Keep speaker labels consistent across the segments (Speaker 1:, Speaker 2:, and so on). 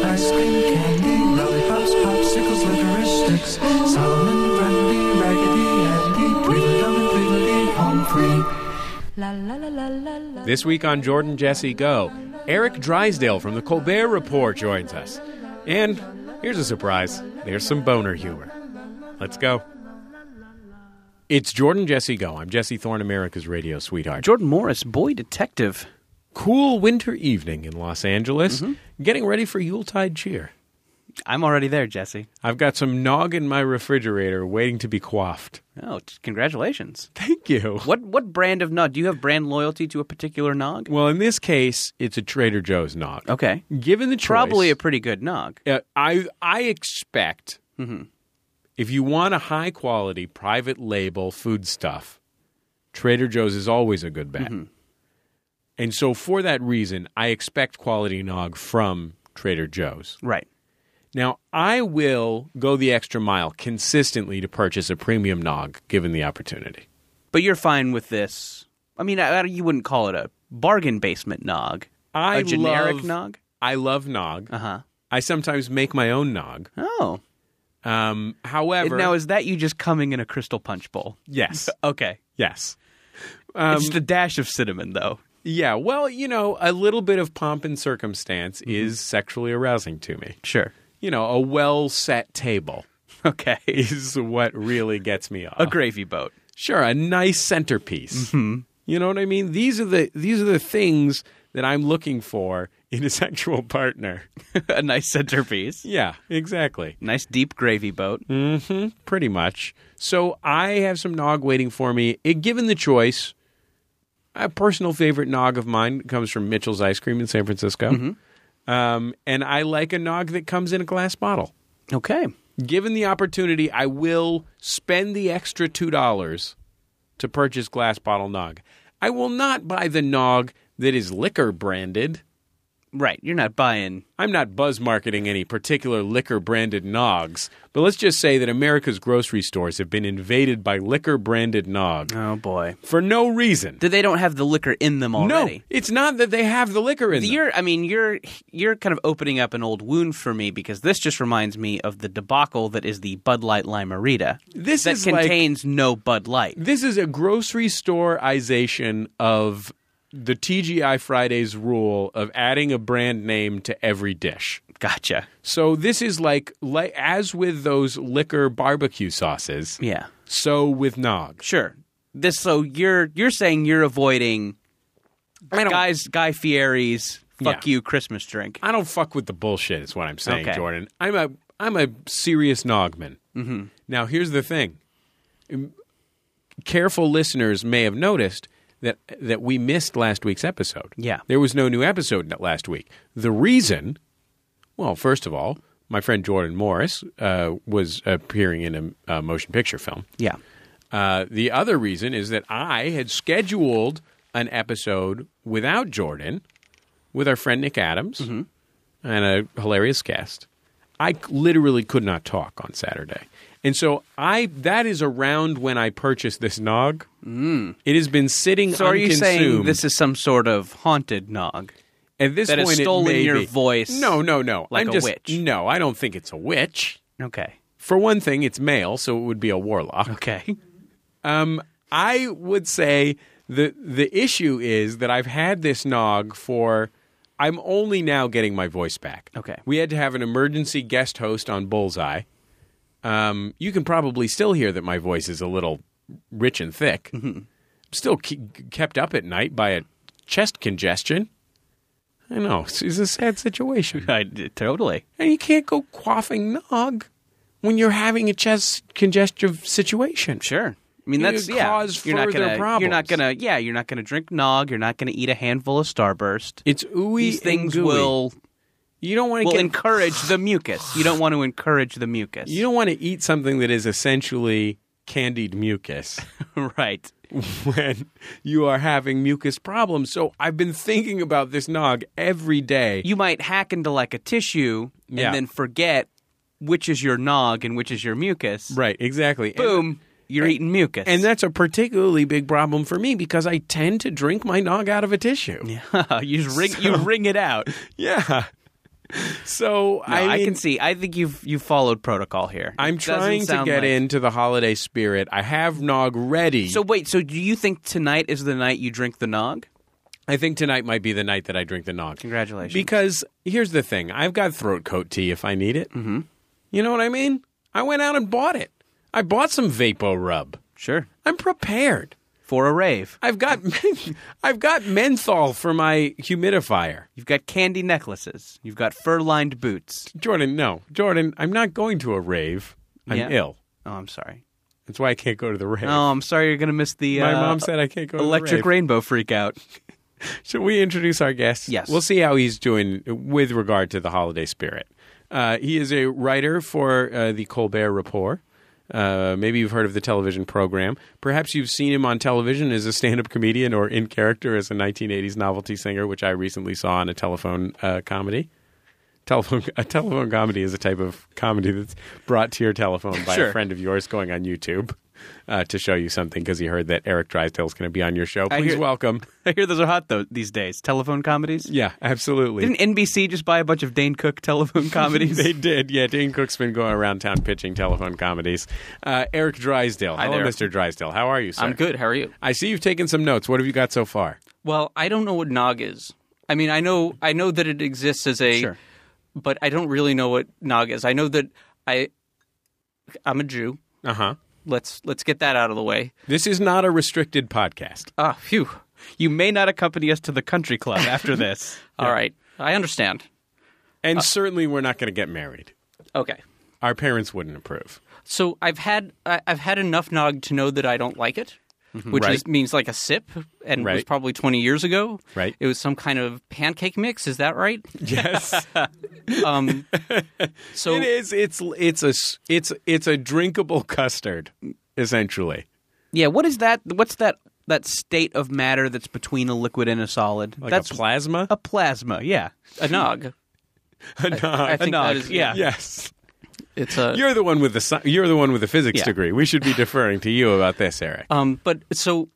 Speaker 1: ice cream, candy, lollipops, popsicles, licorice sticks, Solomon, brandy, raggedy, Andy, tweedledum and tweedledee, home free.
Speaker 2: La la la la la la.
Speaker 3: This week on Jordan Jesse Go, Eric Drysdale from The Colbert Report joins us. And here's a surprise there's some boner humor. Let's go. It's Jordan Jesse Go. I'm Jesse Thorne, America's radio sweetheart.
Speaker 4: Jordan Morris, boy detective.
Speaker 3: Cool winter evening in Los Angeles, getting ready for Yuletide cheer.
Speaker 4: I'm already there, Jesse.
Speaker 3: I've got some nog in my refrigerator waiting to be quaffed.
Speaker 4: Oh, t- congratulations.
Speaker 3: Thank you.
Speaker 4: What what brand of nog? Do you have brand loyalty to a particular nog?
Speaker 3: Well, in this case, it's a Trader Joe's nog.
Speaker 4: Okay.
Speaker 3: Given the choice,
Speaker 4: Probably a pretty good nog. Mm-hmm,
Speaker 3: Uh, I I expect if you want a high quality private label food stuff, Trader Joe's is always a good bet.
Speaker 4: Mm-hmm.
Speaker 3: And so for that reason, I expect quality nog from Trader Joe's.
Speaker 4: Right.
Speaker 3: Now, I will go the extra mile consistently to purchase a premium nog given the opportunity.
Speaker 4: But you're fine with this. I mean, I, I- you wouldn't call it a bargain basement nog.
Speaker 3: I
Speaker 4: a generic
Speaker 3: love-
Speaker 4: nog?
Speaker 3: I love nog.
Speaker 4: Uh huh.
Speaker 3: I sometimes make my own nog.
Speaker 4: Oh.
Speaker 3: Um, however,
Speaker 4: Now, is that you just coming in a crystal punch bowl?
Speaker 3: yes,
Speaker 4: Okay. Um,
Speaker 3: yes.
Speaker 4: it's just a dash of cinnamon, though.
Speaker 3: Um, Yeah, well, you know, a little bit of pomp and circumstance is sexually arousing to me.
Speaker 4: Sure.
Speaker 3: You know, a well set table
Speaker 4: Okay.
Speaker 3: is what really gets me off.
Speaker 4: a gravy boat.
Speaker 3: Sure, a nice centerpiece. You know what I mean? These are the these are the things that I'm looking for in a sexual partner.
Speaker 4: a nice centerpiece.
Speaker 3: Yeah, exactly.
Speaker 4: Nice deep gravy boat.
Speaker 3: Mm. Pretty much. So I have some nog waiting for me. It, given the choice, a personal favorite nog of mine comes from Mitchell's Ice Cream in San Francisco. Um, and I like a nog that comes in a glass bottle.
Speaker 4: Okay.
Speaker 3: Given the opportunity, I will spend the extra $2 to purchase glass bottle nog. I will not buy the nog that is liquor branded.
Speaker 4: Right. You're not buying.
Speaker 3: I'm not buzz marketing any particular liquor branded nogs, but let's just say that America's grocery stores have been invaded by liquor branded nog
Speaker 4: Oh, boy.
Speaker 3: for no reason.
Speaker 4: They don't have the liquor in them already.
Speaker 3: No, it's not that they have the liquor in them.
Speaker 4: You're, I mean, you're you're kind of opening up an old wound for me because this just reminds me of the debacle that is the Bud Light Limerita.
Speaker 3: This
Speaker 4: that
Speaker 3: is like-
Speaker 4: contains no Bud Light.
Speaker 3: This is a grocery storeization of the TGI Fridays rule of adding a brand name to every dish.
Speaker 4: Gotcha.
Speaker 3: So this is like, like as with those liquor barbecue sauces,
Speaker 4: Yeah.
Speaker 3: so with nog.
Speaker 4: Sure. This so you're you're saying you're avoiding guys Guy Fieri's fuck
Speaker 3: Yeah.
Speaker 4: you Christmas drink.
Speaker 3: I don't fuck with the bullshit. Is what I'm saying,
Speaker 4: Okay.
Speaker 3: Jordan. I'm a I'm a serious nogman. Mm-hmm. Now here's the thing. Um, Careful listeners may have noticed that that we missed last week's episode.
Speaker 4: Yeah.
Speaker 3: there was no new episode n- last week. The reason, well, first of all, my friend Jordan Morris uh, was appearing in a, a motion picture film.
Speaker 4: Yeah.
Speaker 3: Uh, the other reason is that I had scheduled an episode without Jordan with our friend Nick Adams
Speaker 4: Mm-hmm.
Speaker 3: and a hilarious guest. I c- literally could not talk on Saturday. And so I that is around when I purchased this nog. Mm. It has been sitting
Speaker 4: So are you saying
Speaker 3: unconsumed.
Speaker 4: this is some sort of haunted nog?
Speaker 3: At this
Speaker 4: that has
Speaker 3: point, it
Speaker 4: stolen
Speaker 3: may
Speaker 4: your
Speaker 3: be.
Speaker 4: voice
Speaker 3: No, no, no.
Speaker 4: like
Speaker 3: I'm
Speaker 4: a
Speaker 3: just,
Speaker 4: witch?
Speaker 3: No, I don't think it's a witch.
Speaker 4: Okay.
Speaker 3: For one thing, it's male, so it would be a warlock.
Speaker 4: Okay.
Speaker 3: Um, I would say the the issue is that I've had this nog for. I'm only now getting my voice back.
Speaker 4: Okay.
Speaker 3: we had to have an emergency guest host on Bullseye. Um, you can probably still hear that my voice is a little rich and thick.
Speaker 4: Mm-hmm.
Speaker 3: I'm Still ke- kept up at night by a chest congestion. I know it's, it's a sad situation.
Speaker 4: I, d- totally.
Speaker 3: And you can't go quaffing nog when you're having a chest congestive situation.
Speaker 4: Sure. I mean,
Speaker 3: It
Speaker 4: that's
Speaker 3: would
Speaker 4: yeah.
Speaker 3: cause
Speaker 4: you're not
Speaker 3: further
Speaker 4: gonna. You're
Speaker 3: problems.
Speaker 4: not gonna. Yeah. You're not gonna drink nog. You're not gonna eat a handful of Starburst.
Speaker 3: It's ooey
Speaker 4: These
Speaker 3: and
Speaker 4: things
Speaker 3: gooey.
Speaker 4: will
Speaker 3: You don't want to
Speaker 4: will
Speaker 3: get.
Speaker 4: encourage the mucus. You don't want to encourage the mucus.
Speaker 3: you don't want to eat something that is essentially candied mucus
Speaker 4: right.
Speaker 3: when you are having mucus problems. So I've been thinking about this nog every day.
Speaker 4: You might hack into like a tissue and
Speaker 3: Yeah.
Speaker 4: then forget which is your nog and which is your mucus.
Speaker 3: right, exactly. And-
Speaker 4: Boom, you're eating mucus.
Speaker 3: And that's a particularly big problem for me because I tend to drink my nog out of a tissue. Yeah.
Speaker 4: you just wring you wring it out.
Speaker 3: So
Speaker 4: No, I,
Speaker 3: mean,
Speaker 4: can see. I think you've you followed protocol here.
Speaker 3: I'm
Speaker 4: It doesn't
Speaker 3: trying to
Speaker 4: sound
Speaker 3: get
Speaker 4: like-
Speaker 3: into the holiday spirit. I have nog ready.
Speaker 4: So wait, so do you think tonight is the night you drink the nog?
Speaker 3: I think tonight might be the night that I drink the nog.
Speaker 4: Congratulations.
Speaker 3: Because here's the thing I've got throat coat tea if I need it. Mm-hmm. You know what I mean? I went out and bought it. I bought some Vapo Rub.
Speaker 4: sure.
Speaker 3: I'm prepared.
Speaker 4: For a rave.
Speaker 3: I've got I've got menthol for my humidifier.
Speaker 4: You've got candy necklaces. You've got fur-lined boots.
Speaker 3: Jordan, no. Jordan, I'm not going to a rave. I'm
Speaker 4: Yeah.
Speaker 3: ill.
Speaker 4: Oh, I'm sorry.
Speaker 3: That's why I can't go to the rave.
Speaker 4: Oh, I'm sorry you're going to miss the
Speaker 3: my
Speaker 4: uh,
Speaker 3: mom said I can't go to the
Speaker 4: electric
Speaker 3: rave.
Speaker 4: rainbow freak out.
Speaker 3: Should we introduce our guest?
Speaker 4: Yes.
Speaker 3: We'll see how he's doing with regard to the holiday spirit. Uh, he is a writer for uh, the Colbert Report. Uh, maybe you've heard of the television program. Perhaps you've seen him on television as a stand up comedian or in character as a 1980s novelty singer, which I recently saw on a telephone uh, comedy. Telephone, a telephone comedy is a type of comedy that's brought to your telephone by
Speaker 4: Sure.
Speaker 3: a friend of yours going on YouTube uh, to show you something because he heard that Eric Drysdale's going to be on your show.
Speaker 4: I
Speaker 3: Please
Speaker 4: hear-
Speaker 3: welcome.
Speaker 4: I hear those are hot though these days. Telephone comedies?
Speaker 3: Yeah, absolutely.
Speaker 4: Didn't NBC just buy a bunch of Dane Cook telephone comedies?
Speaker 3: They did. Yeah, Dane Cook's been going around town pitching telephone comedies. Uh, Eric Drysdale.
Speaker 5: Hi
Speaker 3: Hello,
Speaker 5: there.
Speaker 3: Mr. Drysdale. How are you, sir?
Speaker 5: I'm good. How are you?
Speaker 3: I see you've taken some notes. What have you got so far?
Speaker 5: Well, I don't know what nog is. I mean, I know I know that it exists as a,
Speaker 4: Sure.
Speaker 5: but I don't really know what nog is. I know that I, I'm a Jew.
Speaker 3: Uh huh.
Speaker 5: Let's let's get that out of the way.
Speaker 3: This is not a restricted podcast.
Speaker 5: Ah, phew.
Speaker 4: you may not accompany us to the country club after this.
Speaker 5: All right, I understand.
Speaker 3: And certainly we're not going to get married.
Speaker 5: Okay,
Speaker 3: Our parents wouldn't approve.
Speaker 5: so I've had I, I've had enough nog to know that I don't like it, which
Speaker 3: Mm-hmm. Right.
Speaker 5: is, means like a sip, and was
Speaker 3: Right.
Speaker 5: probably 20 years ago.
Speaker 3: Right.
Speaker 5: it was some kind of pancake mix. Is that right?
Speaker 3: Yes.
Speaker 5: Um, so
Speaker 3: it is. It's it's a s- it's it's a drinkable custard essentially.
Speaker 4: Yeah, what is that? What's that? That state of matter that's between a liquid and a solid.
Speaker 3: Like
Speaker 4: that's
Speaker 3: a plasma?
Speaker 4: a plasma. Yeah,
Speaker 5: a nog.
Speaker 3: A nog.
Speaker 5: I think
Speaker 4: nog,
Speaker 5: that is
Speaker 4: yeah.
Speaker 3: yes.
Speaker 5: It's a
Speaker 3: You're the one with the sci- you're the one with the physics
Speaker 4: Yeah.
Speaker 3: degree. We should be deferring to you about this, Eric.
Speaker 5: Um, but so,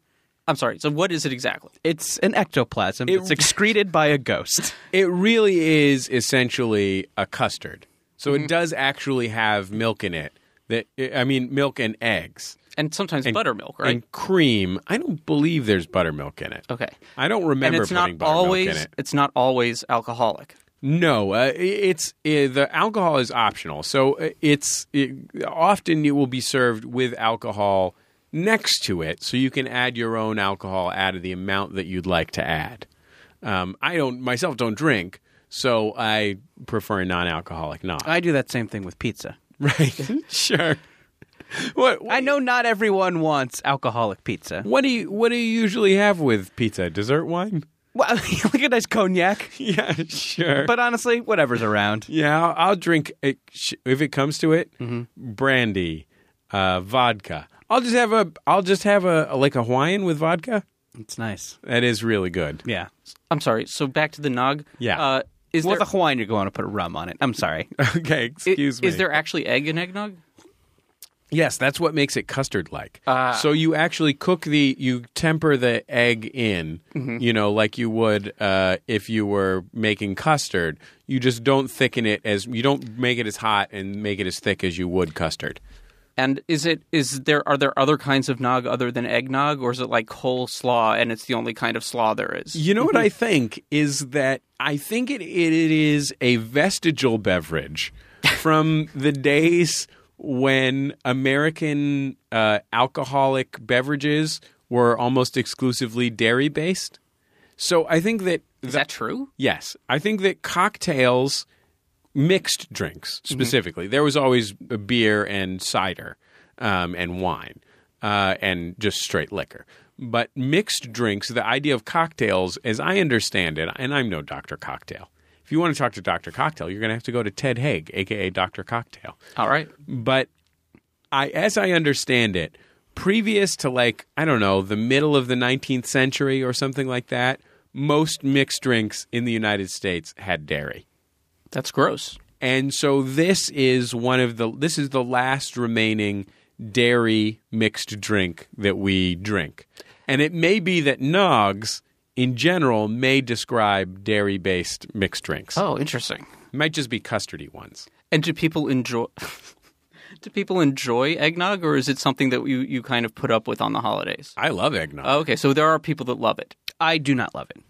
Speaker 5: I'm sorry. So, what is it exactly?
Speaker 4: it's an ectoplasm. it's excreted by a ghost.
Speaker 3: It really is essentially a custard. So
Speaker 5: Mm-hmm.
Speaker 3: it does actually have milk in it. That I mean, milk and eggs
Speaker 5: And sometimes
Speaker 3: and
Speaker 5: buttermilk, right?
Speaker 3: And cream. I don't believe there's buttermilk in it.
Speaker 5: okay.
Speaker 3: I don't
Speaker 5: And
Speaker 3: remember
Speaker 5: it's not
Speaker 3: putting buttermilk
Speaker 5: always.
Speaker 3: in it.
Speaker 5: It's not always alcoholic.
Speaker 3: No, uh, i- it's uh, the alcohol is optional. So uh, it's it, often it will be served with alcohol next to it, so you can add your own alcohol out of the amount that you'd like to add. Um, I don't myself don't drink, so I prefer non-alcoholic. Not
Speaker 4: I do that same thing with pizza.
Speaker 3: right? sure. What,
Speaker 4: I know not everyone wants alcoholic pizza.
Speaker 3: What do you What do you usually have with pizza? Dessert wine?
Speaker 4: Well, like a nice cognac.
Speaker 3: Yeah, sure.
Speaker 4: But honestly, whatever's around.
Speaker 3: Yeah, I'll, I'll drink it, sh- if it comes to it. Brandy, uh, vodka. I'll just have a. I'll just have a like a Hawaiian with vodka.
Speaker 4: It's nice.
Speaker 3: That is really good.
Speaker 4: Yeah.
Speaker 5: I'm sorry. So back to the nog.
Speaker 3: Yeah.
Speaker 5: Uh, is
Speaker 4: With
Speaker 5: there
Speaker 4: a Hawaiian, you're going to put rum on it. I'm sorry.
Speaker 3: okay,
Speaker 5: i-
Speaker 3: excuse me.
Speaker 5: Is there actually egg in eggnog?
Speaker 3: Yes, that's what makes it custard like.
Speaker 5: Ah.
Speaker 3: so you actually cook the. You temper the egg in.
Speaker 5: Mm-hmm.
Speaker 3: You know, like you would uh, if you were making custard. You just don't thicken it as. You don't make it as hot and make it as thick as you would custard.
Speaker 5: And is it is there are there other kinds of nog other than eggnog, or is it like coleslaw and it's the only kind of slaw there is?
Speaker 3: You know what I think is that I think it it, it is a vestigial beverage from the days when American uh, alcoholic beverages were almost exclusively dairy based. So I think that
Speaker 5: Is that true?
Speaker 3: yes, I think that cocktails, mixed drinks specifically, there was always a beer and cider um, and wine uh, and just straight liquor. But mixed drinks, the idea of cocktails, as I understand it, and I'm no Dr. Cocktail. If you want to talk to Dr. Cocktail, you're going to have to go to Ted Haig, aka Dr. Cocktail
Speaker 5: All right.
Speaker 3: but I as I understand it, previous to like I don't know the middle of the 19th century or something like that, most mixed drinks in the United States had dairy.
Speaker 5: That's gross.
Speaker 3: And so this is one of the this is the last remaining dairy mixed drink that we drink. And it may be that nogs in general may describe dairy based mixed drinks.
Speaker 5: Oh, interesting.
Speaker 3: It might just be custardy ones.
Speaker 5: And do people enjoy? do people enjoy eggnog, or is it something that you, you kind of put up with on the holidays?
Speaker 3: I love eggnog.
Speaker 5: Oh, okay, so there are people that love it.
Speaker 4: I do not love it.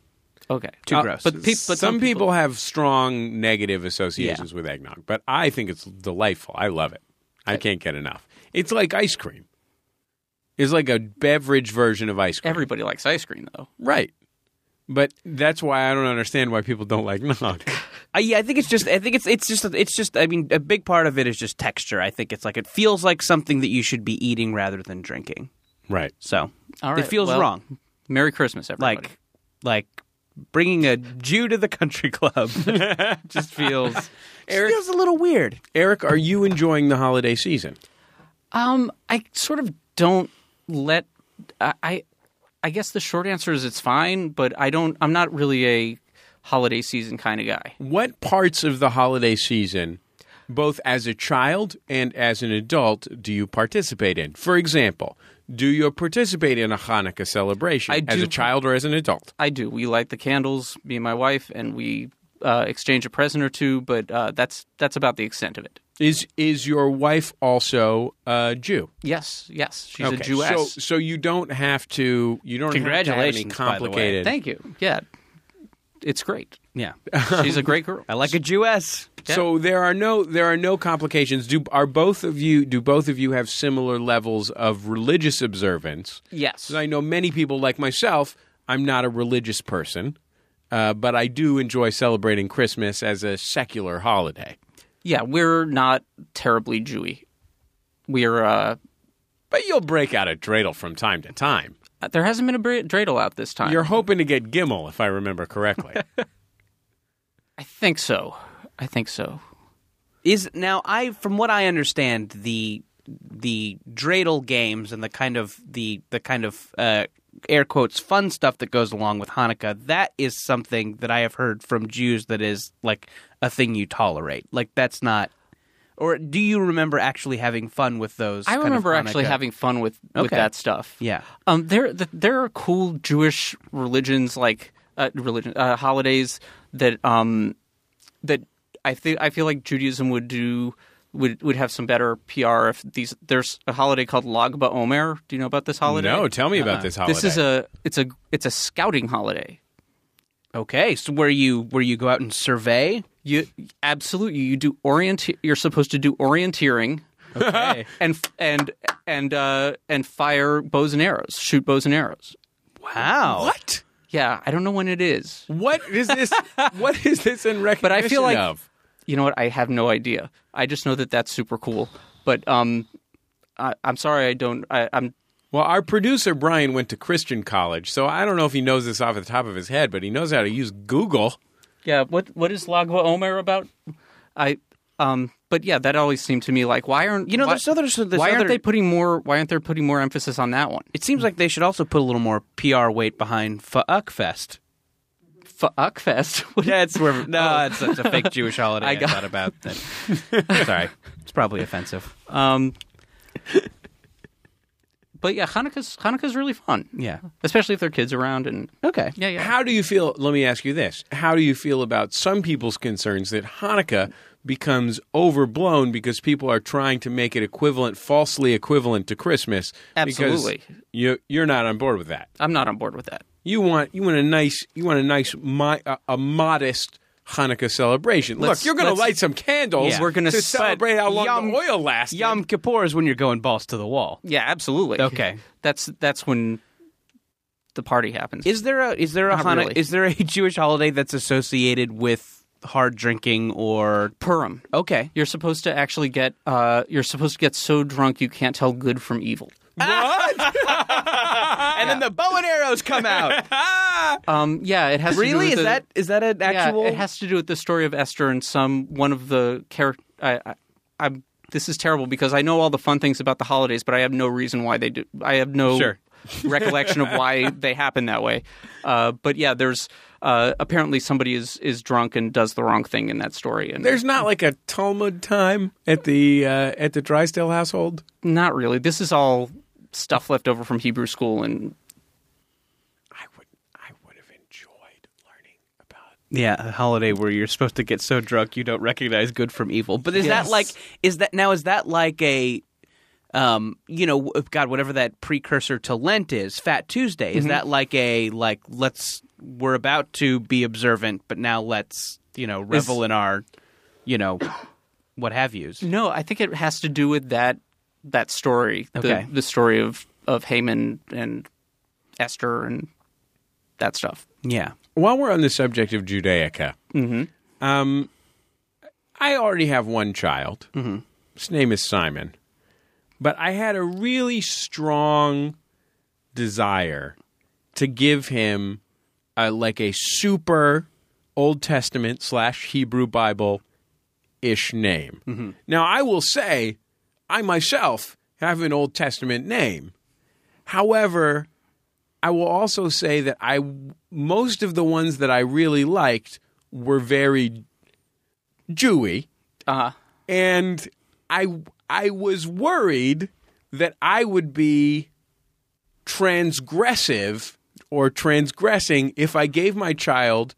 Speaker 5: Okay,
Speaker 4: Too
Speaker 3: Uh,
Speaker 4: gross.
Speaker 5: But, peop- but
Speaker 3: some, people, have strong negative associations with eggnog, but I think it's delightful. I love it. I can't get enough. It's like ice cream. It's like a beverage version of ice cream.
Speaker 5: everybody likes ice cream, though.
Speaker 3: Right. But that's why I don't understand why people don't like nog.
Speaker 4: I, yeah, I think it's just. I think it's it's just it's just. I mean, a big part of it is just texture. I think it's like it feels like something that you should be eating rather than drinking.
Speaker 3: right.
Speaker 4: So
Speaker 5: All
Speaker 4: it
Speaker 5: right,
Speaker 4: feels
Speaker 5: well,
Speaker 4: wrong.
Speaker 5: Merry Christmas, everybody.
Speaker 4: Like like bringing a Jew to the country club just feels
Speaker 3: Eric-
Speaker 4: feels a little weird.
Speaker 3: Eric, are you enjoying the holiday season?
Speaker 5: Um, I sort of don't let I- I. I guess the short answer is it's fine, but I don't. I'm not really a holiday season kind of guy.
Speaker 3: What parts of the holiday season, both as a child and as an adult, do you participate in? For example, do you participate in a Hanukkah celebration
Speaker 5: I
Speaker 3: as
Speaker 5: do-
Speaker 3: a child or as an adult?
Speaker 5: I do. We light the candles, me and my wife, and we uh, exchange a present or two. But uh, that's that's about the extent of it.
Speaker 3: Is is your wife also a Jew?
Speaker 5: Yes, yes, she's a
Speaker 3: so
Speaker 5: Jewess.
Speaker 3: so you don't have to you don't have
Speaker 4: Congratulations,
Speaker 3: to
Speaker 4: by
Speaker 3: have
Speaker 4: the way.
Speaker 3: any complicated
Speaker 5: Thank you. Yeah, it's great.
Speaker 4: Yeah,
Speaker 5: She's a great girl.
Speaker 4: I like a Jewess.
Speaker 3: So there are no there are no complications. Do are both of you do both of you have similar levels of religious observance?
Speaker 5: Yes.
Speaker 3: 'Cause I know many people like myself. I'm not a religious person, uh, but I do enjoy celebrating Christmas as a secular holiday.
Speaker 5: Yeah, we're not terribly Jewy. We're uh,
Speaker 3: But you'll break out a dreidel from time to time.
Speaker 5: there hasn't been a bra- dreidel out this time.
Speaker 3: You're hoping to get Gimel, if I remember correctly.
Speaker 5: I think so. I think so.
Speaker 4: is now I from what I understand the the dreidel games and the kind of the the kind of uh, air quotes fun stuff that goes along with Hanukkah that is something that I have heard from Jews that is like a thing you tolerate like that's not or do you remember actually having fun with those
Speaker 5: I
Speaker 4: kind of
Speaker 5: remember actually
Speaker 4: Hanukkah-
Speaker 5: having fun with with
Speaker 4: Okay.
Speaker 5: that stuff.
Speaker 4: yeah
Speaker 5: Um, there th there are cool Jewish religions like uh, religion uh, holidays that um that I think I feel like Judaism would do would would have some better PR if these there's a holiday called Lag BaOmer. Do you know about this holiday?
Speaker 3: no, tell me about this holiday.
Speaker 5: Uh-uh. This is a it's a it's a scouting holiday.
Speaker 4: okay so where you where you go out and survey
Speaker 5: You absolutely you do orient you're supposed to do orienteering
Speaker 4: okay
Speaker 5: and f- and and uh and fire bows and arrows, shoot bows and arrows.
Speaker 4: wow
Speaker 3: what?
Speaker 5: Yeah, I don't know when it is.
Speaker 3: What is this? what is this in recognition
Speaker 5: But I feel like
Speaker 3: of?
Speaker 5: you know what? I have no idea. I just know that that's super cool. But um, I, I'm sorry, I don't. I, I'm
Speaker 3: Well, our producer Brian went to Christian college, so I don't know if he knows this off the top of his head, but he knows how to use Google.
Speaker 5: yeah. What what is Lagwa Omer about? I um, but yeah, that always seemed to me like why aren't
Speaker 4: you know
Speaker 5: why,
Speaker 4: there's other there's
Speaker 5: why
Speaker 4: other,
Speaker 5: aren't they putting more why aren't they putting more emphasis on that one?
Speaker 4: it seems like they should also put a little more PR weight behind Fuckfest.
Speaker 5: Fuckfest. What-
Speaker 4: Yeah, it's where no, it's, it's a fake Jewish holiday. Oh. I,
Speaker 5: got-
Speaker 4: thought about that. Sorry, it's probably offensive.
Speaker 5: Um, but yeah, Hanukkah's Hanukkah's really fun.
Speaker 4: Yeah.
Speaker 5: especially if there are kids around and
Speaker 4: Okay.
Speaker 5: yeah yeah.
Speaker 3: How do you feel? Let me ask you this: How do you feel about some people's concerns that Hanukkah becomes overblown because people are trying to make it equivalent, falsely equivalent to Christmas? because
Speaker 5: Absolutely.
Speaker 3: you you're not on board with that.
Speaker 5: I'm not on board with that.
Speaker 3: You want you want a nice you want a nice mi- a, a modest. Hanukkah celebration.
Speaker 5: Let's-
Speaker 3: Look, you're going
Speaker 5: let's-
Speaker 3: to light some candles.
Speaker 5: Yeah. We're gonna
Speaker 3: to
Speaker 5: s-
Speaker 3: celebrate how long
Speaker 4: Yom-
Speaker 3: the oil lasts.
Speaker 4: Yom Kippur is when you're going balls to the wall.
Speaker 5: Yeah, absolutely.
Speaker 4: Okay.
Speaker 5: That's that's when the party happens.
Speaker 4: Is there a is there a
Speaker 5: Not
Speaker 4: Hana-
Speaker 5: really.
Speaker 4: is there a Jewish holiday that's associated with hard drinking or
Speaker 5: Purim.
Speaker 4: okay?
Speaker 5: You're supposed to actually get uh, you're supposed to get so drunk you can't tell good from evil.
Speaker 3: What?
Speaker 4: And then the bow and arrows come out.
Speaker 5: Um, yeah, it has
Speaker 4: really? Is
Speaker 5: to do with the-
Speaker 4: that is that an
Speaker 5: yeah,
Speaker 4: actual?
Speaker 5: it has to do with the story of Esther and some one of the character I, I I'm this is terrible because I know all the fun things about the holidays, but I have no reason why they do. I have no
Speaker 4: Sure.
Speaker 5: recollection of why they happen that way. Uh, but yeah, there's uh, apparently somebody is is drunk and does the wrong thing in that story, and
Speaker 3: There's not like a Talmud time at the uh, at the Drysdale household.
Speaker 5: not really. This is all stuff left over from Hebrew school, and
Speaker 3: I would I would have enjoyed learning about
Speaker 4: Yeah, a holiday where you're supposed to get so drunk you don't recognize good from evil. But is that like is that now is that like a um you know w- god whatever that precursor to Lent is, Fat Tuesday. Is that like a like let's we're about to be observant, but now let's, you know, revel in our you know what have yous.
Speaker 5: no, I think it has to do with that that story, the-
Speaker 4: Okay.
Speaker 5: the, story of of Haman and Esther and that stuff.
Speaker 4: Yeah.
Speaker 3: While we're on the subject of Judaica, um, I already have one child. Mm-hmm. His name is Simon, but I had a really strong desire to give him a, like a super Old Testament slash Hebrew Bible ish name. Now, I will say, I myself have an Old Testament name. However, I will also say that I most of the ones that I really liked were very Jewy,
Speaker 5: Uh,
Speaker 3: and I I was worried that I would be transgressive or transgressing if I gave my child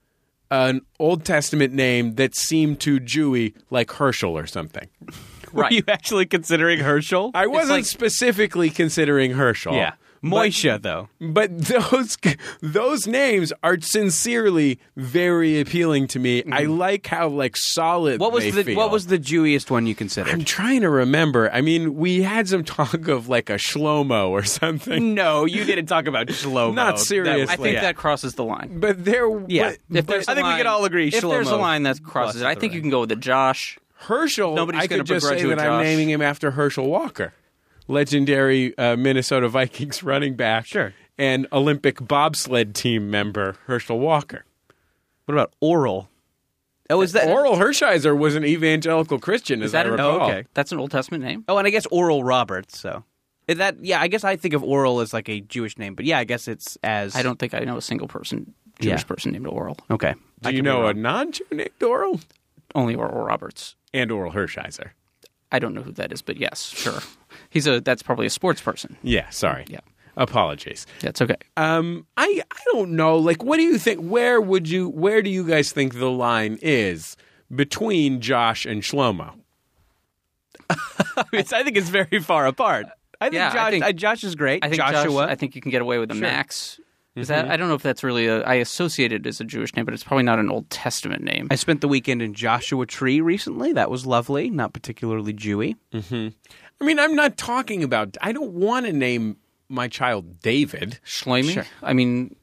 Speaker 3: an Old Testament name that seemed too Jewy, like Herschel or something.
Speaker 5: right.
Speaker 4: Were you actually considering Herschel?
Speaker 3: I wasn't
Speaker 4: like-
Speaker 3: specifically considering Herschel.
Speaker 4: Yeah. Moisha though.
Speaker 3: but those those names are sincerely very appealing to me. I like how like solid.
Speaker 4: Mm-hmm. What was
Speaker 3: they
Speaker 4: the
Speaker 3: feel.
Speaker 4: what was the Jewiest one you considered?
Speaker 3: I'm trying to remember. I mean, we had some talk of like a Shlomo or something,
Speaker 4: no, you didn't talk about Shlomo.
Speaker 3: Not
Speaker 4: That was-
Speaker 3: seriously.
Speaker 5: I think
Speaker 3: Yeah.
Speaker 5: that crosses the line.
Speaker 3: but there,
Speaker 4: Yeah.
Speaker 3: but
Speaker 5: If there's
Speaker 4: I
Speaker 5: a
Speaker 4: think we
Speaker 5: line-
Speaker 4: could all agree
Speaker 5: If there's a
Speaker 4: Shlomo
Speaker 5: line that crosses it, I
Speaker 4: the
Speaker 5: think you
Speaker 4: ring.
Speaker 5: can go with the Josh.
Speaker 3: Herschel.
Speaker 5: Nobody's
Speaker 3: I
Speaker 5: gonna
Speaker 3: could just
Speaker 5: begrudge
Speaker 3: say
Speaker 5: you a
Speaker 3: that I'm
Speaker 5: Josh.
Speaker 3: naming him after Herschel Walker, legendary uh, Minnesota Vikings running back,
Speaker 4: Sure.
Speaker 3: and Olympic bobsled team member Herschel Walker.
Speaker 4: What about oral? Oh, is that
Speaker 3: Oral Hershiser was an evangelical Christian, as I
Speaker 5: that an-
Speaker 3: recall.
Speaker 4: oh, okay.
Speaker 5: That's an Old Testament name.
Speaker 4: Oh, and I guess Oral Roberts. So Is that yeah, I guess I think of Oral as like a Jewish name, but yeah, I guess it's as
Speaker 5: I don't think I know a single person, Jewish
Speaker 4: Yeah.
Speaker 5: person named Oral.
Speaker 4: Okay,
Speaker 3: Do you know a non-Jew named Oral
Speaker 5: Only Oral Roberts.
Speaker 3: and Oral Hershiser?
Speaker 5: I don't know who that is, but yes, sure. He's a. That's probably a sports person.
Speaker 3: Yeah, sorry.
Speaker 5: Yeah.
Speaker 3: Apologies.
Speaker 5: That's okay.
Speaker 4: Uh,
Speaker 3: Um, I I don't know. Like, what do you think? Where would you? Where do you guys think the line is between Josh and Shlomo?
Speaker 4: It's, I think it's very far apart. I think,
Speaker 5: Yeah, I
Speaker 4: Josh,
Speaker 5: think-
Speaker 4: uh, Josh is great.
Speaker 5: I think Josh-
Speaker 4: Joshua. Mm-hmm.
Speaker 5: I think you can get away with a Max. Is that? I don't know if that's really. A, I associate it as a Jewish name, but it's probably not an Old Testament name.
Speaker 4: I spent the weekend in Joshua Tree recently. That was lovely. Not particularly Jewy.
Speaker 3: I mean, I'm not talking about. I don't want to name my child David.
Speaker 5: Shlomi. I mean,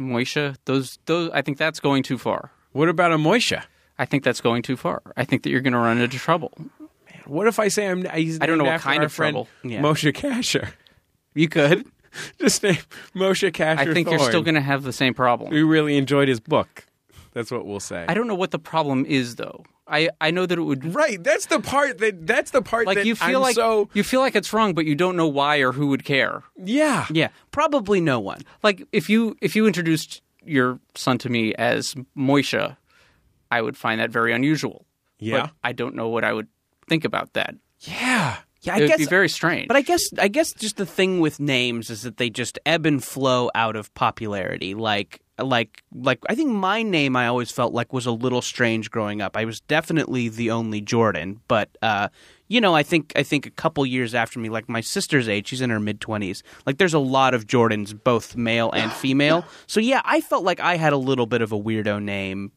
Speaker 5: Moisha. Those. Those. I think that's going too far.
Speaker 3: What about a Moisha?
Speaker 5: I think that's going too far. I think that you're going to run into trouble.
Speaker 3: What if I say I'm? He's
Speaker 5: I don't
Speaker 3: named
Speaker 5: know what
Speaker 3: after
Speaker 5: kind
Speaker 3: our
Speaker 5: of
Speaker 3: friend
Speaker 5: trouble.
Speaker 4: Yeah.
Speaker 3: Moshe Kasher.
Speaker 4: You could.
Speaker 3: Just name Moshe Kasher.
Speaker 5: I think you're still going to have the same problem.
Speaker 3: We really enjoyed his book. That's what we'll say.
Speaker 5: I don't know what the problem is though. I, I know that it would
Speaker 3: Right. That's the part that. That's the part
Speaker 5: like
Speaker 3: that
Speaker 5: you feel
Speaker 3: I'm
Speaker 5: like
Speaker 3: so.
Speaker 5: you feel like it's wrong, but you don't know why or who would care.
Speaker 3: Yeah.
Speaker 4: Yeah, probably no one.
Speaker 5: Like if you if you introduced your son to me as Moisha, I would find that very unusual.
Speaker 3: Yeah.
Speaker 5: but I don't know what I would think about that.
Speaker 3: Yeah.
Speaker 4: Yeah,
Speaker 5: it would be very strange.
Speaker 4: But I guess I guess just the thing with names is that they just ebb and flow out of popularity. Like like like I think my name I always felt like was a little strange growing up. I was definitely the only Jordan, but uh you know, I think I think a couple years after me, like my sister's age, she's in her mid twenties. Like there's a lot of Jordans, both male and female. So yeah, I felt like I had a little bit of a weirdo name,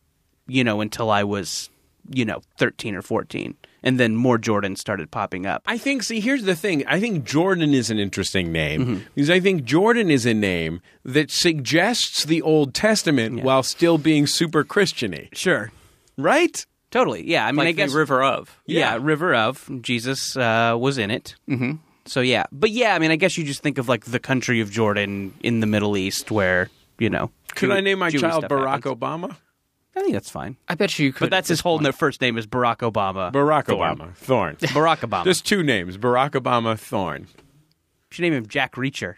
Speaker 4: you know, until I was, you know, thirteen or fourteen. And then more Jordans started popping up.
Speaker 3: I think. See, here's the thing. I think Jordan is an interesting name
Speaker 4: Mm-hmm.
Speaker 3: because I think Jordan is a name that suggests the Old Testament while still being super Christiany.
Speaker 4: Sure.
Speaker 3: Right.
Speaker 4: Totally. Yeah. I mean,
Speaker 5: like
Speaker 4: I guess.
Speaker 5: the river of.
Speaker 4: yeah.
Speaker 3: Yeah.
Speaker 4: River of Jesus uh, was in it. Mm-hmm. So yeah, but yeah, I mean, I guess you just think of like the country of Jordan in the Middle East, where you know.
Speaker 3: Could
Speaker 4: Jew-
Speaker 3: I name my
Speaker 4: Jewish
Speaker 3: child
Speaker 4: stuff
Speaker 3: Barack
Speaker 4: happens.
Speaker 3: Obama?
Speaker 4: I think that's fine.
Speaker 5: I bet you could.
Speaker 4: But that's his whole no, first name is Barack Obama.
Speaker 3: Barack
Speaker 4: Thorne.
Speaker 3: Obama Thorne.
Speaker 4: Barack Obama.
Speaker 3: Just two names: Barack Obama Thorne.
Speaker 4: You should name him Jack Reacher.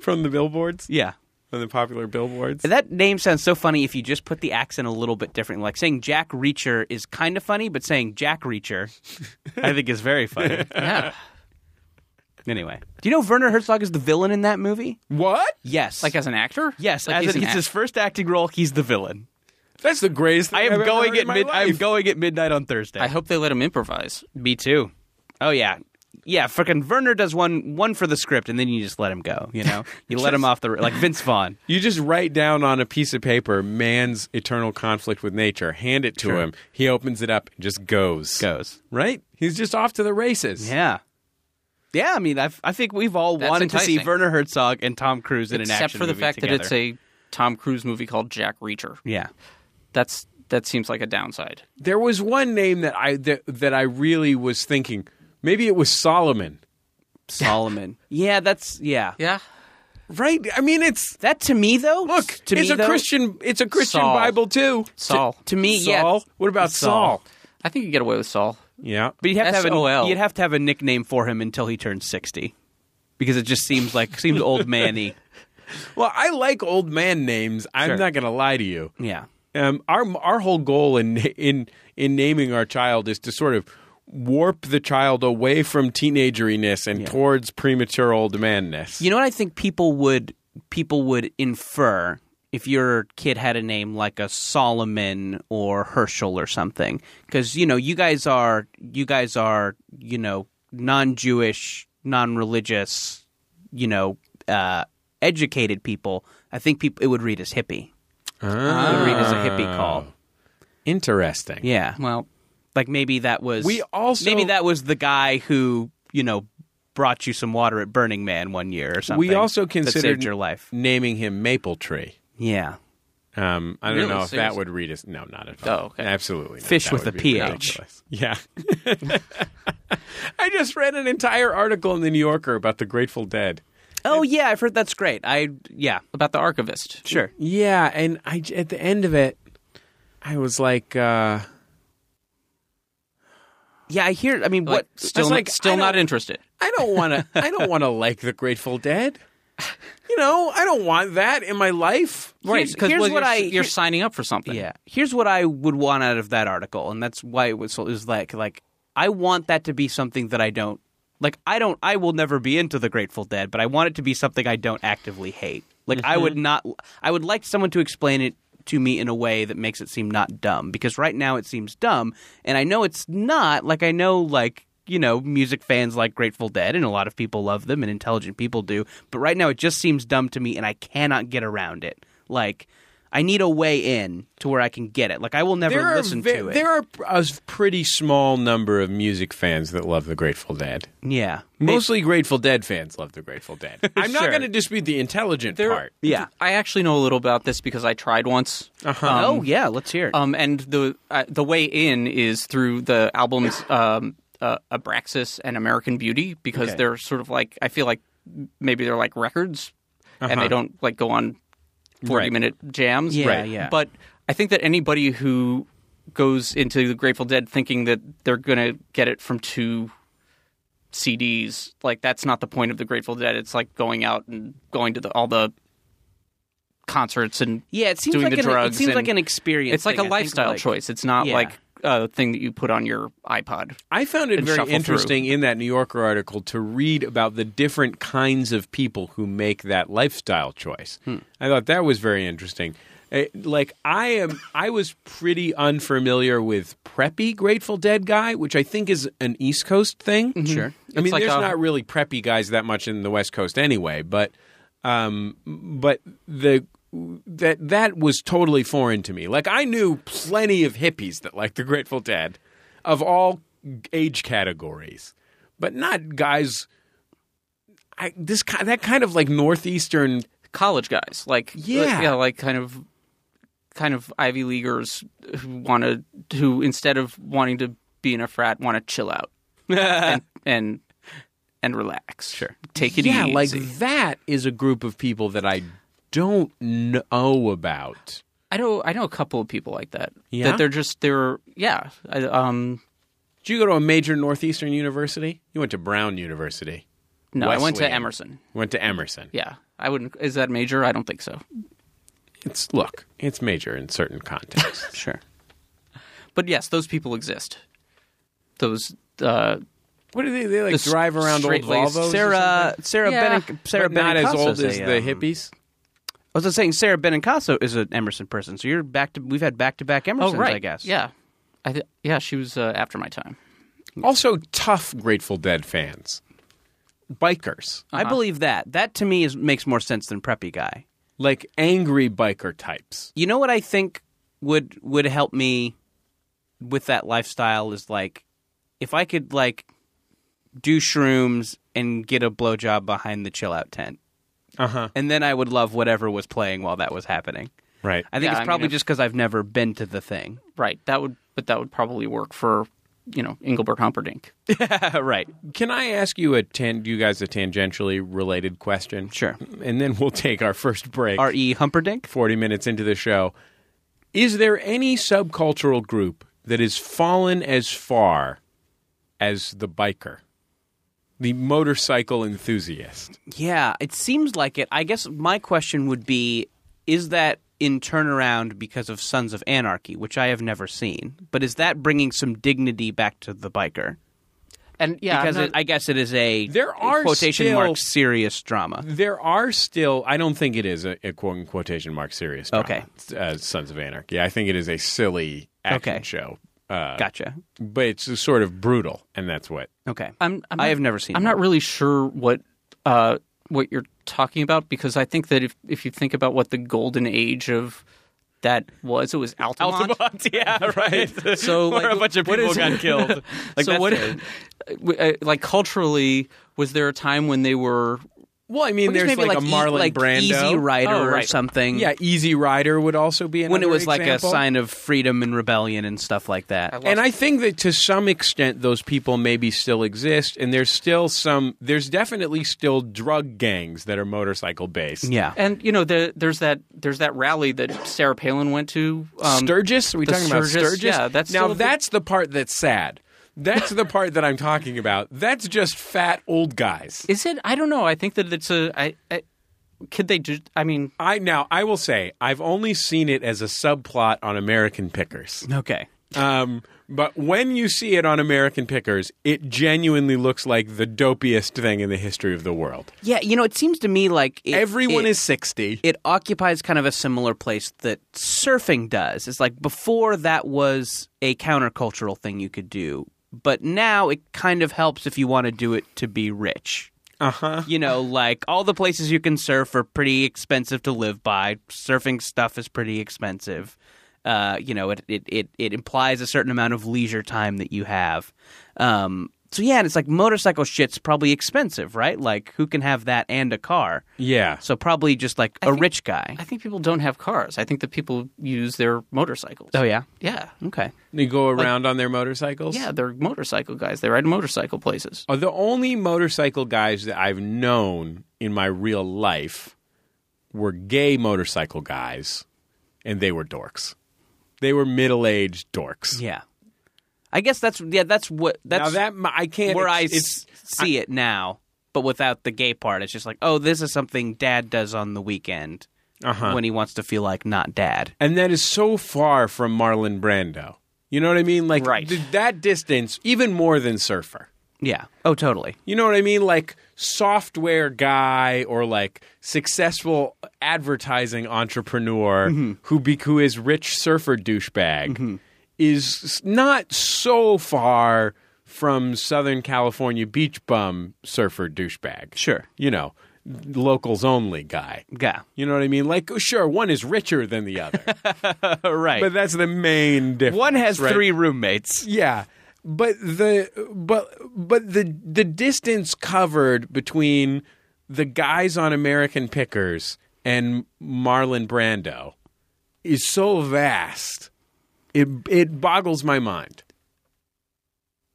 Speaker 3: from the billboards,
Speaker 4: Yeah.
Speaker 3: from the popular billboards.
Speaker 4: That name sounds so funny if you just put the accent a little bit differently. Like saying Jack Reacher is kind of funny, but saying Jack Reacher, I think is very funny.
Speaker 5: Yeah.
Speaker 4: Anyway, do you know Werner Herzog is the villain in that movie?
Speaker 3: what?
Speaker 4: Yes,
Speaker 5: Like as an actor?
Speaker 4: yes,
Speaker 5: Like
Speaker 4: as
Speaker 5: he's
Speaker 4: in-
Speaker 5: an
Speaker 4: it's his
Speaker 5: act-
Speaker 4: first acting role. He's the villain.
Speaker 3: That's the greatest. Thing
Speaker 4: I am
Speaker 3: I've ever
Speaker 4: going
Speaker 3: heard
Speaker 4: at
Speaker 3: in my
Speaker 4: mid- I'm
Speaker 3: life.
Speaker 4: going at midnight on Thursday.
Speaker 5: I hope they let him improvise.
Speaker 4: Me too. Oh yeah. Yeah, frickin' Werner does one one for the script, and then you just let him go. You know, you let him off the like Vince Vaughn.
Speaker 3: You just write down on a piece of paper man's eternal conflict with nature. Hand it to him. He opens it up and just goes.
Speaker 4: goes.
Speaker 3: Right? He's just off to the races.
Speaker 4: Yeah. Yeah, I mean, I've, I think we've all
Speaker 5: That's
Speaker 4: wanted to see
Speaker 5: enticing.
Speaker 4: Werner Herzog and Tom Cruise in an
Speaker 5: Except
Speaker 4: action
Speaker 5: for the
Speaker 4: movie
Speaker 5: fact
Speaker 4: together.
Speaker 5: that it's a Tom Cruise movie called Jack Reacher.
Speaker 4: yeah.
Speaker 5: That's that seems like a downside.
Speaker 3: There was one name that I that, that I really was thinking. Maybe it was Solomon.
Speaker 4: Solomon. yeah, that's yeah.
Speaker 5: Yeah.
Speaker 3: Right? I mean, it's
Speaker 4: That to me though.
Speaker 3: look.
Speaker 4: to
Speaker 3: it's
Speaker 4: me
Speaker 3: a
Speaker 4: though,
Speaker 3: Christian. It's a Christian
Speaker 5: Saul.
Speaker 3: Bible too.
Speaker 5: Saul.
Speaker 4: To me, yeah.
Speaker 3: Saul. What about Saul?
Speaker 4: Saul.
Speaker 5: I think you get away with Saul.
Speaker 3: Yeah.
Speaker 4: But you'd have to have
Speaker 5: S.O.L..
Speaker 4: a, you'd have to have a nickname for him until he turns sixty, because it just seems like seems old manny.
Speaker 3: Well, I like old man names. I'm
Speaker 4: Sure.
Speaker 3: not going to lie to you.
Speaker 4: Yeah.
Speaker 3: Um, our our whole goal in in in naming our child is to sort of warp the child away from teenageriness and towards premature old manness.
Speaker 4: You know what I think people would people would infer if your kid had a name like a Solomon or Herschel or something cuz you know you guys are you guys are you know non-Jewish, non-religious, you know, uh educated people. I think people it would read as hippie. It would read as a hippie call.
Speaker 3: Interesting.
Speaker 4: Yeah.
Speaker 5: Well,
Speaker 4: Like maybe that was
Speaker 3: We also-
Speaker 4: maybe that was the guy who, you know, brought you some water at Burning Man one year or something.
Speaker 3: we also
Speaker 4: that saved
Speaker 3: considered
Speaker 4: your life.
Speaker 3: naming him Maple Tree.
Speaker 4: Yeah.
Speaker 3: Um, I don't
Speaker 5: Really?
Speaker 3: know if that
Speaker 5: Seriously?
Speaker 3: would read as no, not at all.
Speaker 5: Oh, okay.
Speaker 3: Absolutely. Not.
Speaker 4: Fish
Speaker 3: That
Speaker 4: with
Speaker 3: would
Speaker 4: a
Speaker 3: be
Speaker 4: PH.
Speaker 3: ridiculous. Yeah. I just read an entire article in the New Yorker about the Grateful Dead.
Speaker 4: Oh yeah, I've heard that's great. I yeah,
Speaker 5: about the archivist.
Speaker 4: sure.
Speaker 3: Yeah, and I j- at the end of it, I was like, uh,
Speaker 4: Yeah, I hear. I mean,
Speaker 5: Like,
Speaker 4: what?
Speaker 5: Still,
Speaker 3: like, I
Speaker 5: still not
Speaker 3: don't-
Speaker 5: interested.
Speaker 3: I don't want to. I don't want to like the Grateful Dead. You know, I don't want that in my life.
Speaker 4: Right,
Speaker 5: Because
Speaker 4: here's
Speaker 5: well,
Speaker 4: what
Speaker 5: you're,
Speaker 4: I-
Speaker 5: you're
Speaker 4: here-
Speaker 5: signing up for something.
Speaker 4: Yeah, here's what I would want out of that article, and that's why it was so, is like like I want that to be something that I don't like. I don't. I will never be into the Grateful Dead, but I want it to be something I don't actively hate. Like I would
Speaker 5: Mm-hmm.
Speaker 4: not. I would like someone to explain it to me in a way that makes it seem not dumb because right now it seems dumb and I know it's not like I know like you know music fans like Grateful Dead and a lot of people love them and intelligent people do but right now it just seems dumb to me and I cannot get around it like I need a way in to where I can get it like I will never
Speaker 3: There are
Speaker 4: listen
Speaker 3: ve-
Speaker 4: to it
Speaker 3: there are a pretty small number of music fans that love the Grateful Dead.
Speaker 4: yeah
Speaker 3: Mostly Grateful Dead fans love the Grateful Dead. I'm not
Speaker 4: Sure.
Speaker 3: going to dispute the intelligent part.
Speaker 4: yeah
Speaker 5: I actually know a little about this because I tried once. Um,
Speaker 4: oh yeah let's hear it
Speaker 5: Um, and the uh, the way in is through the albums um, uh, Abraxas and American Beauty because
Speaker 4: Okay.
Speaker 5: they're sort of like I feel like maybe they're like records and they don't like go on forty
Speaker 3: Right.
Speaker 5: minute jams.
Speaker 4: Uh-huh. Yeah, Right. yeah.
Speaker 5: But I think that anybody who goes into the Grateful Dead thinking that they're gonna get it from two CDs, like that's not the point of the Grateful Dead. It's like going out and going to the, all the concerts and
Speaker 4: yeah it seems
Speaker 5: doing
Speaker 4: like
Speaker 5: the
Speaker 4: an,
Speaker 5: drugs
Speaker 4: it seems
Speaker 5: and-
Speaker 4: like an experience
Speaker 5: it's like
Speaker 4: thing.
Speaker 5: a
Speaker 4: I think,
Speaker 5: lifestyle
Speaker 4: like-
Speaker 5: choice. It's not
Speaker 4: Yeah.
Speaker 5: like a thing that you put on your iPod.
Speaker 3: I found it
Speaker 5: And
Speaker 3: very
Speaker 5: shuffle
Speaker 3: interesting in that New Yorker article to read about the different kinds of people who make that lifestyle choice.
Speaker 5: Hmm.
Speaker 3: I thought that was very interesting. Eh, Like I am, I was pretty unfamiliar with preppy Grateful Dead guy, which I think is an East Coast thing. Sure, I
Speaker 5: Mm-hmm. It's
Speaker 3: mean,
Speaker 5: like
Speaker 3: there's
Speaker 5: a-
Speaker 3: not really preppy guys that much in the West Coast anyway, but um, but the that that was totally foreign to me. Like I knew plenty of hippies that liked the Grateful Dead, of all age categories, but not guys. I this ki that kind of like northeastern.
Speaker 5: College guys, like uh,
Speaker 3: Yeah.
Speaker 5: yeah, like kind of kind of Ivy leaguers who want to who instead of wanting to be in a frat want to chill out and, and and relax. Sure, take it
Speaker 3: yeah,
Speaker 5: easy.
Speaker 3: like that is a group of people that I don't know about.
Speaker 5: I know I know a couple of people like that.
Speaker 3: Yeah?
Speaker 5: That they're just they're yeah. I, um
Speaker 3: Did you go to a major Northeastern university? You went to Brown University.
Speaker 5: no, I went to
Speaker 3: Wesleyan.
Speaker 5: Emerson.
Speaker 3: Went to Emerson.
Speaker 5: Yeah. I wouldn't is that major? I don't think so.
Speaker 3: It's look, it's major in certain contexts.
Speaker 5: Sure. But yes, those people exist. Those uh
Speaker 3: what do they? They like
Speaker 5: The s-
Speaker 3: drive around old
Speaker 5: straight-laced
Speaker 3: Volvos. or
Speaker 4: Sarah Sarah
Speaker 5: Yeah.
Speaker 4: Benic- Sarah
Speaker 3: something? But not as
Speaker 4: Benincasso's
Speaker 3: old as
Speaker 4: a,
Speaker 3: the
Speaker 4: um,
Speaker 3: hippies.
Speaker 4: I was just saying Sarah Benincasa is an Emerson person. So you're back to we've had back to back Emersons,
Speaker 5: Oh right.
Speaker 4: I guess.
Speaker 5: Yeah. I th- yeah, she was uh, after my time.
Speaker 3: Also, tough Grateful Dead fans, bikers,
Speaker 4: I believe that. That to me is makes more sense than preppy guy.
Speaker 3: like angry biker types.
Speaker 4: You know what I think would would help me with that lifestyle is like if I could like do shrooms and get a blowjob behind the chill out tent.
Speaker 3: Uh huh.
Speaker 4: And then I would love whatever was playing while that was happening.
Speaker 3: Right.
Speaker 4: I think
Speaker 5: Yeah, I
Speaker 4: it's
Speaker 5: mean,
Speaker 4: probably
Speaker 5: if-
Speaker 4: just because I've never been to the thing.
Speaker 5: Right. That would but that would probably work for, you know, Engelbert Humperdinck.
Speaker 4: right.
Speaker 3: Can I ask you a tan- you guys a tangentially related question?
Speaker 4: Sure. e-
Speaker 3: And then we'll take our first break.
Speaker 4: R.E. Humperdinck?
Speaker 3: 40 minutes into the show. Is there any subcultural group that has fallen as far as the biker, the motorcycle enthusiast?
Speaker 4: Yeah, it seems like it. I guess my question would be is that in turnaround because of Sons of Anarchy, which I have never seen, but is that bringing some dignity back to the biker?
Speaker 5: And yeah, I'm
Speaker 4: Because
Speaker 5: not-
Speaker 4: it, I guess it is a
Speaker 3: There are
Speaker 4: quotation
Speaker 3: still-
Speaker 4: mark serious drama.
Speaker 3: There are still, I don't think it is a, a quote in quotation mark serious drama,
Speaker 4: Okay.
Speaker 3: uh, Sons of Anarchy. I think it is a silly action
Speaker 4: Okay.
Speaker 3: show, uh,
Speaker 4: Gotcha.
Speaker 3: but it's sort of brutal, and that's what.
Speaker 4: Okay.
Speaker 5: I'm, I'm
Speaker 4: I
Speaker 5: not-
Speaker 4: have never seen
Speaker 5: I'm
Speaker 4: that.
Speaker 5: not really sure what uh, what you're talking about because I think that if if you think about what the golden age of that was, it was Altamont.
Speaker 4: yeah, right.
Speaker 5: So, like, what is-
Speaker 4: Like,
Speaker 5: so
Speaker 4: that's
Speaker 5: what?
Speaker 4: a-
Speaker 5: uh, like culturally, was there a time when they were?
Speaker 3: Well, I mean,
Speaker 4: Well, just
Speaker 3: there's
Speaker 4: maybe
Speaker 3: like,
Speaker 4: like,
Speaker 3: a
Speaker 4: E-
Speaker 3: Marlon
Speaker 4: like
Speaker 3: Brando.
Speaker 4: Easy Rider
Speaker 5: Oh,
Speaker 4: or
Speaker 5: right.
Speaker 4: something.
Speaker 3: Yeah, Easy Rider would also be another
Speaker 4: when it was like
Speaker 3: example.
Speaker 4: a sign of freedom and rebellion and stuff like that.
Speaker 5: love-
Speaker 3: And I think that to some extent, those people maybe still exist, and there's still some. There's definitely still drug gangs that are motorcycle based.
Speaker 4: yeah.
Speaker 5: And you know, the, there's that there's that rally that Sarah Palin went to. Um,
Speaker 3: Sturgis? Are we
Speaker 5: the
Speaker 3: talking about
Speaker 5: Sturgis?
Speaker 3: Sturgis?
Speaker 5: Yeah, that's
Speaker 3: now
Speaker 5: still a big-
Speaker 3: that's the part that's sad. That's the part that I'm talking about. That's just fat old guys.
Speaker 5: is it? I don't know. I think that it's a. I, I could they do? I mean,
Speaker 3: I now I will say I've only seen it as a subplot on American Pickers.
Speaker 4: Okay.
Speaker 3: Um, but when you see it on American Pickers, it genuinely looks like the dopiest thing in the history of the world.
Speaker 4: Yeah, you know, it seems to me like it,
Speaker 3: Everyone
Speaker 4: it-
Speaker 3: is 60.
Speaker 4: It occupies kind of a similar place that surfing does. It's like before that was a countercultural thing you could do, but now it kind of helps if you want to do it to be rich.
Speaker 3: Uh huh.
Speaker 4: You know, like all the places you can surf are pretty expensive to live by. Surfing stuff is pretty expensive. Uh, you know, it, it, it, it implies a certain amount of leisure time that you have. Um, so, yeah, and it's like motorcycle shit's probably expensive, right? Like, who can have that and a car?
Speaker 3: Yeah.
Speaker 4: So, probably just like a rich guy.
Speaker 5: I think people don't have cars. I think that people use their motorcycles.
Speaker 4: oh, yeah.
Speaker 5: yeah,
Speaker 4: Okay.
Speaker 3: They go around on their motorcycles?
Speaker 5: yeah. They're motorcycle guys. They ride motorcycle places.
Speaker 3: Are the only motorcycle guys that I've known in my real life were gay motorcycle guys, and they were dorks. They were middle aged dorks.
Speaker 4: Yeah. I guess that's, yeah, that's what, that's
Speaker 3: now that mi- I can't
Speaker 4: where I
Speaker 3: it's- it's-
Speaker 4: s- see it now, but without the gay part. It's just like, oh, this is something dad does on the weekend when he wants to feel like not dad.
Speaker 3: and that is so far from Marlon Brando. You know what I mean? Like
Speaker 5: Right.
Speaker 3: th- that distance, even more than surfer.
Speaker 4: Yeah. Oh, totally.
Speaker 3: You know what I mean? Like software guy or like successful advertising entrepreneur
Speaker 4: Mm-hmm.
Speaker 3: who be, who is rich surfer douchebag is s- not so far from Southern California beach bum surfer douchebag.
Speaker 4: Sure.
Speaker 3: You know, locals only guy.
Speaker 4: Yeah.
Speaker 3: You know what I mean? Like, sure, one is richer than the other,
Speaker 4: right.
Speaker 3: but that's the main difference.
Speaker 4: One has
Speaker 3: right?
Speaker 4: three roommates.
Speaker 3: Yeah, but the but but the the distance covered between the guys on American Pickers and Marlon Brando is so vast. It it boggles my mind.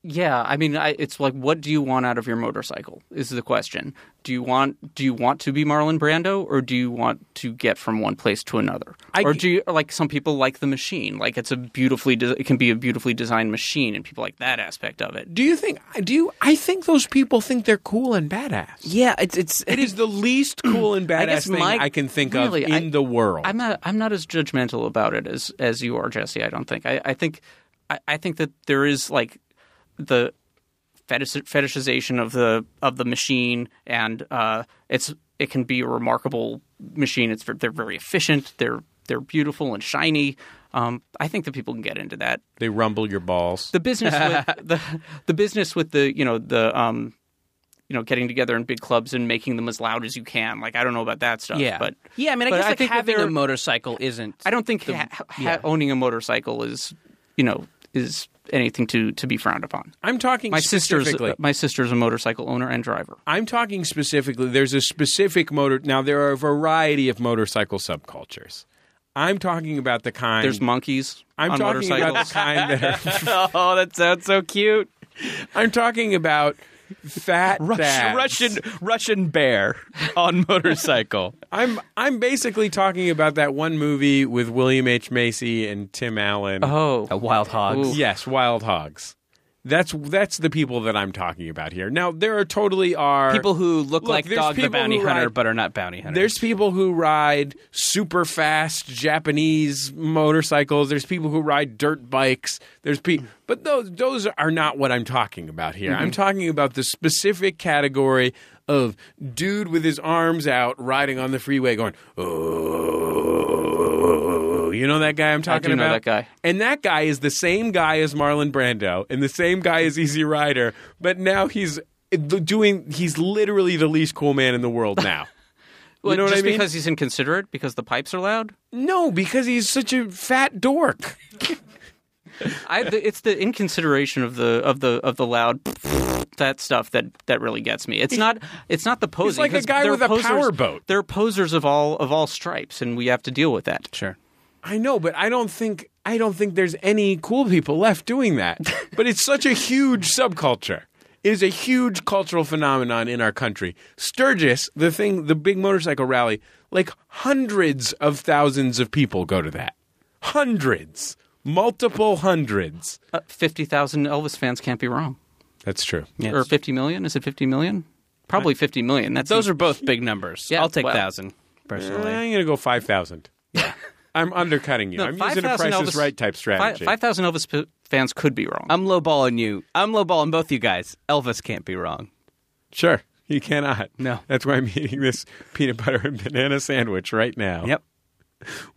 Speaker 5: yeah, I mean, I, it's like, what do you want out of your motorcycle? Is the question. Do you want do you want to be Marlon Brando, or do you want to get from one place to another?
Speaker 3: I-
Speaker 5: or do you or like some people like the machine? Like it's a beautifully de- it can be a beautifully designed machine, and people like that aspect of it.
Speaker 3: Do you think? Do you? I think those people think they're cool and badass.
Speaker 4: Yeah, it's it's
Speaker 3: It is the least cool and badass
Speaker 4: I guess
Speaker 3: thing
Speaker 4: my-
Speaker 3: I can think
Speaker 5: really,
Speaker 3: of in
Speaker 5: I-
Speaker 3: the world.
Speaker 5: I'm not. I'm not as judgmental about it as as you are, Jesse. I don't think. I, I think. I, I think that there is like the fetish, fetishization of the of the machine, and uh, it's it can be a remarkable machine. It's ver- they're very efficient. They're they're beautiful and shiny. Um, I think that people can get into that.
Speaker 3: they rumble your balls.
Speaker 5: The business with the the business with the you know the um, you know getting together in big clubs and making them as loud as you can. Like I don't know about that stuff.
Speaker 4: yeah,
Speaker 5: but
Speaker 4: yeah. I mean, I
Speaker 5: but
Speaker 4: guess like
Speaker 5: think that
Speaker 4: having
Speaker 5: there-
Speaker 4: a motorcycle isn't.
Speaker 5: I don't think ha- ha- owning a motorcycle is, you know, is anything to to be frowned upon.
Speaker 3: I'm talking
Speaker 5: My sister's
Speaker 3: specifically.
Speaker 5: my sister's a motorcycle owner and driver.
Speaker 3: I'm talking specifically. There's a specific motor. Now there are a variety of motorcycle subcultures. I'm talking about the kind.
Speaker 5: There's monkeys
Speaker 3: I'm
Speaker 5: on
Speaker 3: talking
Speaker 5: motorcycles.
Speaker 3: about the kind that are.
Speaker 4: oh, that sounds so cute.
Speaker 3: I'm talking about fat dads.
Speaker 4: Russian bear on motorcycle.
Speaker 3: I'm I'm basically talking about that one movie with William H Macy and Tim Allen.
Speaker 5: oh,
Speaker 4: a wild hog.
Speaker 5: Ooh.
Speaker 3: Yes, Wild Hogs. That's that's the people that I'm talking about here. Now there are totally are
Speaker 4: People who look,
Speaker 3: Look,
Speaker 4: like
Speaker 3: there's
Speaker 4: Dog the
Speaker 3: people
Speaker 4: Bounty
Speaker 3: who
Speaker 4: Hunter
Speaker 3: ride-
Speaker 4: but are not bounty hunters.
Speaker 3: There's people who ride super fast Japanese motorcycles. There's people who ride dirt bikes. There's pe- but those those are not what I'm talking about here.
Speaker 5: Mm-hmm.
Speaker 3: I'm talking about the specific category of dude with his arms out riding on the freeway going, "Oh." You know that guy I'm talking
Speaker 5: do know
Speaker 3: about?
Speaker 5: that guy.
Speaker 3: And that guy is the same guy as Marlon Brando and the same guy as Easy Rider, but now he's eh, doing he's literally the least cool man in the world now.
Speaker 5: Well,
Speaker 3: know what
Speaker 5: just
Speaker 3: I mean?
Speaker 5: because he's inconsiderate because the pipes are loud.
Speaker 3: No, because he's such a fat dork.
Speaker 5: I, the, it's the inconsideration of the of the of the loud that stuff that that really gets me. It's not it's not the posing.
Speaker 3: like a
Speaker 5: 'cause
Speaker 3: guy
Speaker 5: they're
Speaker 3: with a
Speaker 5: posers-
Speaker 3: power boat.
Speaker 5: They're posers of all of all stripes, and we have to deal with that.
Speaker 4: sure.
Speaker 3: I know, but I don't think I don't think there's any cool people left doing that. but it's such a huge subculture. It is a huge cultural phenomenon in our country. Sturgis, the thing, the big motorcycle rally, like hundreds of thousands of people go to that. Hundreds, multiple hundreds.
Speaker 5: Uh, Fifty thousand Elvis fans can't be wrong.
Speaker 3: That's true.
Speaker 5: or 50 million is it 50 million probably 50 million that's
Speaker 4: Those are both big numbers.
Speaker 5: Yeah,
Speaker 4: I'll take
Speaker 5: well.
Speaker 4: thousand personally.
Speaker 3: Eh, I'm going to go 5,000. Yeah. I'm undercutting you.
Speaker 5: No,
Speaker 3: I'm using a
Speaker 5: 5,000
Speaker 3: Price is
Speaker 5: Elvis-
Speaker 3: Right type
Speaker 5: Fi-
Speaker 3: strategy.
Speaker 5: 5000 elvis p- fans could be wrong
Speaker 4: I'm lowballing you. I'm lowballing both you guys. Elvis can't be wrong.
Speaker 3: Sure. You cannot.
Speaker 4: No.
Speaker 3: That's why I'm eating this peanut butter and banana sandwich right now.
Speaker 4: Yep.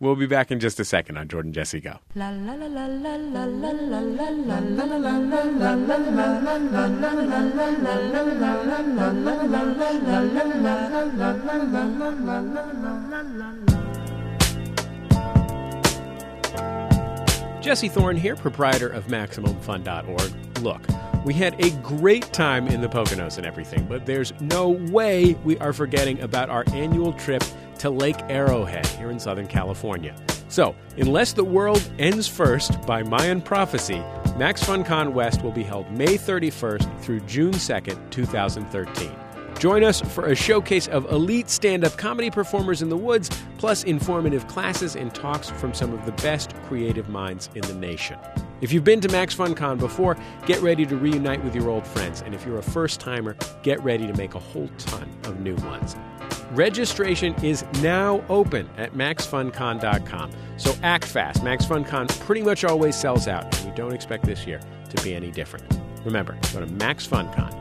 Speaker 3: We'll be back in just a second on Jordan Jesse Go.
Speaker 2: La la la la la la la la la la.
Speaker 3: Jesse Thorne here, proprietor of MaximumFun.org. Look, we had a great time in the Poconos and everything, but there's no way we are forgetting about our annual trip to Lake Arrowhead here in Southern California. So, unless the world ends first by Mayan prophecy, Max FunCon West will be held May 31st through June 2nd, 2013. Join us for a showcase of elite stand up comedy performers in the woods, plus informative classes and talks from some of the best creative minds in the nation. If you've been to Max FunCon before, get ready to reunite with your old friends. And if you're a first timer, get ready to make a whole ton of new ones. Registration is now open at maxfuncon.com. So act fast. Max FunCon pretty much always sells out, and we don't expect this year to be any different. Remember, go to maxfuncon.com.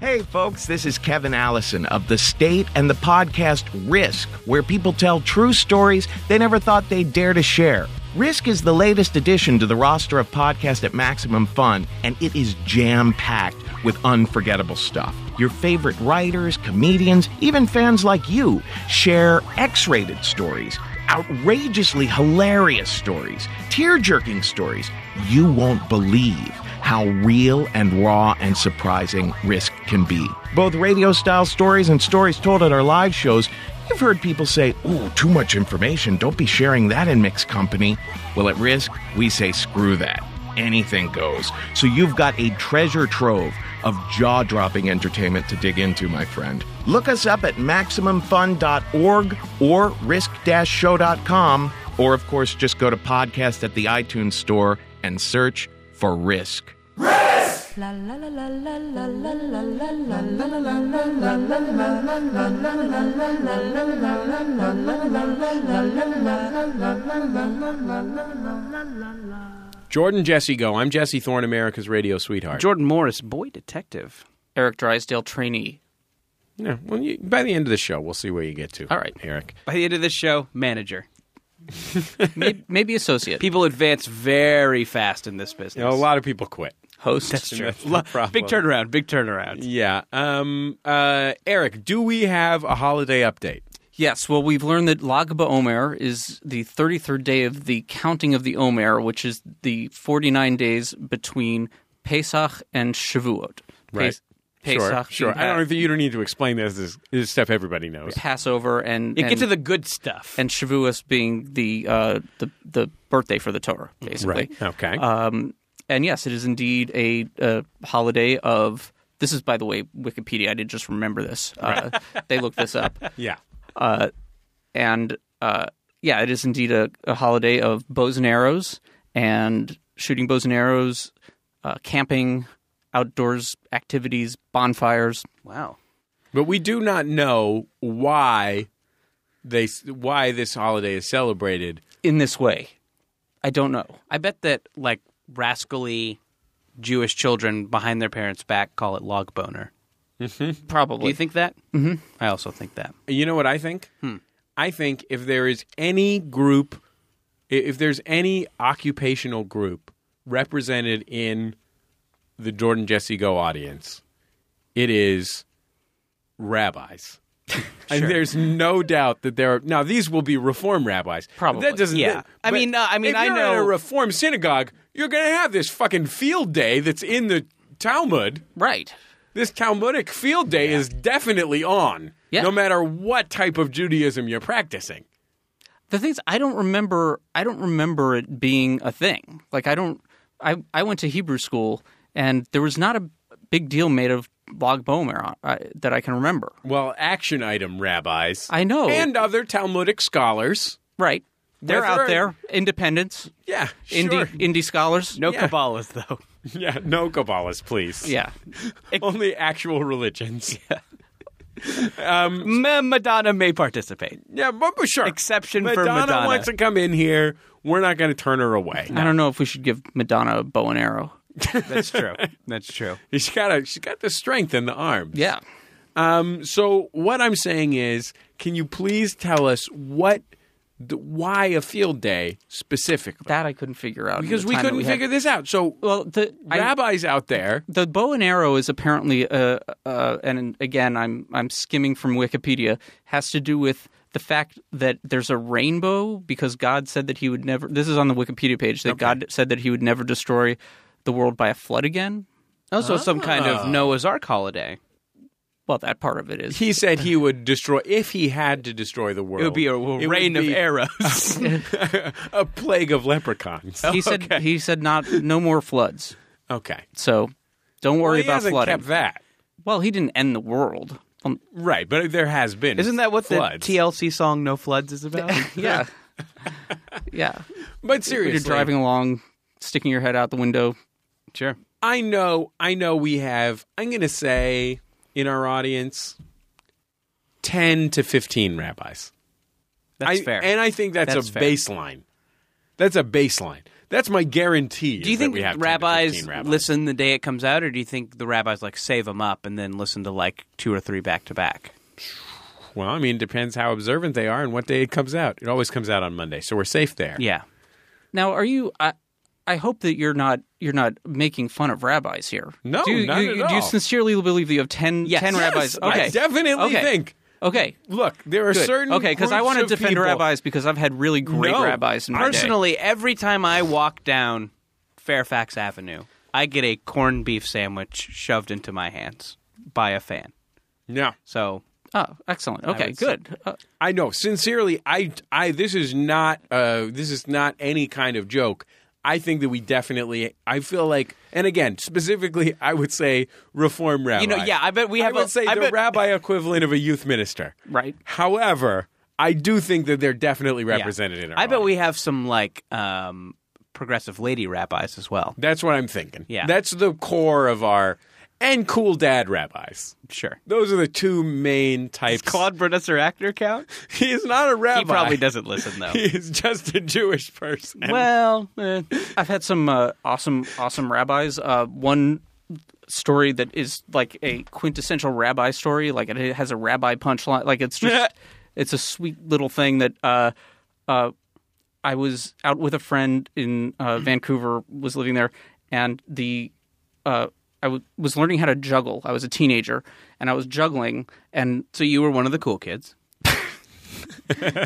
Speaker 6: Hey, folks, this is Kevin Allison of The State and the podcast Risk, where people tell true stories they never thought they'd dare to share. Risk is the latest addition to the roster of podcasts at Maximum Fun, and it is jam packed with unforgettable stuff. Your favorite writers, comedians, even fans like you share X rated stories, outrageously hilarious stories, tear jerking stories you won't believe how real and raw and surprising risk can be. Both radio style stories and stories told at our live shows I've heard people say, ooh, too much information. Don't be sharing that in mixed company. Well, at risk, we say screw that. Anything goes. So you've got a treasure trove of jaw dropping entertainment to dig into, my friend. Look us up at MaximumFun.org or risk show.com, or of course, just go to podcast at the iTunes store and search for risk.
Speaker 2: La la la la la la la la la la.
Speaker 3: Jordan Jesse Go. I'm Jesse Thorne, America's radio sweetheart.
Speaker 4: Jordan Morris, boy detective.
Speaker 5: Eric Drysdale trainee.
Speaker 3: yeah, well, you, by the end of the show, we'll see where you get to.
Speaker 5: All right.
Speaker 3: Eric.
Speaker 4: By the end of this show, manager.
Speaker 5: Maybe, maybe associate.
Speaker 4: People advance very fast in this business.
Speaker 3: You know, a lot of people quit.
Speaker 5: host.
Speaker 4: That's true.
Speaker 3: That's the
Speaker 4: Oh, Lo-
Speaker 3: problem.
Speaker 4: big turnaround. Big turnaround.
Speaker 3: Yeah. Um, uh, Eric, do we have a holiday update?
Speaker 5: Yes, well, we've learned that Lag BaOmer is the 33rd day of the counting of the Omer, which is the 49 days between Pesach and Shavuot. Pes-
Speaker 3: Right. sure.
Speaker 5: Pesach,
Speaker 3: Sure.
Speaker 5: being
Speaker 3: I don't
Speaker 5: Pa-
Speaker 3: think you don't need to explain this. This, this is stuff everybody knows.
Speaker 5: Passover and
Speaker 4: Yeah,
Speaker 5: and,
Speaker 4: get to the good stuff.
Speaker 5: and Shavuot being the uh, the the birthday for the Torah, basically.
Speaker 3: Right. Okay.
Speaker 5: Um, and yes, it is indeed a, uh holiday of. This is, by the way, Wikipedia. I did just remember this. Uh, they looked this up,
Speaker 3: yeah.
Speaker 5: and uh, yeah, it is indeed a, a holiday of bows and arrows and shooting bows and arrows, uh, camping, outdoors activities, bonfires.
Speaker 4: wow.
Speaker 3: But we do not know why they why this holiday is celebrated.
Speaker 5: In this way, I don't know.
Speaker 4: I bet that like rascally Jewish children behind their parents' back call it log boner.
Speaker 5: Probably.
Speaker 4: Mm-hmm. Do you think that? Mm-hmm. I also think that.
Speaker 3: You know what I think?
Speaker 4: Hmm.
Speaker 3: I think if there is any group, i- if there's any occupational group represented in the Jordan Jesse Go audience, it is rabbis. And there's no doubt that there are now these will be reform rabbis. But
Speaker 5: Probably,
Speaker 3: that doesn't.
Speaker 4: yeah. I
Speaker 3: but
Speaker 4: mean, uh, I mean,
Speaker 3: if
Speaker 4: I
Speaker 3: you're
Speaker 4: know-
Speaker 3: in a reform synagogue, you're going to have this fucking field day that's in the Talmud.
Speaker 5: right.
Speaker 3: This Talmudic field day is definitely on,
Speaker 5: Yeah.
Speaker 3: no matter what type of Judaism you're practicing.
Speaker 5: the thing is i don't remember i don't remember it being a thing like i don't i, I went to hebrew school and there was not a big deal made of log bomer uh, that i can remember
Speaker 3: Well, action item rabbis.
Speaker 5: I know.
Speaker 3: And other Talmudic scholars.
Speaker 5: right they're
Speaker 3: Whether-
Speaker 5: out there independents
Speaker 3: Yeah,
Speaker 5: indie
Speaker 3: sure.
Speaker 5: indie scholars
Speaker 4: No
Speaker 3: Yeah.
Speaker 4: Kabbalahs though.
Speaker 3: Yeah, no Kabbalists, please.
Speaker 5: yeah
Speaker 3: Only actual religions. Yeah,
Speaker 4: Ma- Madonna may participate.
Speaker 3: but, but sure.
Speaker 4: Exception for
Speaker 3: Madonna
Speaker 4: Madonna.
Speaker 3: wants to come in here. We're not going to turn her away.
Speaker 5: i don't know if we should give madonna a bow and arrow
Speaker 4: That's true. That's true.
Speaker 3: She's got a, she's got the strength in the arms.
Speaker 5: yeah
Speaker 3: Um, so what I'm saying is, can you please tell us what, the, why a field day specifically?
Speaker 5: that i couldn't figure out in
Speaker 3: because
Speaker 5: the
Speaker 3: we
Speaker 5: time that
Speaker 3: couldn't
Speaker 5: had.
Speaker 3: figure this out. So
Speaker 5: well the I-
Speaker 3: rabbis out there,
Speaker 5: the bow and arrow is apparently uh, uh, and again I'm I'm skimming from Wikipedia has to do with the fact that there's a rainbow because God said that he would never this is on the Wikipedia page that God said that he would never destroy the world by a flood again. Oh,
Speaker 4: Also, some kind
Speaker 5: Ah.
Speaker 4: of Noah's Ark holiday.
Speaker 5: Well, that part of it is
Speaker 3: he said he would destroy if he had to destroy the world.
Speaker 4: It would be a
Speaker 3: it would
Speaker 4: rain of
Speaker 3: be
Speaker 4: arrows.
Speaker 3: a plague of leprechauns.
Speaker 5: he said he said not no more floods.
Speaker 3: Okay,
Speaker 5: So don't
Speaker 3: Well, he
Speaker 5: worry about
Speaker 3: hasn't
Speaker 5: flooding.
Speaker 3: kept that
Speaker 5: Well, he didn't end the world. Um,
Speaker 3: right, but there has been.
Speaker 4: Isn't that what
Speaker 3: floods.
Speaker 4: the TLC song "No Floods" is about?
Speaker 5: yeah. yeah.
Speaker 3: But
Speaker 5: You're
Speaker 3: seriously,
Speaker 5: driving along sticking your head out the window.
Speaker 4: sure.
Speaker 3: I know, I know. We have. I'm going to say in our audience, ten to fifteen rabbis.
Speaker 4: That's
Speaker 3: I-
Speaker 4: fair.
Speaker 3: and I think that's,
Speaker 4: That's
Speaker 3: a
Speaker 4: fair.
Speaker 3: baseline. That's a baseline. That's my guarantee.
Speaker 4: do you
Speaker 3: is that
Speaker 4: think
Speaker 3: we have 10 to
Speaker 4: rabbis,
Speaker 3: 15 rabbis
Speaker 4: listen the day it comes out, or do you think the rabbis like save them up and then listen to like two or three back to back?
Speaker 3: Well, I mean, it depends how observant they are and what day it comes out. It always comes out on Monday, so we're safe there.
Speaker 4: Yeah.
Speaker 5: Now, are you? I, I hope that you're not you're not making fun of rabbis here.
Speaker 3: No,
Speaker 5: do you,
Speaker 3: not
Speaker 5: you,
Speaker 3: at
Speaker 5: Do you
Speaker 3: all.
Speaker 5: sincerely believe that you have 10,
Speaker 4: Yes.
Speaker 5: 10
Speaker 4: Yes,
Speaker 5: rabbis?
Speaker 3: I
Speaker 5: Okay,
Speaker 3: definitely
Speaker 5: okay.
Speaker 3: think.
Speaker 5: Okay,
Speaker 3: Look, there are
Speaker 5: good.
Speaker 3: certain
Speaker 5: okay, because I
Speaker 3: groups
Speaker 5: want to
Speaker 3: of
Speaker 5: defend
Speaker 3: people-
Speaker 5: rabbis because I've had really great
Speaker 3: No.
Speaker 5: rabbis in my
Speaker 4: Personally, every time I walk down Fairfax Avenue, I get a corned beef sandwich shoved into my hands by a fan.
Speaker 3: Yeah,
Speaker 4: So
Speaker 5: Oh, excellent. Okay,
Speaker 4: would say-
Speaker 5: good. Uh,
Speaker 3: I know. Sincerely, I, I, this is not, uh, this is not any kind of joke. I think that we definitely. I feel like, and again, specifically, I would say reform rabbi.
Speaker 4: You know, yeah, I bet we have
Speaker 3: I would
Speaker 4: a-
Speaker 3: say
Speaker 4: I
Speaker 3: the
Speaker 4: bet-
Speaker 3: rabbi equivalent of a youth minister.
Speaker 5: Right.
Speaker 3: However, I do think that they're definitely
Speaker 4: Yeah.
Speaker 3: represented in our.
Speaker 4: I bet we
Speaker 3: audience.
Speaker 4: have some like um, progressive lady rabbis as well.
Speaker 3: That's what I'm thinking.
Speaker 4: Yeah.
Speaker 3: That's the core of our and cool dad rabbis.
Speaker 4: Sure.
Speaker 3: Those are the two main types.
Speaker 4: Claude Burness or actor count?
Speaker 3: he is not a rabbi.
Speaker 4: He probably doesn't listen though.
Speaker 3: He is just a Jewish person.
Speaker 4: well, eh,
Speaker 5: I've had some uh, awesome, awesome rabbis. Uh, one story that is like a quintessential rabbi story. Like it has a rabbi punchline. Like it's just, it's a sweet little thing that uh, uh, I was out with a friend in uh, Vancouver, was living there, and the uh, I w- was learning how to juggle. I was a teenager, and I was juggling, and
Speaker 4: so you were one of the cool kids.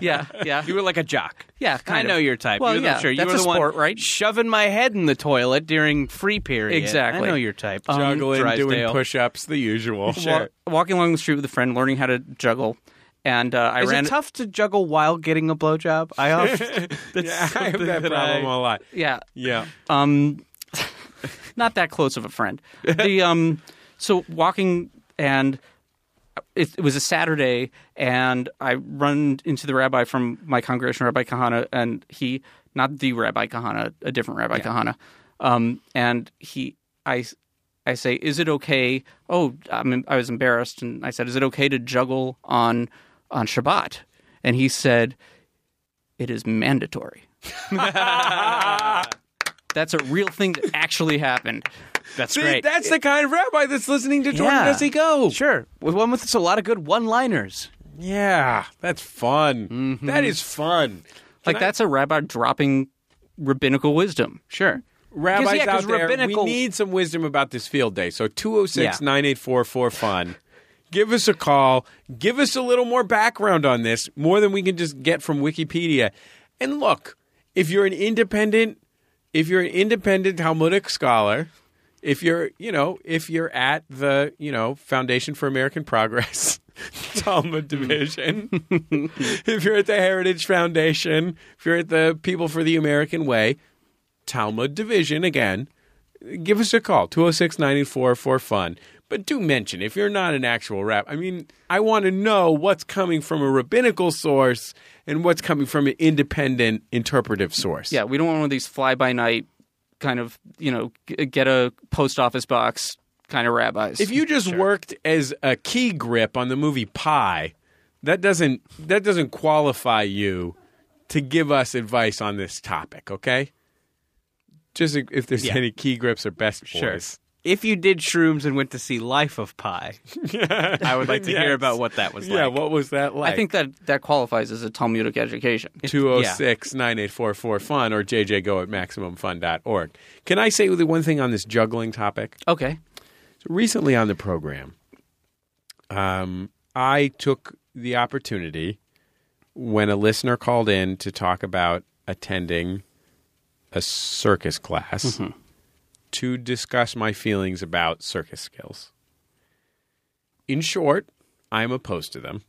Speaker 5: yeah, yeah.
Speaker 4: You were like a jock.
Speaker 5: Yeah, kind
Speaker 4: I know
Speaker 5: of.
Speaker 4: your type.
Speaker 5: Well,
Speaker 4: You're the-
Speaker 5: yeah,
Speaker 4: sure. You
Speaker 5: that's
Speaker 4: were
Speaker 5: a
Speaker 4: the one
Speaker 5: sport, right?
Speaker 4: Shoving my head in the toilet during free period.
Speaker 5: Exactly.
Speaker 4: I know your type.
Speaker 3: Juggling,
Speaker 4: Um, Drysdale.
Speaker 3: doing push ups, the usual.
Speaker 5: Wa- walking along the street with a friend, learning how to juggle, and uh, I
Speaker 4: Is
Speaker 5: ran.
Speaker 4: it tough to juggle while getting a blowjob? I often. that's
Speaker 3: Yeah, I have
Speaker 4: something
Speaker 3: that
Speaker 4: I-
Speaker 3: problem a lot.
Speaker 5: Yeah,
Speaker 3: Yeah.
Speaker 5: um, not that close of a friend. The um, so walking and it, it was a Saturday, and I run into the rabbi from my congregation, Rabbi Kahana, and he not the Rabbi Kahana, a different Rabbi Kahana, um, and he I. I say, is it okay? Oh, I'm, I was embarrassed, and I said, is it okay to juggle on on Shabbat? And he said, it is mandatory. That's a real thing that actually happened.
Speaker 4: That's
Speaker 3: See,
Speaker 4: great.
Speaker 3: that's the kind of rabbi that's listening to Jordan
Speaker 4: Yeah.
Speaker 3: as he go.
Speaker 4: Sure. With one with it's a lot of good one-liners.
Speaker 3: Yeah. That's fun. That is fun.
Speaker 5: Like that's a rabbi dropping rabbinical wisdom.
Speaker 4: Sure.
Speaker 3: Rabbis
Speaker 4: yeah, 'cause
Speaker 3: out there,
Speaker 4: rabbinical-
Speaker 3: we need some wisdom about this field day. So 206-984-4FUN. Give us a call. Give us a little more background on this, more than we can just get from Wikipedia. And look, if you're an independent, if you're an independent Talmudic scholar, if you're, you know, if you're at the, you know, Foundation for American Progress Talmud division, if you're at the Heritage Foundation, if you're at the People for the American Way, Talmud division again, give us a call 206 984 for fun. But do mention if you're not an actual rap. I mean, I want to know what's coming from a rabbinical source and what's coming from an independent interpretive source.
Speaker 5: Yeah, we don't want one of these fly by night kind of you know g- get a post office box kind of rabbis.
Speaker 3: If you just worked as a key grip on the movie Pie, that doesn't that doesn't qualify you to give us advice on this topic, okay? Just if there's any key grips or best boys.
Speaker 4: If you did shrooms and went to see Life of Pi, I would like to hear
Speaker 3: Yes.
Speaker 4: about what that was like.
Speaker 3: Yeah, what was that like?
Speaker 5: I think that that qualifies as a Talmudic education.
Speaker 3: 206 9844 fun or jjgo at maximumfun.org. Can I say the one thing on this juggling topic?
Speaker 5: Okay,
Speaker 3: So recently on the program, um, I took the opportunity when a listener called in to talk about attending a circus class to discuss my feelings about circus skills. In short, I'm opposed to them.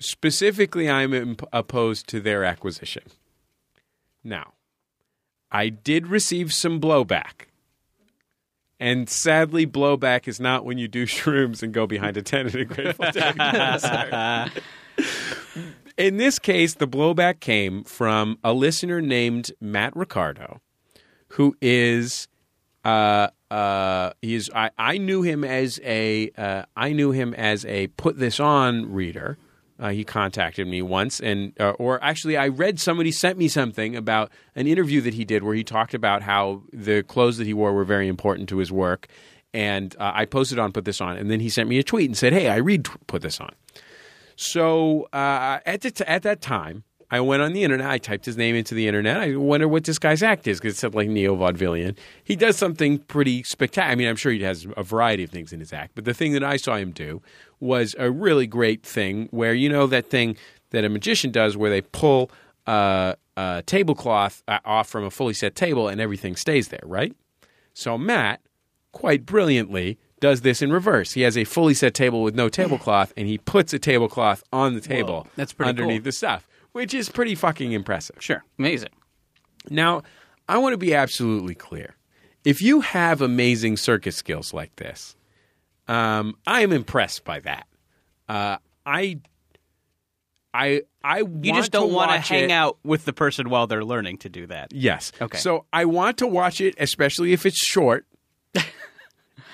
Speaker 3: Specifically, I'm imp- opposed to their acquisition. Now, I did receive some blowback. And sadly, blowback is not when you do shrooms and go behind a tent at a Grateful Dead concert. In this case, the blowback came from a listener named Matt Ricardo, who is, uh, uh, he is. I, I knew him as a, uh, I knew him as a put this on reader. Uh, he contacted me once, and uh, or actually, I read somebody sent me something about an interview that he did where he talked about how the clothes that he wore were very important to his work, and uh, I posted on put this on, and then he sent me a tweet and said, "Hey, I read Tw- put this on." So uh, at the t- at that time, I went on the internet. I typed his name into the internet. I wonder what this guy's act is because it said like neo vaudevillian. He does something pretty spectacular. I mean, I'm sure he has a variety of things in his act, but the thing that I saw him do was a really great thing where you know that thing that a magician does where they pull uh, a tablecloth uh, off from a fully set table and everything stays there, right? So Matt, quite brilliantly, does this in reverse. He has a fully set table with no tablecloth, and he puts a tablecloth on the table
Speaker 4: That's pretty
Speaker 3: underneath
Speaker 4: cool.
Speaker 3: the stuff, which is pretty fucking impressive.
Speaker 4: Sure.
Speaker 5: Amazing.
Speaker 3: Now, I want to be absolutely clear. If you have amazing circus skills like this, um, I am impressed by that. Uh, I, I, I.
Speaker 4: You just don't
Speaker 3: want to
Speaker 4: to hang
Speaker 3: out.
Speaker 4: out with the person while they're learning to do that.
Speaker 3: Yes.
Speaker 4: Okay.
Speaker 3: So I want to watch it, especially if it's short.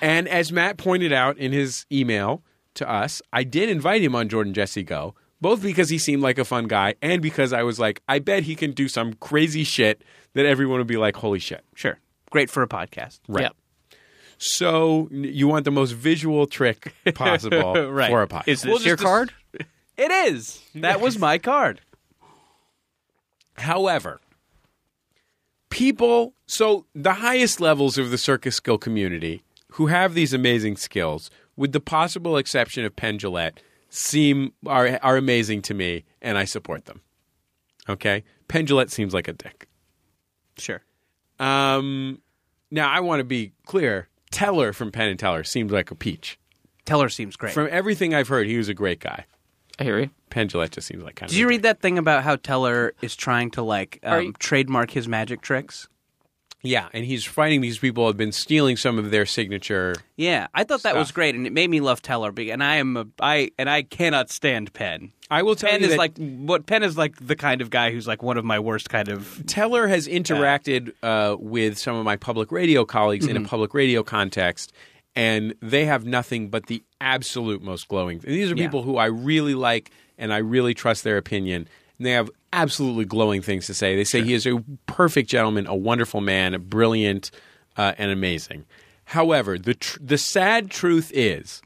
Speaker 3: and as Matt pointed out in his email to us, I did invite him on Jordan Jesse Go, both because he seemed like a fun guy and because I was like, I bet he can do some crazy shit that everyone would be like, holy shit.
Speaker 4: Sure. Great for a podcast.
Speaker 3: Right.
Speaker 5: Yep.
Speaker 3: So n- you want the most visual trick possible
Speaker 4: Right.
Speaker 3: for a podcast.
Speaker 4: Is this
Speaker 5: Well, just
Speaker 4: your
Speaker 5: this-
Speaker 4: card? It is. That was my card.
Speaker 3: However, people, so the highest levels of the circus skill community who have these amazing skills, with the possible exception of Penn Jillette, seem are are amazing to me, and I support them. Okay, Penn Jillette seems like a dick.
Speaker 4: Sure.
Speaker 3: Um, now I want to be clear. Teller from Penn and Teller seems like a peach.
Speaker 4: Teller seems great.
Speaker 3: From everything I've heard, he was a great guy.
Speaker 5: I hear you.
Speaker 3: Penn Jillette just seems like kind of.
Speaker 4: Did
Speaker 3: a
Speaker 4: you
Speaker 3: dick.
Speaker 4: read that thing about how Teller is trying to like
Speaker 5: Are
Speaker 4: um,
Speaker 5: you-
Speaker 4: trademark his magic tricks?
Speaker 3: yeah, and he's fighting these people who have been stealing some of their signature
Speaker 4: Yeah, I thought that was
Speaker 3: Stuff.
Speaker 4: great, and it made me love Teller. be- And I am a I and I cannot stand Penn.
Speaker 3: I will tell
Speaker 4: Penn
Speaker 3: you
Speaker 4: is
Speaker 3: that-
Speaker 4: like what Penn is like the kind of guy who's like one of my worst kind of.
Speaker 3: Teller has interacted uh, with some of my public radio colleagues in a public radio context, and they have nothing but the absolute most glowing. And these are people who I really like and I really trust their opinion. And they have absolutely glowing things to say. They say he is a perfect gentleman, a wonderful man, brilliant, uh, and amazing. However, the tr- the sad truth is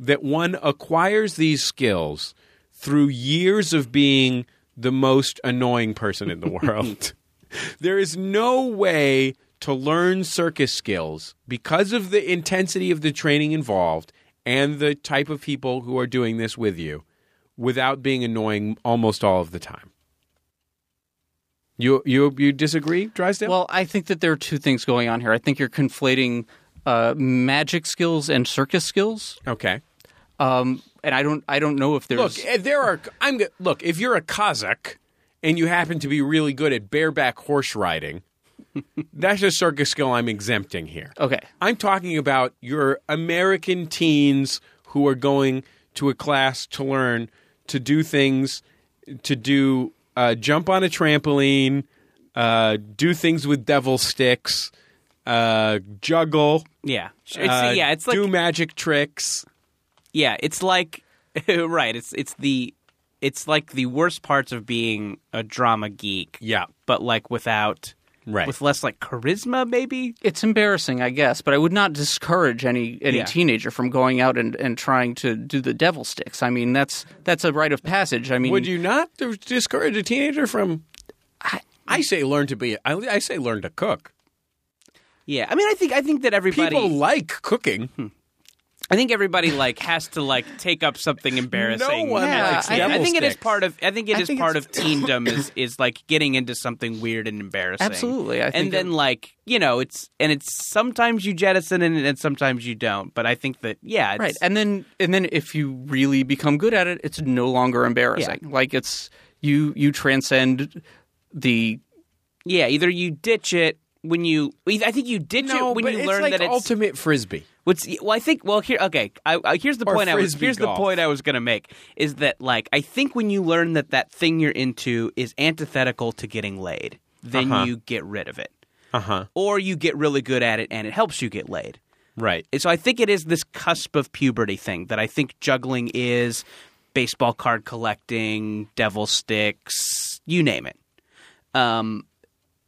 Speaker 3: that one acquires these skills through years of being the most annoying person in the world. there is no way to learn circus skills because of the intensity of the training involved and the type of people who are doing this with you without being annoying almost all of the time. You you you disagree, Drysdale?
Speaker 5: Well, I think that there are two things going on here. I think you're conflating uh, magic skills and circus skills,
Speaker 3: okay.
Speaker 5: um, and I don't I don't know if there's
Speaker 3: Look, eh, there are. I'm go- look. If you're a Kazakh and you happen to be really good at bareback horse riding, that's a circus skill I'm exempting here.
Speaker 5: okay.
Speaker 3: I'm talking about your American teens who are going to a class to learn to do things, to do uh, jump on a trampoline, uh, do things with devil sticks, uh, juggle.
Speaker 4: Yeah, it's,
Speaker 3: uh,
Speaker 4: yeah, it's like
Speaker 3: do magic tricks.
Speaker 4: yeah, it's like right. It's it's the it's like the worst parts of being a drama geek.
Speaker 3: Yeah.
Speaker 4: but like without
Speaker 3: Right.
Speaker 4: with less like charisma, maybe.
Speaker 5: It's embarrassing, I guess, but I would not discourage any any
Speaker 4: Yeah.
Speaker 5: teenager from going out and, and trying to do the devil sticks. I mean, that's that's a rite of passage. I mean,
Speaker 3: Would you not d- discourage a teenager from? I, I say learn to be. I, I say learn to cook.
Speaker 4: Yeah, I mean, I think I think that everybody
Speaker 3: People like cooking.
Speaker 4: Hmm. I think everybody like has to like take up something embarrassing.
Speaker 3: No one
Speaker 5: Yeah,
Speaker 3: likes
Speaker 5: I-
Speaker 4: I,
Speaker 3: devil
Speaker 4: I think it is
Speaker 3: sticks.
Speaker 4: part of. I think it
Speaker 5: I
Speaker 4: is
Speaker 5: think
Speaker 4: part
Speaker 5: it's-
Speaker 4: of teendom is is like getting into something weird and embarrassing.
Speaker 5: Absolutely, I
Speaker 4: and
Speaker 5: think
Speaker 4: then
Speaker 5: it-
Speaker 4: like you know it's and it's sometimes you jettison it and sometimes you don't. But I think that yeah, it's,
Speaker 5: right? And then and then if you really become good at it, it's no longer embarrassing. Like it's you you transcend the
Speaker 4: yeah. Either you ditch it when you. I think you ditch
Speaker 3: No,
Speaker 4: it when
Speaker 3: but
Speaker 4: you
Speaker 3: it's
Speaker 4: learn
Speaker 3: like
Speaker 4: that it's.
Speaker 3: ultimate frisbee.
Speaker 4: What's well, I think. Well, here, okay. I, I, here's the
Speaker 3: Or
Speaker 4: point. I was,
Speaker 3: frisbee
Speaker 4: here's
Speaker 3: golf.
Speaker 4: the point I was going to make is that like I think when you learn that that thing you're into is antithetical to getting laid, then
Speaker 3: Uh-huh.
Speaker 4: you get rid of it,
Speaker 3: Uh huh.
Speaker 4: or you get really good at it and it helps you get laid.
Speaker 3: Right.
Speaker 4: And so I think it is this cusp of puberty thing that I think juggling is, baseball card collecting, devil sticks, you name it. Um,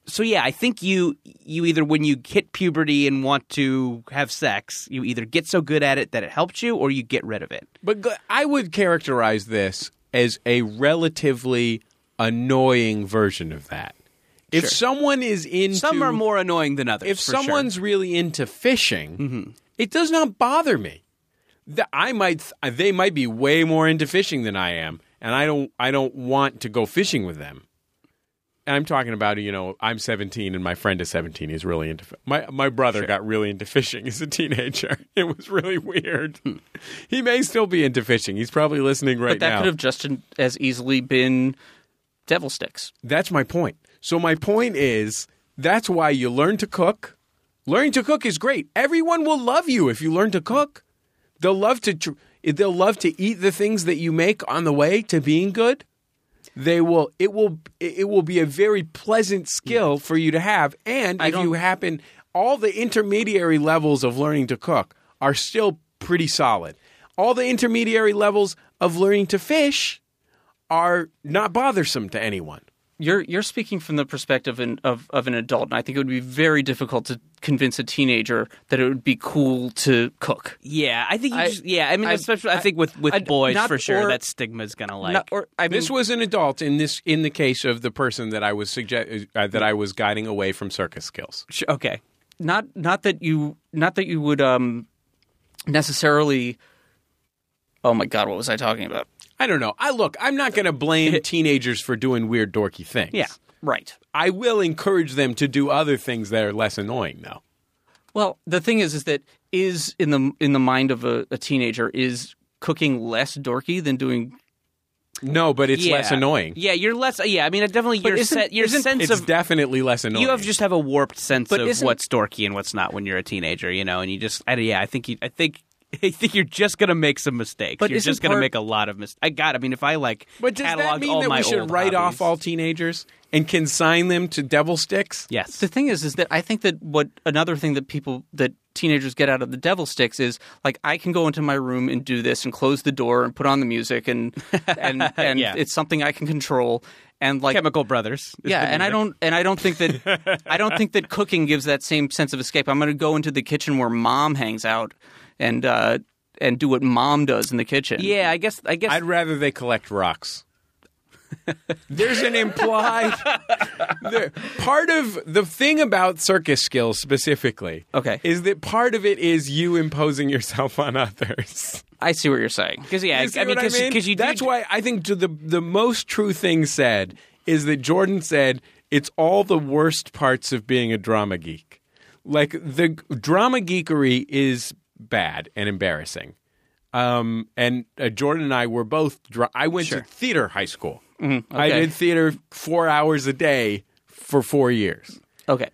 Speaker 4: so yeah, I think you you either when you hit puberty and want to have sex, you either get so good at it that it helps you, or you get rid of it.
Speaker 3: But gl- I would characterize this as a relatively annoying version of that. If someone is into
Speaker 4: Some are more annoying than others.
Speaker 3: if
Speaker 4: for sure.
Speaker 3: someone's really into fishing,
Speaker 5: Mm-hmm.
Speaker 3: it does not bother me. That I might, th- they might be way more into fishing than I am, and I don't, I don't want to go fishing with them. I'm talking about you know I'm 17 and my friend is 17. He's really into fi- my my brother got really into fishing as a teenager. It was really weird. he may still be into fishing. He's probably listening right
Speaker 5: Hmm. but that
Speaker 3: now.
Speaker 5: could have just as easily been devil sticks.
Speaker 3: That's my point. So my point is that's why you learn to cook. Learning to cook is great. Everyone will love you if you learn to cook. They'll love to tr- they'll love to eat the things that you make on the way to being good. They will it will it will be a very pleasant skill for you to have and if you
Speaker 5: don't-
Speaker 3: happen all the intermediary levels of learning to cook are still pretty solid. All the intermediary levels of learning to fish are not bothersome to anyone.
Speaker 5: You're you're speaking from the perspective in, of of an adult, and I think it would be very difficult to convince a teenager that it would be cool to cook.
Speaker 4: Yeah, I think. You
Speaker 5: I-
Speaker 4: just, yeah, I mean,
Speaker 5: I-
Speaker 4: especially I,
Speaker 5: I-
Speaker 4: think with with
Speaker 5: I-
Speaker 4: boys
Speaker 5: not-
Speaker 4: for sure
Speaker 5: or-
Speaker 4: that stigma is gonna like.
Speaker 5: Not- or I mean,
Speaker 3: This was an adult in this in the case of the person that I was suggest uh, that I was guiding away from circus skills.
Speaker 4: Sh- okay,
Speaker 5: not not that you not that you would um necessarily. Oh my God, what was I talking about?
Speaker 3: I don't know. I look. I'm not going to blame teenagers for doing weird dorky things.
Speaker 4: yeah,
Speaker 5: Right.
Speaker 3: I will encourage them to do other things that are less annoying, though.
Speaker 5: Well, the thing is, is that is in the in the mind of a, a teenager is cooking less dorky than doing
Speaker 3: No, but it's
Speaker 4: yeah.
Speaker 3: less annoying.
Speaker 4: Yeah, you're less. Yeah, I mean, it definitely your
Speaker 5: isn't-
Speaker 4: set your
Speaker 5: isn't-
Speaker 4: sense
Speaker 3: It's
Speaker 4: of
Speaker 3: definitely less annoying.
Speaker 4: you have just have a warped sense
Speaker 5: But
Speaker 4: of
Speaker 5: isn't-
Speaker 4: what's dorky and what's not when you're a teenager, you know. And you just, I, yeah, I think you, I think. I think you're just gonna make some mistakes.
Speaker 5: But
Speaker 4: you're
Speaker 5: isn't
Speaker 4: just gonna
Speaker 5: part-
Speaker 4: make a lot of mistakes. I got. I mean, if I like,
Speaker 3: But does that
Speaker 4: cataloged all
Speaker 3: mean that
Speaker 4: my
Speaker 3: we should
Speaker 4: old
Speaker 3: write
Speaker 4: hobbies-
Speaker 3: off all teenagers and consign them to devil sticks?
Speaker 4: Yes.
Speaker 5: The thing is, is that I think that what another thing that people that teenagers get out of the devil sticks is like I can go into my room and do this and close the door and put on the music and and and
Speaker 4: Yeah.
Speaker 5: it's something I can control and like
Speaker 4: Chemical Brothers. is
Speaker 5: yeah
Speaker 4: the
Speaker 5: and I
Speaker 4: music.
Speaker 5: don't and I don't think that I don't think that cooking gives that same sense of escape. I'm going to go into the kitchen where mom hangs out and uh and do what mom does in the kitchen.
Speaker 4: Yeah, I guess. I guess.
Speaker 3: I'd rather they collect rocks. There's an implied the, part of the thing about circus skills specifically.
Speaker 5: Okay.
Speaker 3: is that part of it is you imposing yourself on others?
Speaker 5: I see what you're saying.
Speaker 4: Because yeah,
Speaker 3: You see
Speaker 4: I mean,
Speaker 3: what
Speaker 4: because you do-
Speaker 3: that's why I think to the the most true thing said is that Jordan said it's all the worst parts of being a drama geek. Like the g- drama geekery is bad and embarrassing. Um, and uh, Jordan and I were both. Dra- I went to theater high school.
Speaker 4: Mm-hmm.
Speaker 3: I
Speaker 5: okay.
Speaker 3: did theater four hours a day for four years.
Speaker 5: Okay.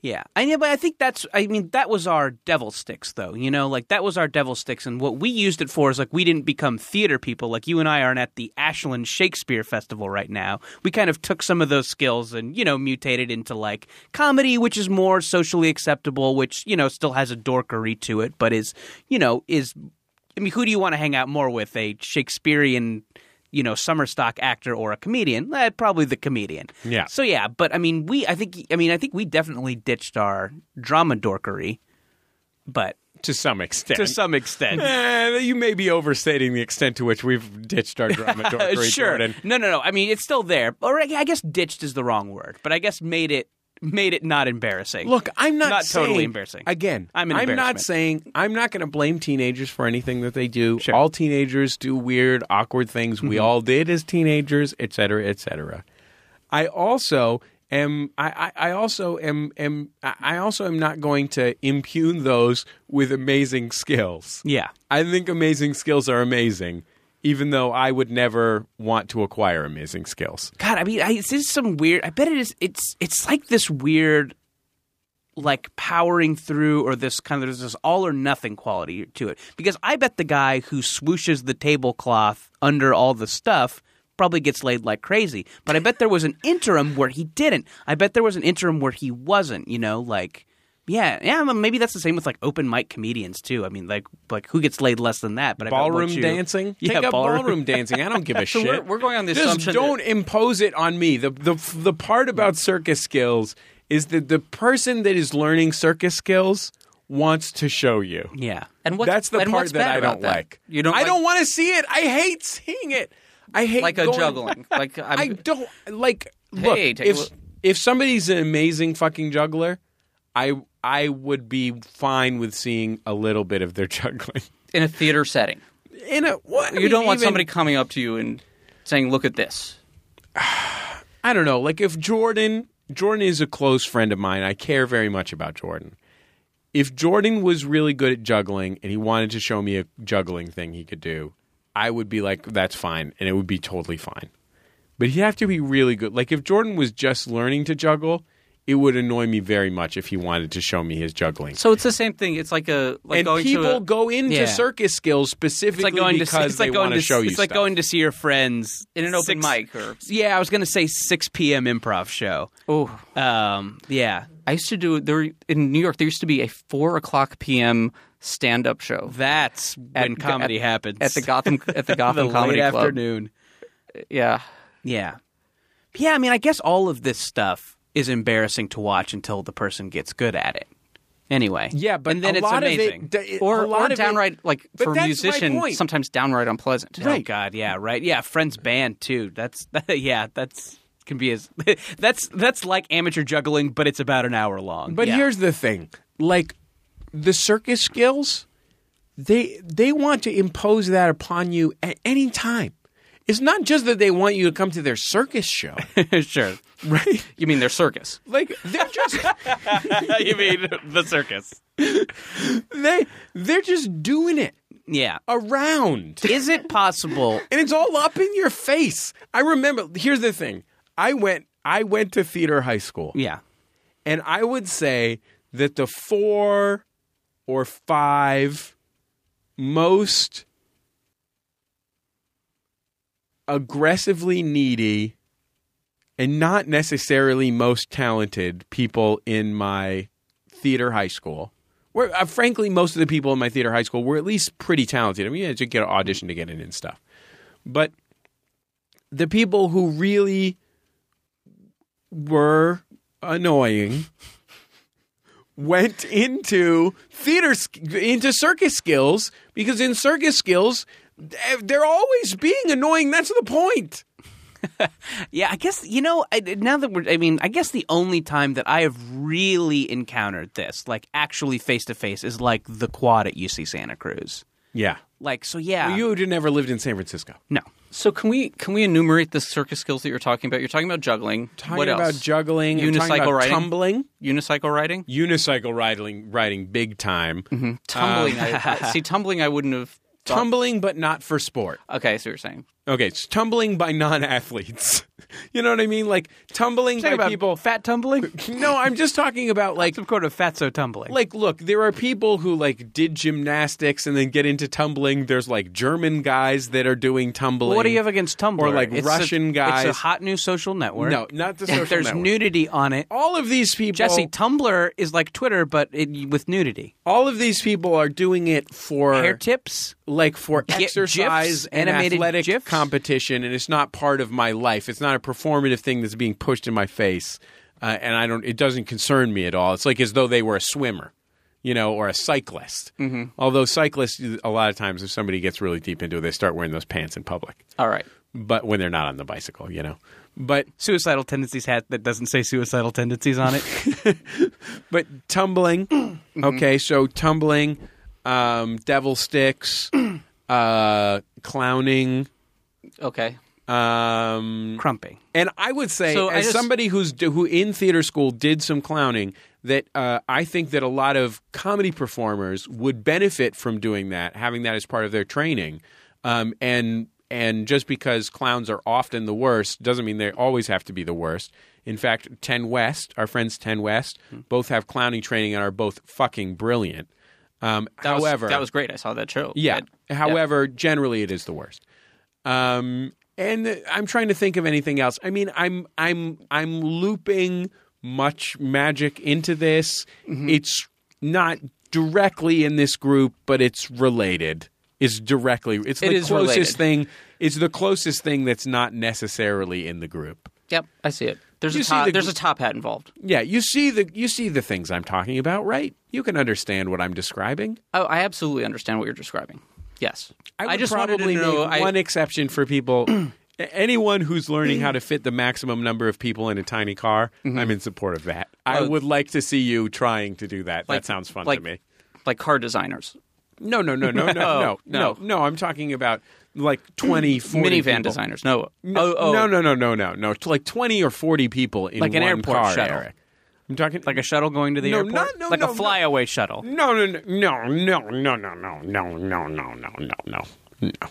Speaker 4: Yeah, I know, but I think that's. I mean, that was our devil sticks, though. You know, like that was our devil sticks, and what we used it for is like we didn't become theater people. Like you and I aren't at the Ashland Shakespeare Festival right now. We kind of took some of those skills and you know mutated into like comedy, which is more socially acceptable, which you know still has a dorkery to it, but is you know is. I mean, who do you want to hang out more with? A Shakespearean. You know, summer stock actor or a comedian, eh, probably the comedian.
Speaker 3: Yeah.
Speaker 4: So yeah, but I mean, we I think I mean I think we definitely ditched our drama dorkery, but Uh,
Speaker 3: To some extent,
Speaker 4: to some extent.
Speaker 3: Eh, you may be overstating the extent to which we've ditched our drama
Speaker 4: Uh,
Speaker 3: dorkery,
Speaker 4: sure.
Speaker 3: Jordan.
Speaker 4: No, no, no. I mean, it's still there. Or I I guess ditched is the wrong word, but I guess made it made it not embarrassing.
Speaker 3: Look, I'm not,
Speaker 4: Not totally
Speaker 3: saying-
Speaker 4: embarrassing.
Speaker 3: Again,
Speaker 4: I'm an
Speaker 3: not
Speaker 4: embarrassment.
Speaker 3: saying I'm not going to blame teenagers for anything that they do. All teenagers do weird, awkward things we
Speaker 4: Mm-hmm.
Speaker 3: all did as teenagers, et cetera, et cetera. I also am. I, I, I also am. am I I also am not going to impugn those with amazing skills.
Speaker 4: Yeah.
Speaker 3: I think amazing skills are amazing, even though I would never want to acquire amazing skills.
Speaker 4: God, I mean, I, it's just some weird. I bet it is. It's it's like this weird, like powering through, or this kind of there's this all or nothing quality to it. Because I bet the guy who swooshes the tablecloth under all the stuff probably gets laid like crazy. But I bet there was an interim where he didn't. I bet there was an interim where he wasn't. You know, like. Yeah, yeah. well, Maybe that's the same with like open mic comedians too. I mean, like, like who gets laid less than that? But I bet
Speaker 3: ballroom
Speaker 4: once you-
Speaker 3: dancing.
Speaker 4: Yeah,
Speaker 3: Take up ballroom.
Speaker 4: ballroom.
Speaker 3: dancing. I don't give a
Speaker 5: So
Speaker 3: shit.
Speaker 5: we're- we're going on the
Speaker 3: Just
Speaker 5: assumption that-
Speaker 3: don't impose it on me. The the the part about circus skills is that the person that is learning circus skills wants to show you.
Speaker 4: Yeah,
Speaker 5: And what
Speaker 3: That's the
Speaker 5: and
Speaker 3: part
Speaker 5: what's
Speaker 3: that
Speaker 5: bad
Speaker 3: I
Speaker 5: about
Speaker 3: don't
Speaker 5: that?
Speaker 3: like.
Speaker 5: You don't
Speaker 3: I
Speaker 5: like-
Speaker 3: don't want to see it. I hate seeing it. I hate
Speaker 5: like a
Speaker 3: going-
Speaker 5: juggling. Like I'm,
Speaker 3: I don't like. Look,
Speaker 5: Hey, take a
Speaker 3: if
Speaker 5: look.
Speaker 3: if somebody's an amazing fucking juggler, I I would be fine with seeing a little bit of their juggling.
Speaker 5: in a theater setting.
Speaker 3: In a what I
Speaker 5: You don't
Speaker 3: mean,
Speaker 5: want
Speaker 3: even-
Speaker 5: somebody coming up to you and saying, "Look at this."
Speaker 3: I don't know. Like if Jordan, Jordan is a close friend of mine. I care very much about Jordan. If Jordan was really good at juggling and he wanted to show me a juggling thing he could do, I would be like, that's fine. And it would be totally fine. But he'd have to be really good. Like if Jordan was just learning to juggle, it would annoy me very much if he wanted to show me his juggling.
Speaker 5: So it's the same thing. It's like a like
Speaker 3: and
Speaker 5: going to
Speaker 3: people
Speaker 5: a,
Speaker 3: go into
Speaker 4: Yeah.
Speaker 3: circus skills
Speaker 4: It's
Speaker 3: specifically
Speaker 4: like going to
Speaker 3: because
Speaker 4: see, it's
Speaker 3: they
Speaker 4: like going
Speaker 3: want
Speaker 4: to
Speaker 3: show you
Speaker 4: It's like
Speaker 3: stuff.
Speaker 4: going to see your friends
Speaker 5: in an open
Speaker 4: six-
Speaker 5: mic or
Speaker 4: Yeah, I was going to say 6 p.m. improv show.
Speaker 5: oh
Speaker 4: Um, yeah,
Speaker 5: I used to do there in New York. There used to be a four o'clock p.m. stand-up show
Speaker 4: that's when
Speaker 5: At-
Speaker 4: comedy
Speaker 5: at-
Speaker 4: happens
Speaker 5: at the Gotham at the
Speaker 4: the
Speaker 5: Gotham
Speaker 4: late
Speaker 5: Comedy Club.
Speaker 4: afternoon.
Speaker 5: Yeah,
Speaker 4: Yeah, yeah. I mean, I guess all of this stuff is embarrassing to watch until the person gets good at it. Anyway,
Speaker 3: Yeah, but
Speaker 4: and then
Speaker 3: a
Speaker 4: it's
Speaker 3: lot of it-
Speaker 4: amazing.
Speaker 3: d- it-
Speaker 5: or
Speaker 3: a lot
Speaker 5: or
Speaker 3: of it-
Speaker 5: downright like
Speaker 3: But
Speaker 5: for a
Speaker 3: that's my
Speaker 5: musician
Speaker 3: point.
Speaker 5: sometimes downright unpleasant.
Speaker 4: Oh God, yeah, right, yeah. Friends band too. That's yeah, that's can be as that's that's like amateur juggling, but it's about an hour long.
Speaker 3: But
Speaker 4: Yeah.
Speaker 3: here's the thing: like the circus skills, they they want to impose that upon you at any time. It's not just that they want you to come to their circus show,
Speaker 4: sure,
Speaker 3: right?
Speaker 5: You mean their circus?
Speaker 3: Like they're just
Speaker 4: you mean the circus?
Speaker 3: they they're just doing it
Speaker 4: Yeah.
Speaker 3: around.
Speaker 4: Is it possible?
Speaker 3: and it's all up in your face. I remember. Here's the thing: I went, I went to theater high school,
Speaker 4: Yeah.
Speaker 3: and I would say that the four or five most aggressively needy and not necessarily most talented people in my theater high school. Where, uh, frankly, most of the people in my theater high school were at least pretty talented. I mean, you had to get an audition to get in and stuff. But the people who really were annoying went into theater sk- into circus skills because in circus skills they're always being annoying that's the point
Speaker 4: Yeah, I guess you know. I, now that we're, I mean, I guess the only time that I have really encountered this, like actually face to face, is like the quad at UC Santa Cruz.
Speaker 3: yeah
Speaker 4: Like, so yeah,
Speaker 3: you would have never lived in san francisco
Speaker 4: no,
Speaker 5: So can we can we enumerate the circus skills that you're talking about? You're talking about juggling.
Speaker 3: talking
Speaker 5: what
Speaker 3: about
Speaker 5: else?
Speaker 3: juggling I'm talking
Speaker 5: Unicycle
Speaker 3: about
Speaker 5: riding?
Speaker 3: tumbling
Speaker 5: Unicycle riding,
Speaker 3: unicycle riding riding big time
Speaker 5: tumbling. I, I- see, tumbling. I wouldn't have. thought-
Speaker 3: tumbling but not for sport
Speaker 5: Okay, I see what you're saying.
Speaker 3: okay it's tumbling by non-athletes you know what i mean like tumbling by
Speaker 4: Talking about
Speaker 3: people
Speaker 4: fat tumbling,
Speaker 3: no i'm just talking about like
Speaker 4: some sort of fatso tumbling.
Speaker 3: like look there are people who like did gymnastics and then get into tumbling there's like german guys that are doing tumbling
Speaker 4: what do you have against Tumblr?
Speaker 3: or like
Speaker 4: It's a-
Speaker 3: russian guys
Speaker 4: It's a hot new social network.
Speaker 3: no not the social
Speaker 4: There's
Speaker 3: network.
Speaker 4: nudity on it.
Speaker 3: all of these people
Speaker 4: Jesse, Tumblr is like Twitter, but it, with nudity.
Speaker 3: all of these people are doing it for
Speaker 4: Hair tips.
Speaker 3: like for
Speaker 4: Gi-
Speaker 3: exercise
Speaker 4: gifs,
Speaker 3: and
Speaker 4: animated
Speaker 3: athletic
Speaker 4: gifs.
Speaker 3: competition, and it's not part of my life. It's not a performative thing that's being pushed in my face, uh, and I don't. It doesn't concern me at all. It's like as though they were a swimmer, you know, or a cyclist.
Speaker 4: Mm-hmm.
Speaker 3: Although cyclists, a lot of times, if somebody gets really deep into it, they start wearing those pants in public,
Speaker 5: All right.
Speaker 3: but when they're not on the bicycle, you know. But
Speaker 4: Suicidal tendencies hat that doesn't say suicidal tendencies on it.
Speaker 3: but tumbling. Okay, so tumbling, um, devil sticks, uh, clowning.
Speaker 5: Okay.
Speaker 3: Um,
Speaker 4: Crumping.
Speaker 3: And I would say,
Speaker 5: So I
Speaker 3: as
Speaker 5: just-
Speaker 3: somebody who's who in theater school did some clowning, that uh, I think that a lot of comedy performers would benefit from doing that, having that as part of their training. Um, and and just because clowns are often the worst, doesn't mean they always have to be the worst. In fact, Ten West, our friends Ten West,
Speaker 5: Hmm.
Speaker 3: both have clowning training and are both fucking brilliant. Um,
Speaker 5: That was-
Speaker 3: however,
Speaker 5: that was great. I saw that show.
Speaker 3: yeah.
Speaker 5: That-
Speaker 3: However, generally it is the worst. Um, and I'm trying to think of anything else. I mean, I'm I'm I'm looping much magic into this.
Speaker 5: Mm-hmm.
Speaker 3: It's not directly in this group, but it's related. It's directly. It's
Speaker 5: It
Speaker 3: the
Speaker 5: is
Speaker 3: closest
Speaker 5: related.
Speaker 3: thing. It's the closest thing that's not necessarily in the group.
Speaker 5: Yep, I see it. There's
Speaker 3: You
Speaker 5: a
Speaker 3: see
Speaker 5: top,
Speaker 3: the-
Speaker 5: there's a top hat involved.
Speaker 3: Yeah, you see the you see the things I'm talking about, right? You can understand what I'm describing.
Speaker 5: Oh, I absolutely understand what you're describing. Yes,
Speaker 3: I, would
Speaker 5: just
Speaker 3: probably
Speaker 5: wanted to know.
Speaker 3: make one
Speaker 5: I,
Speaker 3: exception for people. Anyone who's learning how to fit the maximum number of people in a tiny car, I'm in support of that. I would like to see you trying to do that.
Speaker 5: Like-
Speaker 3: that sounds fun
Speaker 5: like-
Speaker 3: to me.
Speaker 5: like car designers.
Speaker 3: No, no, no, no, no, no, Mm, no, no. I'm talking about like 20, 40
Speaker 5: minivan
Speaker 3: people.
Speaker 5: designers. No,
Speaker 3: No,
Speaker 5: oh, oh,
Speaker 3: no, no, no, no, no, no. It's like 20 or 40 people in
Speaker 4: Like an
Speaker 3: one
Speaker 4: airport
Speaker 3: car,
Speaker 4: shuttle.
Speaker 3: Eric. I'm talking
Speaker 4: like a shuttle going to the
Speaker 3: No,
Speaker 4: airport,
Speaker 3: not- no,
Speaker 4: like
Speaker 3: no,
Speaker 4: a
Speaker 3: no.
Speaker 4: flyaway shuttle.
Speaker 3: No, no, no, no, no, no, no, no, no, no, no, no, no, no, no.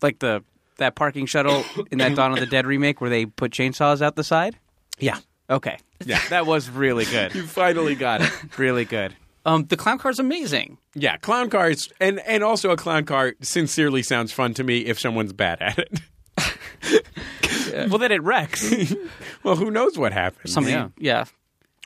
Speaker 4: like the that parking shuttle in that Dawn of the Dead remake where they put chainsaws out the side.
Speaker 3: Yeah.
Speaker 4: Okay, yeah, that was really good,
Speaker 3: Finally got it.
Speaker 4: really good.
Speaker 5: Um, the clown car is amazing.
Speaker 3: Yeah, clown cars, and and also a clown car sincerely sounds fun to me if someone's bad at it.
Speaker 4: Well, then it wrecks.
Speaker 3: well, who knows what happens?
Speaker 5: Somebody,
Speaker 4: Yeah.
Speaker 5: yeah.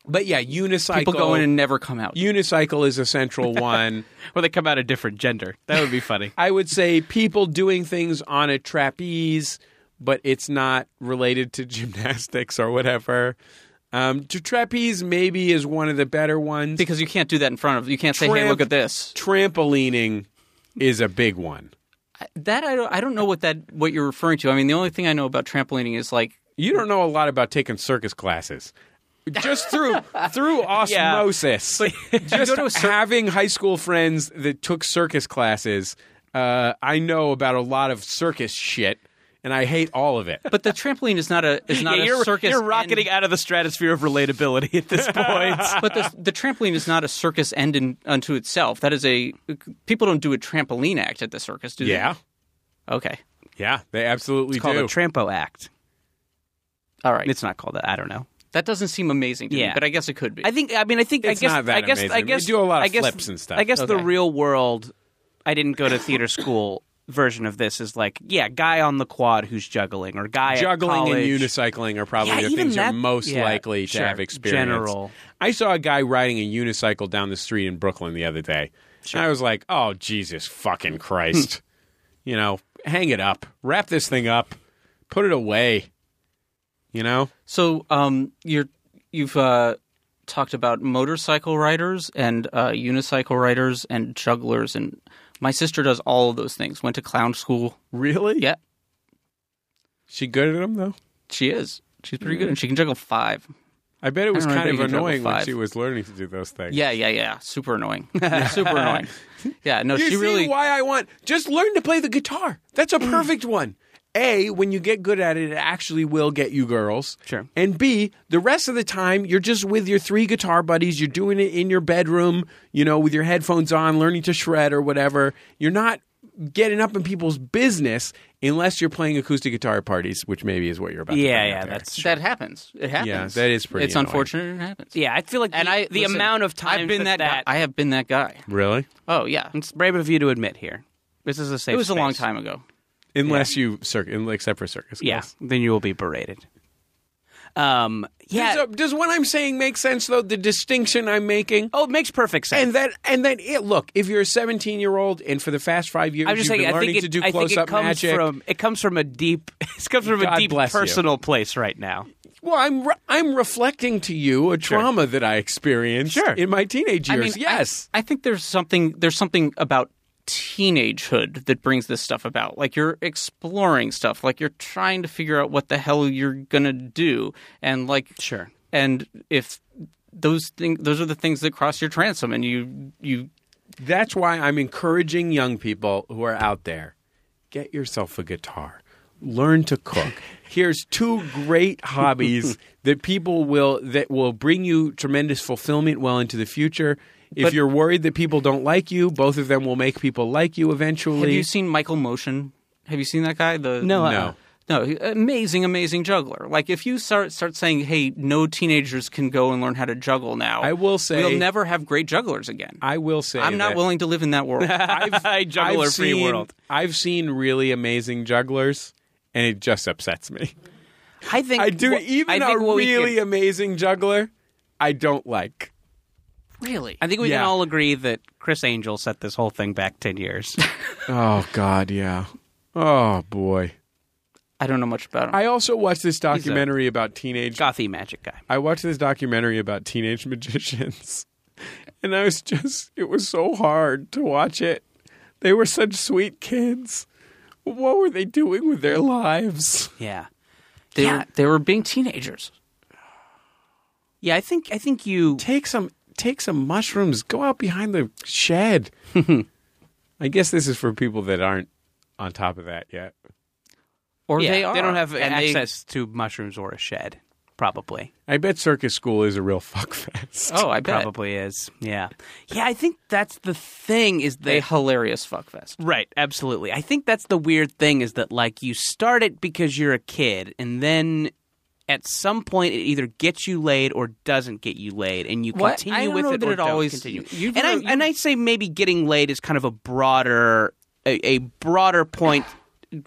Speaker 3: But yeah, unicycle.
Speaker 5: People go in and never come out.
Speaker 3: unicycle is a central one.
Speaker 4: or they come out a different gender. That would be funny.
Speaker 3: I would say people doing things on a trapeze, but it's not related to gymnastics or whatever. Um, to trapeze maybe is one of the better ones.
Speaker 5: because you can't do that in front of you can't say, "Hey,
Speaker 3: Tramp-
Speaker 5: look at this."
Speaker 3: Trampolining is a big one.
Speaker 5: That I don't, I don't know what that what you're referring to. I mean, the only thing I know about trampolining is like
Speaker 3: You don't know a lot about taking circus classes. Just through through osmosis, just having high school friends that took circus classes, uh, I know about a lot of circus shit, and I hate all of it.
Speaker 5: But the trampoline is not a is not
Speaker 4: Yeah,
Speaker 5: a
Speaker 4: you're,
Speaker 5: circus.
Speaker 4: you're rocketing
Speaker 5: end-
Speaker 4: out of the stratosphere of relatability at this point.
Speaker 5: but the, the trampoline is not a circus end in, unto itself. That is a people don't do a trampoline act at the circus, do
Speaker 3: yeah,
Speaker 5: they? Okay.
Speaker 3: yeah, they absolutely
Speaker 4: it's called
Speaker 3: do.
Speaker 4: a trampo act.
Speaker 5: All right.
Speaker 4: It's not called that. I don't know.
Speaker 5: that doesn't seem amazing to me,
Speaker 4: Yeah.
Speaker 5: but I guess it could be.
Speaker 4: I think. I mean, I think. I
Speaker 3: It's
Speaker 4: guess.
Speaker 3: not that
Speaker 4: I guess. I
Speaker 3: amazing. They
Speaker 4: guess.
Speaker 3: do a lot of
Speaker 4: I guess-
Speaker 3: flips and stuff.
Speaker 4: I guess the
Speaker 5: Okay.
Speaker 4: real world. I didn't go to theater school. Version of this is like, yeah, guy on the quad who's juggling, or guy at
Speaker 3: Juggling and
Speaker 4: college.
Speaker 3: unicycling are probably
Speaker 4: Yeah,
Speaker 3: the
Speaker 4: even
Speaker 3: things you're
Speaker 4: that-
Speaker 3: most
Speaker 4: yeah,
Speaker 3: likely
Speaker 4: sure.
Speaker 3: to have experience.
Speaker 4: General.
Speaker 3: I saw a guy riding a unicycle down the street in Brooklyn the other day. And I was like, oh, Jesus fucking Christ. you know, hang it up. Wrap this thing up. Put it away. You know?
Speaker 5: so. Um, you're you've uh, talked about motorcycle riders and uh, unicycle riders and jugglers, and my sister does all of those things. Went to clown school.
Speaker 3: Really?
Speaker 5: Yeah,
Speaker 3: She good at them, though?
Speaker 5: she is. She's pretty good, and she can juggle five.
Speaker 3: I bet it was
Speaker 5: don't know, I
Speaker 3: kind
Speaker 5: bet
Speaker 3: of
Speaker 5: you can juggle
Speaker 3: annoying when
Speaker 5: five.
Speaker 3: she was learning to do those things.
Speaker 5: Yeah, yeah, yeah. Super annoying. Super annoying. Yeah, no,
Speaker 3: You
Speaker 5: she
Speaker 3: see
Speaker 5: really.
Speaker 3: why I want just learn to play the guitar. That's a perfect one. A, when you get good at it, it actually will get you girls.
Speaker 4: Sure.
Speaker 3: And B, the rest of the time you're just with your three guitar buddies. You're doing it in your bedroom, you know, with your headphones on, learning to shred or whatever. You're not getting up in people's business unless you're playing acoustic guitar at parties, which maybe is what you're about. to
Speaker 4: Yeah,
Speaker 3: find out
Speaker 4: yeah,
Speaker 3: there.
Speaker 4: that's
Speaker 5: That happens. It happens.
Speaker 3: that is pretty
Speaker 5: It's
Speaker 3: annoying.
Speaker 5: unfortunate. It happens.
Speaker 4: Yeah, I feel like
Speaker 5: And
Speaker 4: the,
Speaker 5: I
Speaker 4: the
Speaker 5: listen,
Speaker 4: amount of times
Speaker 5: I've been
Speaker 4: that,
Speaker 5: that, guy. I have been that guy.
Speaker 3: really
Speaker 5: Oh yeah,
Speaker 4: It's brave of you to admit here. This is a safe.
Speaker 5: it was a long
Speaker 4: space.
Speaker 5: time ago.
Speaker 3: unless you circus, except for circus.
Speaker 4: Yeah,
Speaker 3: class.
Speaker 4: then you will be berated. Um. Yeah.
Speaker 3: Does, uh, does what I'm saying make sense though? The distinction I'm making.
Speaker 4: oh, it makes perfect sense.
Speaker 3: And that and that it look, if you're a 17 year old and for the past five years
Speaker 4: I'm
Speaker 3: you've
Speaker 4: just
Speaker 3: been
Speaker 4: saying. I
Speaker 3: learning
Speaker 4: think it,
Speaker 3: to do
Speaker 4: I think
Speaker 3: close
Speaker 4: it
Speaker 3: up
Speaker 4: comes
Speaker 3: magic.
Speaker 4: from it comes from a deep it comes from
Speaker 3: God
Speaker 4: a deep
Speaker 3: bless you.
Speaker 4: personal place right now.
Speaker 3: well, I'm re- I'm reflecting to you a trauma that I experienced
Speaker 4: Sure.
Speaker 3: in my teenage years.
Speaker 5: I mean, I-
Speaker 3: yes,
Speaker 5: I, think there's something there's something about teenagehood that brings this stuff about. Like you're exploring stuff. Like you're trying to figure out what the hell you're gonna do. And like
Speaker 4: Sure.
Speaker 5: And if those things those are the things that cross your transom, and you you
Speaker 3: that's why I'm encouraging young people who are out there, get yourself a guitar, learn to cook. Here's two great hobbies that people will that will bring you tremendous fulfillment well into the future. If
Speaker 5: But-
Speaker 3: you're worried that people don't like you, both of them will make people like you eventually.
Speaker 5: Have you seen Michael Motion? Have you seen that guy? The
Speaker 4: No,
Speaker 3: uh-uh. No.
Speaker 5: No, he- amazing, amazing juggler. Like if you start start saying, "Hey, no teenagers can go and learn how to juggle now,"
Speaker 3: I will say-
Speaker 5: we'll never have great jugglers again.
Speaker 3: I will say
Speaker 5: am not
Speaker 3: that-
Speaker 5: willing to live in that world.
Speaker 3: I've,
Speaker 4: Juggler
Speaker 3: I've
Speaker 4: free
Speaker 3: seen,
Speaker 4: world.
Speaker 3: I've seen really amazing jugglers, and it just upsets me.
Speaker 4: I think
Speaker 3: I do
Speaker 4: what-
Speaker 3: even
Speaker 4: I think
Speaker 3: a
Speaker 4: what we can-
Speaker 3: really amazing juggler, I don't like.
Speaker 5: really?
Speaker 4: I think we can
Speaker 3: Yeah.
Speaker 4: all agree that Chris Angel set this whole thing back ten years.
Speaker 3: Oh God, yeah. Oh boy.
Speaker 5: I don't know much about him.
Speaker 3: I also watched this documentary about teenage.
Speaker 4: Gothy magic guy.
Speaker 3: I watched this documentary about teenage magicians, and I was just. It was so hard to watch it. They were such sweet kids. What were they doing with their lives?
Speaker 4: Yeah.
Speaker 5: they,
Speaker 4: yeah.
Speaker 5: were, they were being teenagers.
Speaker 4: Yeah. I think I think you
Speaker 3: take some take some mushrooms go out behind the shed I guess this is for people that aren't on top of that yet.
Speaker 5: Or
Speaker 4: Yeah,
Speaker 5: they are.
Speaker 4: don't have
Speaker 5: and they-
Speaker 4: access to mushrooms or a shed. Probably.
Speaker 3: I bet circus school is a real fuck fest.
Speaker 5: oh, I bet.
Speaker 4: Probably is. Yeah. Yeah, I think that's the thing is
Speaker 5: They
Speaker 4: they
Speaker 5: hilarious fuckfest.
Speaker 4: Right, absolutely. I think that's the weird thing is that like you start it because you're a kid and then at some point it either gets you laid or doesn't get you laid and you
Speaker 5: What?
Speaker 4: continue
Speaker 5: I don't
Speaker 4: with
Speaker 5: know
Speaker 4: it
Speaker 5: that
Speaker 4: or
Speaker 5: it
Speaker 4: don't
Speaker 5: always-
Speaker 4: continue.
Speaker 5: you've
Speaker 4: And I
Speaker 5: never-
Speaker 4: and I say maybe getting laid is kind of a broader a, a broader point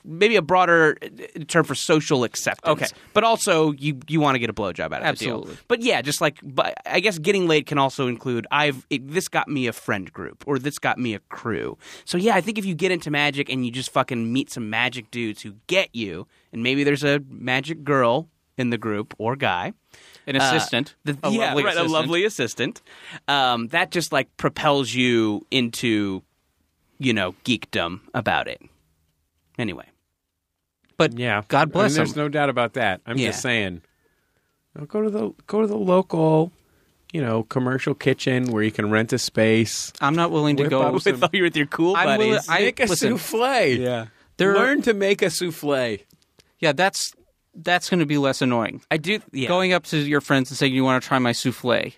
Speaker 4: maybe a broader uh, term for social acceptance.
Speaker 5: Okay.
Speaker 4: But also you you want to get a blowjob out of the
Speaker 5: Absolutely.
Speaker 4: deal. But yeah, just like but I guess getting laid can also include I've it, this got me a friend group or this got me a crew. So yeah, I think if you get into magic and you just fucking meet some magic dudes who get you, and maybe there's a magic girl in the group or guy.
Speaker 5: An
Speaker 4: uh,
Speaker 5: assistant.
Speaker 4: the-
Speaker 5: a
Speaker 4: yeah,
Speaker 5: lovely
Speaker 4: right,
Speaker 5: assistant.
Speaker 4: a lovely assistant. Um, that just like propels you into, you know, geekdom about it. Anyway,
Speaker 5: But
Speaker 3: Yeah.
Speaker 5: God bless
Speaker 3: I mean,
Speaker 5: them.
Speaker 3: There's no doubt about that. I'm
Speaker 4: Yeah.
Speaker 3: just saying. Now go to the go to the local, you know, commercial kitchen where you can rent a space.
Speaker 5: I'm not willing to
Speaker 3: Whip
Speaker 5: go.
Speaker 3: up some-
Speaker 4: with all you with your cool
Speaker 5: I'm
Speaker 4: buddies.
Speaker 5: willing- I-
Speaker 3: make a
Speaker 5: listen.
Speaker 3: souffle.
Speaker 7: Yeah.
Speaker 5: There-
Speaker 3: Learn to make a souffle.
Speaker 5: yeah, that's that's going to be less annoying.
Speaker 4: I do yeah.
Speaker 5: Going up to your friends and saying you want to try my souffle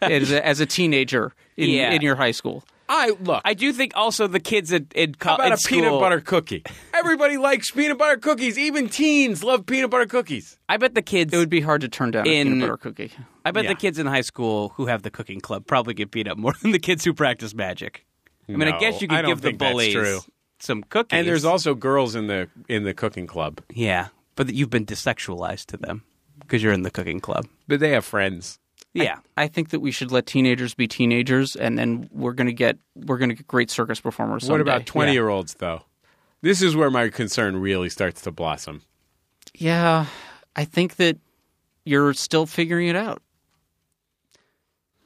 Speaker 5: as, a, as a teenager in,
Speaker 4: Yeah.
Speaker 5: in your high school.
Speaker 3: I look.
Speaker 4: I do think also the kids at, at, co-
Speaker 3: How about
Speaker 4: at
Speaker 3: a peanut
Speaker 4: school-
Speaker 3: butter cookie? Everybody likes peanut butter cookies. Even teens love peanut butter cookies.
Speaker 4: I bet the kids.
Speaker 5: It would be hard to turn down a
Speaker 4: In-
Speaker 5: peanut butter cookie.
Speaker 4: I bet
Speaker 3: Yeah.
Speaker 4: the kids in high school who have the cooking club probably get beat up more than the kids who practice magic. I mean, I
Speaker 3: No,
Speaker 4: guess you
Speaker 3: I
Speaker 4: could
Speaker 3: don't
Speaker 4: give the
Speaker 3: think that's
Speaker 4: bullies
Speaker 3: true.
Speaker 4: some cookies.
Speaker 3: And there's also girls in the in the cooking club,
Speaker 4: yeah, but you've been desexualized to them because you're in the cooking club.
Speaker 3: but they have friends.
Speaker 4: Yeah,
Speaker 5: I think that we should let teenagers be teenagers, and then we're going to get we're going to get great circus performers.
Speaker 3: What
Speaker 5: someday.
Speaker 3: about 20 year olds, though? This is where my concern really starts to blossom.
Speaker 5: Yeah, I think that you're still figuring it out.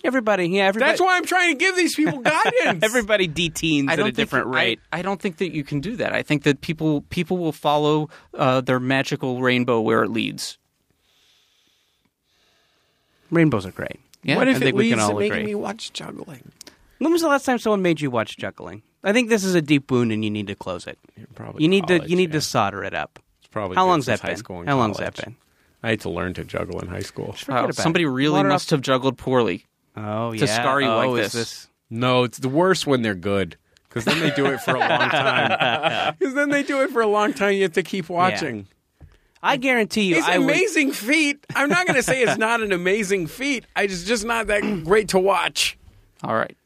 Speaker 4: everybody. Yeah, everybody.
Speaker 3: That's why I'm trying to give these people guidance.
Speaker 4: everybody deteens at a
Speaker 5: think
Speaker 4: different
Speaker 5: you- I-
Speaker 4: rate.
Speaker 5: I, don't think that you can do that. I think that people people will follow uh, their magical rainbow where it leads.
Speaker 4: Rainbows are great.
Speaker 5: Yeah,
Speaker 3: what if
Speaker 4: I
Speaker 3: it
Speaker 4: think we
Speaker 3: leads
Speaker 4: can
Speaker 3: to
Speaker 4: all
Speaker 3: making
Speaker 4: agree.
Speaker 3: me watch juggling?
Speaker 4: When was the last time someone made you watch juggling? I think this is a deep wound, and you need to close it.
Speaker 3: Probably
Speaker 4: You need
Speaker 3: college,
Speaker 4: to you need
Speaker 3: yeah.
Speaker 4: to solder it up.
Speaker 3: It's probably
Speaker 4: How
Speaker 3: been
Speaker 4: long's
Speaker 3: since
Speaker 4: that
Speaker 3: high
Speaker 4: been?
Speaker 3: School and
Speaker 4: How long's that
Speaker 3: college. Oh,
Speaker 4: been?
Speaker 3: I had to learn to juggle in high school.
Speaker 5: Wow,
Speaker 4: about
Speaker 5: Uh, somebody
Speaker 4: it.
Speaker 5: really
Speaker 4: Water
Speaker 5: must
Speaker 4: off-
Speaker 5: have juggled poorly.
Speaker 4: Oh yeah.
Speaker 5: To scar you
Speaker 4: oh,
Speaker 5: like
Speaker 4: is
Speaker 5: this.
Speaker 3: No, it's the worst when they're good because then they do it for a long time. Because then they do it for a long time. You have to keep watching.
Speaker 4: I guarantee you,
Speaker 3: It's
Speaker 4: I
Speaker 3: an
Speaker 4: would-
Speaker 3: amazing feat. I'm not going to say it's not an amazing feat. I just just not that great to watch.
Speaker 5: All right.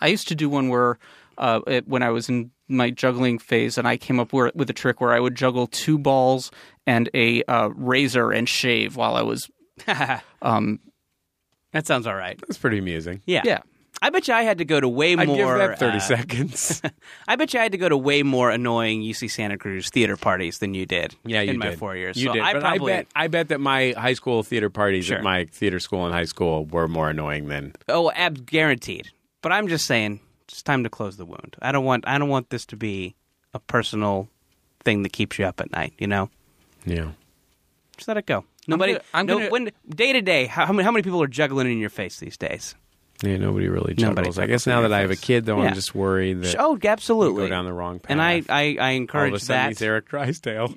Speaker 5: I used to do one where, uh, it, when I was in my juggling phase, and I came up where, with a trick where I would juggle two balls and a uh, razor and shave while I was.
Speaker 4: That sounds all right.
Speaker 3: That's pretty amusing.
Speaker 4: Yeah.
Speaker 5: Yeah.
Speaker 4: I bet you I had to go to way
Speaker 3: I'd
Speaker 4: more.
Speaker 3: give that 30
Speaker 4: uh,
Speaker 3: seconds.
Speaker 4: I bet you I had to go to way more annoying UC Santa Cruz theater parties than you did.
Speaker 3: Yeah, you
Speaker 4: in my
Speaker 3: did.
Speaker 4: four years.
Speaker 3: You
Speaker 4: so
Speaker 3: did.
Speaker 4: I
Speaker 3: but
Speaker 4: probably
Speaker 3: I bet I bet that my high school theater parties
Speaker 4: Sure.
Speaker 3: at my theater school in high school were more annoying than
Speaker 4: oh, ab guaranteed. But I'm just saying, it's time to close the wound. I don't want I don't want this to be a personal thing that keeps you up at night. You know,
Speaker 3: yeah.
Speaker 4: just let it go. Nobody.
Speaker 5: gonna- I'm
Speaker 4: no,
Speaker 5: gonna-
Speaker 4: when day to day. How how many how many people are juggling in your face these days?
Speaker 3: Yeah, nobody really juggles.
Speaker 4: Nobody
Speaker 3: I
Speaker 4: juggles
Speaker 3: guess
Speaker 4: in
Speaker 3: now
Speaker 4: their
Speaker 3: that I have a
Speaker 4: face.
Speaker 3: kid, though,
Speaker 4: Yeah.
Speaker 3: I'm just worried that
Speaker 4: Oh, absolutely.
Speaker 3: go down the wrong path.
Speaker 4: And I I, I
Speaker 3: all of
Speaker 4: encourage
Speaker 3: a sudden
Speaker 4: that.
Speaker 3: he's Eric Drysdale.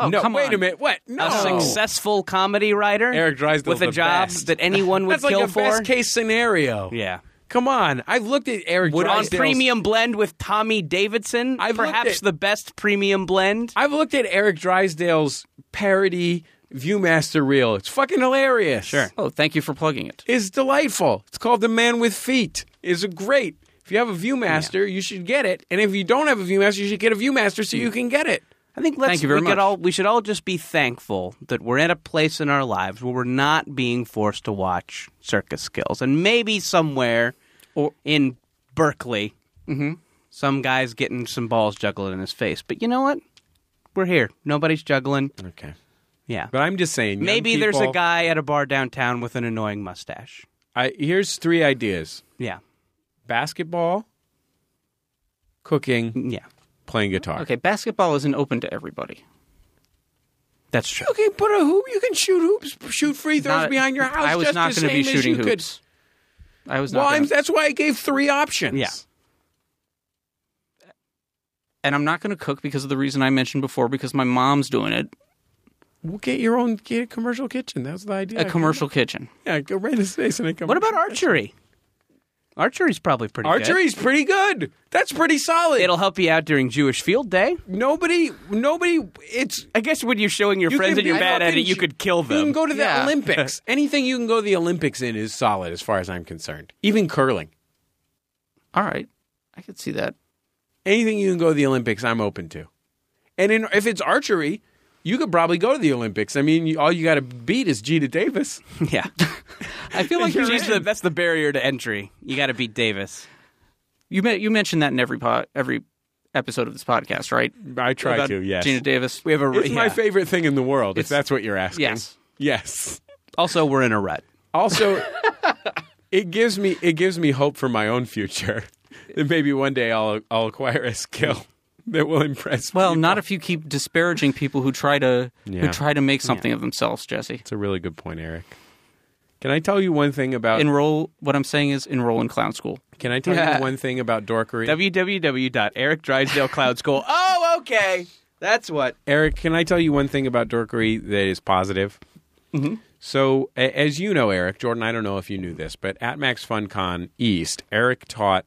Speaker 5: Oh,
Speaker 3: no,
Speaker 5: come
Speaker 3: wait
Speaker 5: on.
Speaker 3: a minute. What? No.
Speaker 4: a successful comedy writer
Speaker 3: Eric Drysdale
Speaker 4: with a
Speaker 3: the
Speaker 4: job
Speaker 3: best.
Speaker 4: that anyone would
Speaker 3: That's like
Speaker 4: kill
Speaker 3: a
Speaker 4: for.
Speaker 3: best case scenario.
Speaker 4: Yeah.
Speaker 3: Come on. I've looked at Eric
Speaker 4: Would on
Speaker 3: Drysdale's-
Speaker 4: premium blend with Tommy Davidson,
Speaker 3: I've looked
Speaker 4: perhaps
Speaker 3: at-
Speaker 4: the best premium blend.
Speaker 3: I've looked at Eric Drysdale's parody Viewmaster reel. It's fucking hilarious. Sure.
Speaker 5: Oh, thank you for plugging it.
Speaker 3: is delightful. It's called The Man with Feet. It's a great. If you have a ViewMaster, you should get it. And if you don't have a ViewMaster, you should get a ViewMaster so you can get it.
Speaker 4: I think let's
Speaker 5: Thank you very
Speaker 4: we could
Speaker 5: much.
Speaker 4: all we should all just be thankful that we're at a place in our lives where we're not being forced to watch circus skills. And maybe somewhere
Speaker 5: Or- Mm-hmm.
Speaker 4: in Berkeley, some guy's getting some balls juggled in his face. But you know what? We're here. Nobody's juggling.
Speaker 3: Okay.
Speaker 4: Yeah.
Speaker 3: But I'm just saying, young
Speaker 4: Maybe there's a
Speaker 3: people-
Speaker 4: guy at a bar downtown with an annoying mustache.
Speaker 3: I, here's three ideas:
Speaker 4: Yeah.
Speaker 3: basketball, cooking,
Speaker 4: Yeah.
Speaker 3: playing guitar.
Speaker 5: Okay, basketball isn't open to everybody.
Speaker 4: That's true.
Speaker 3: You can put a hoop. You can shoot hoops, shoot free throws
Speaker 5: Not-
Speaker 3: behind your house.
Speaker 5: I was
Speaker 3: just
Speaker 5: not
Speaker 3: the
Speaker 5: gonna be
Speaker 3: same as you
Speaker 5: shooting
Speaker 3: could-
Speaker 5: hoops. I was not.
Speaker 3: Well, I'm,
Speaker 5: gonna-
Speaker 3: that's why I gave three options.
Speaker 4: Yeah.
Speaker 5: and I'm not going to cook because of the reason I mentioned before, because my mom's doing it.
Speaker 3: Well, get your own get a commercial kitchen. That's the idea.
Speaker 5: A commercial kitchen.
Speaker 3: Yeah, go rent a space in a commercial.
Speaker 4: What about archery? Archery's probably pretty good.
Speaker 3: Archery's pretty good. That's pretty solid.
Speaker 4: It'll help you out during Jewish Field Day.
Speaker 3: nobody, nobody. It's
Speaker 4: I guess when you're showing your
Speaker 3: you
Speaker 4: friends
Speaker 3: can
Speaker 4: that you're
Speaker 3: be
Speaker 4: bad at
Speaker 3: fucking
Speaker 4: it, you
Speaker 3: Ju-
Speaker 4: could kill them.
Speaker 3: You can go to the
Speaker 4: Yeah.
Speaker 3: Olympics. Anything you can go to the Olympics in is solid, as far as I'm concerned. Even curling.
Speaker 5: All right, I could see that.
Speaker 3: Anything you can go to the Olympics, I'm open to. And in, if it's archery, you could probably go to the Olympics. I mean, you, all you got to beat is Gita Davis.
Speaker 4: yeah,
Speaker 5: I feel like you're
Speaker 4: She's
Speaker 5: right.
Speaker 4: the- that's the barrier to entry. You got to beat Davis.
Speaker 5: you me- you mentioned that in every po- every episode of this podcast, right?
Speaker 3: I try
Speaker 5: About
Speaker 3: to. Yes,
Speaker 5: Gina Davis.
Speaker 4: We have a
Speaker 3: It's my
Speaker 4: yeah.
Speaker 3: favorite thing in the world. if
Speaker 5: It's-
Speaker 3: that's what you're asking.
Speaker 5: Yes.
Speaker 3: Yes.
Speaker 4: Also, we're in a rut.
Speaker 3: Also, it gives me it gives me hope for my own future. That maybe one day I'll I'll acquire a skill that will impress.
Speaker 5: Well,
Speaker 3: people.
Speaker 5: not if you keep disparaging people who try to
Speaker 3: Yeah.
Speaker 5: who try to make something of themselves, Jesse.
Speaker 3: It's a really good point, Eric. Can I tell you one thing about?
Speaker 5: Enroll. What I'm saying is enroll in clown school.
Speaker 3: can I tell
Speaker 4: Yeah.
Speaker 3: you one thing about dorkery?
Speaker 4: www.ericdrysdalecloudschool. oh, okay. That's what.
Speaker 3: Eric, can I tell you one thing about dorkery that is positive? So, a- as you know, Eric, Jordan, I don't know if you knew this, but at Max FunCon East, Eric taught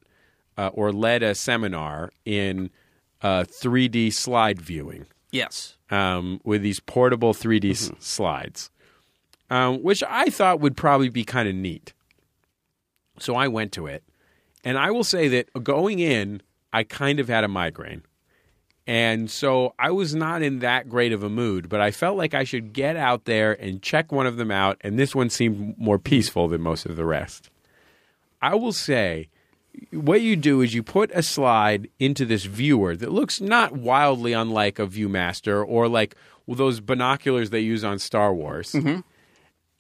Speaker 3: uh, or led a seminar in uh, 3D slide viewing.
Speaker 5: Yes.
Speaker 3: um, with these portable 3D s- slides, um, which I thought would probably be kind of neat. So I went to it, and I will say that going in, I kind of had a migraine. And so I was not in that great of a mood, but I felt like I should get out there and check one of them out. And this one seemed more peaceful than most of the rest. I will say what you do is you put a slide into this viewer that looks not wildly unlike a ViewMaster or like those binoculars they use on Star Wars.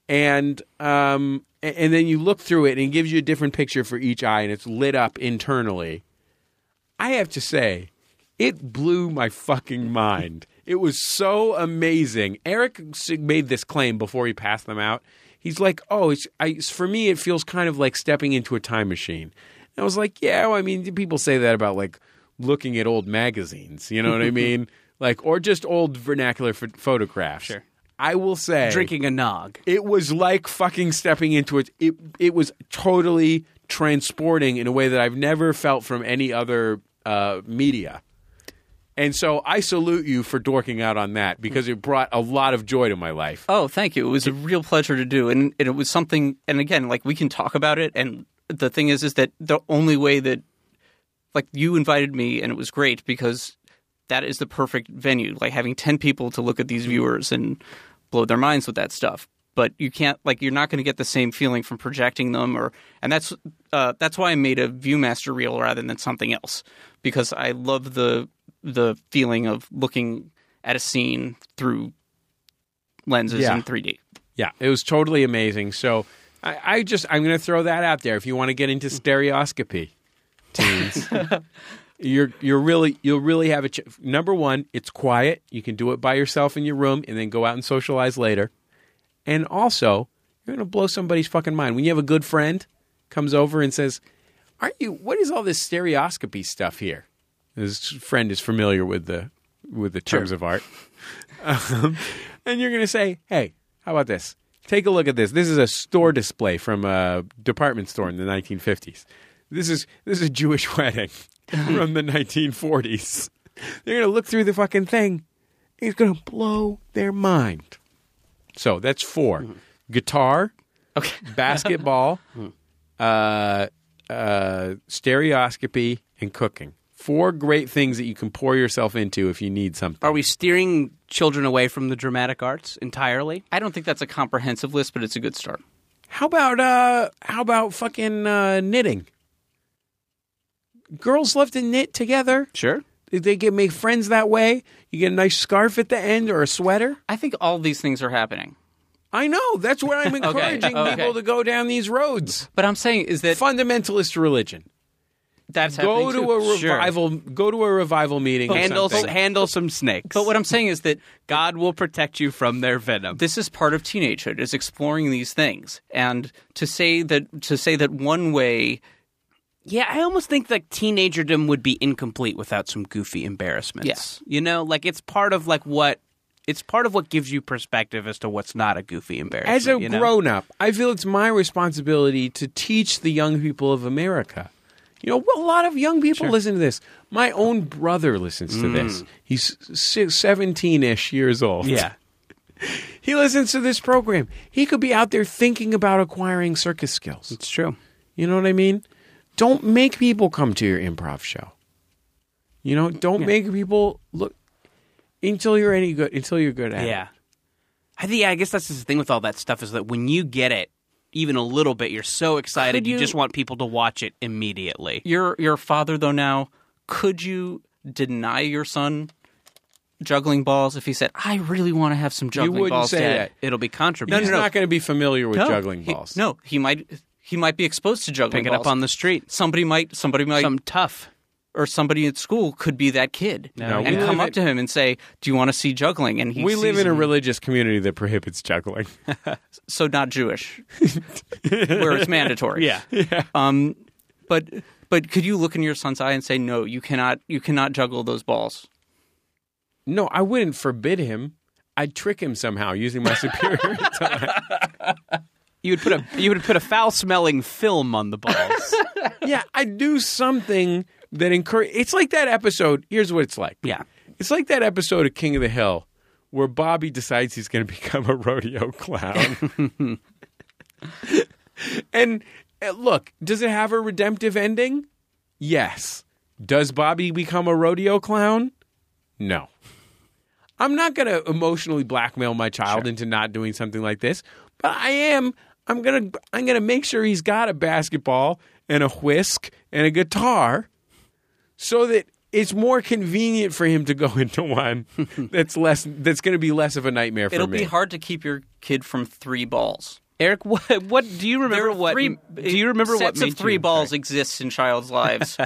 Speaker 3: And um, a- and then you look through it and it gives you a different picture for each eye and it's lit up internally. I have to say, it blew my fucking mind. It was so amazing. Eric s- made this claim before he passed them out. He's like, "Oh, it's, I, it's- for me, it feels kind of like stepping into a time machine." And I was like, "Yeah, well, I mean, people say that about like looking at old magazines. You know what I mean? Like, or just old vernacular ph photographs." Sure. I will say,
Speaker 4: Drinking a nog.
Speaker 3: it was like fucking stepping into it. It it was totally transporting in a way that I've never felt from any other uh, media. And so I salute you for dorking out on that because it brought a lot of joy to my life.
Speaker 5: Oh, thank you. It was a real pleasure to do, and, and it was something. And again, like we can talk about it. And the thing is, is that the only way that, like, you invited me, and it was great because that is the perfect venue. Like having ten people to look at these viewers and blow their minds with that stuff. But you can't, like, you're not going to get the same feeling from projecting them, or and that's uh, that's why I made a ViewMaster reel rather than something else because I love the the feeling of looking at a scene through lenses
Speaker 3: Yeah.
Speaker 5: in 3D.
Speaker 3: Yeah, it was totally amazing. So I, I just I'm going to throw that out there. If you want to get into stereoscopy, teens, you're you're really you'll really have a ch- number one. It's quiet. You can do it by yourself in your room, and then go out and socialize later. And also, you're going to blow somebody's fucking mind when you have a good friend comes over and says, "Aren't you? What is all this stereoscopy stuff here?" His friend is familiar with the with the terms of art and you're going to say, "Hey, how about this? Take a look at this. This is a store display from a department store in the 1950s. This is this is a Jewish wedding from the 1940s." They're going to look through the fucking thing. It's going to blow their mind. So that's 4 Guitar,
Speaker 5: Okay.
Speaker 3: basketball, uh, uh, stereoscopy, and cooking. Four great things that you can pour yourself into if you need something.
Speaker 4: Are we steering children away from the dramatic arts entirely?
Speaker 5: I don't think that's a comprehensive list, but it's a good start.
Speaker 3: How about uh how about fucking uh knitting? Girls love to knit together.
Speaker 4: Sure.
Speaker 3: They get make friends that way. You get a nice scarf at the end or a sweater.
Speaker 5: I think all these things are happening.
Speaker 3: I know. That's where I'm encouraging
Speaker 5: okay.
Speaker 3: people to go down these roads.
Speaker 5: But I'm saying is that
Speaker 3: Fundamentalist religion.
Speaker 5: that's
Speaker 3: Go
Speaker 5: happening
Speaker 3: to
Speaker 5: too.
Speaker 3: a
Speaker 5: Sure.
Speaker 3: revival. Go to a revival meeting. or
Speaker 4: Handle
Speaker 3: something.
Speaker 4: handle some snakes.
Speaker 5: But what I'm saying is that
Speaker 4: God will protect you from their venom.
Speaker 5: this is part of teenagehood is exploring these things and to say that to say that one way
Speaker 4: Yeah, I almost think like teenagerdom would be incomplete without some goofy embarrassments.
Speaker 5: Yes.
Speaker 4: You know, like it's part of like what it's part of what gives you perspective as to what's not a goofy embarrassment.
Speaker 3: As a
Speaker 4: you know?
Speaker 3: grown up, I feel it's my responsibility to teach the young people of America. You know, a lot of young people listen to this. My own brother listens to this. He's 17 ish years old.
Speaker 4: Mm. Yeah.
Speaker 3: He listens to this program. He could be out there thinking about acquiring circus skills.
Speaker 4: It's true.
Speaker 3: You know what I mean? Don't make people come to your improv show. You know, don't make people look until you're any good until you're good at it.
Speaker 4: Yeah. I think yeah, I guess that's the thing with all that stuff is that when you get it even a little bit, you're so excited
Speaker 5: Could
Speaker 4: you
Speaker 5: you-
Speaker 4: just want people to watch it immediately.
Speaker 5: You're you're a father though now. Could you deny your son juggling balls if he said, "I really want to have some juggling
Speaker 3: wouldn't
Speaker 5: balls"?
Speaker 3: say
Speaker 5: Dad?"
Speaker 3: that.
Speaker 4: It'll be controversial.
Speaker 3: He's not going to be familiar with
Speaker 5: No,
Speaker 3: juggling
Speaker 5: he-
Speaker 3: balls.
Speaker 5: no, he might he might be exposed to juggling
Speaker 4: Pick it
Speaker 5: balls.
Speaker 4: up on the street.
Speaker 5: somebody might somebody might
Speaker 4: Some tough.
Speaker 5: or somebody at school could be that kid
Speaker 3: No,
Speaker 5: and
Speaker 3: we
Speaker 5: come
Speaker 3: live
Speaker 5: up
Speaker 3: in-
Speaker 5: to him and say, "Do you want to see juggling?" And he
Speaker 3: we
Speaker 5: sees
Speaker 3: live in a
Speaker 5: him,
Speaker 3: religious community that prohibits juggling.
Speaker 5: so not Jewish, where it's mandatory.
Speaker 4: Yeah.
Speaker 5: Um, but but could you look in your son's eye and say, "No, you cannot you cannot juggle those balls."
Speaker 3: no, I wouldn't forbid him. I'd trick him somehow using my superior intellect.
Speaker 4: You would put a you would put a foul smelling film on the balls.
Speaker 3: Yeah, I do something that encourage. It's like that episode. Here's what it's like.
Speaker 4: yeah.
Speaker 3: It's like that episode of King of the Hill where Bobby decides he's going to become a rodeo clown. and uh, look, does it have a redemptive ending? Yes. Does Bobby become a rodeo clown? No. I'm not going to emotionally blackmail my child into not doing something like this, but I am. I'm going to I'm going to make sure he's got a basketball and a whisk and a guitar so that it's more convenient for him to go into one that's less that's going to be less of a nightmare for
Speaker 5: It'll
Speaker 3: me.
Speaker 5: be hard to keep your kid from three balls.
Speaker 4: Eric, what, what do you
Speaker 5: There
Speaker 4: remember?
Speaker 5: are
Speaker 4: What
Speaker 5: three,
Speaker 4: do you remember?
Speaker 5: Sets
Speaker 4: what
Speaker 5: of three balls exist in child's lives.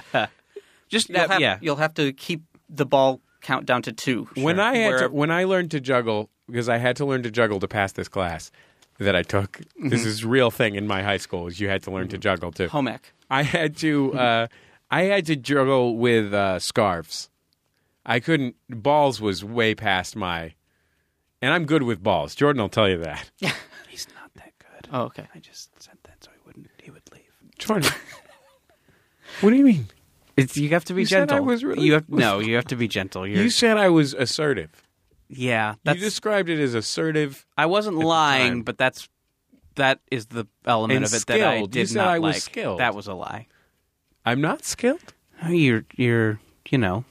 Speaker 4: Just
Speaker 5: you'll, have,
Speaker 4: yeah.
Speaker 5: you'll have to keep the ball count down to two.
Speaker 3: When I had to,
Speaker 5: Where-
Speaker 3: when I learned to juggle because I had to learn to juggle to pass this class that I took. This is real thing in my high school is you had to learn to juggle too.
Speaker 5: home ec.
Speaker 3: I had to uh, I had to juggle with uh, scarves. I couldn't balls was way past my and I'm good with balls. Jordan will tell you that.
Speaker 4: He's not that good.
Speaker 5: Oh, okay.
Speaker 4: I just said that so he wouldn't. He would leave.
Speaker 3: Jordan. what do you mean?
Speaker 4: It's, you have to be
Speaker 3: You said I
Speaker 4: gentle.
Speaker 3: was really-
Speaker 4: you have, no, you have to be gentle. You're,
Speaker 3: You said I was assertive.
Speaker 4: yeah, that's.
Speaker 3: you described it as assertive
Speaker 4: I wasn't
Speaker 3: time.
Speaker 4: lying, but that's that is the element
Speaker 3: And
Speaker 4: of it that I
Speaker 3: skilled.
Speaker 4: did
Speaker 3: You said
Speaker 4: not
Speaker 3: I was
Speaker 4: like.
Speaker 3: skilled.
Speaker 4: That was a lie.
Speaker 3: I'm not skilled.
Speaker 4: Oh, You're you're you know.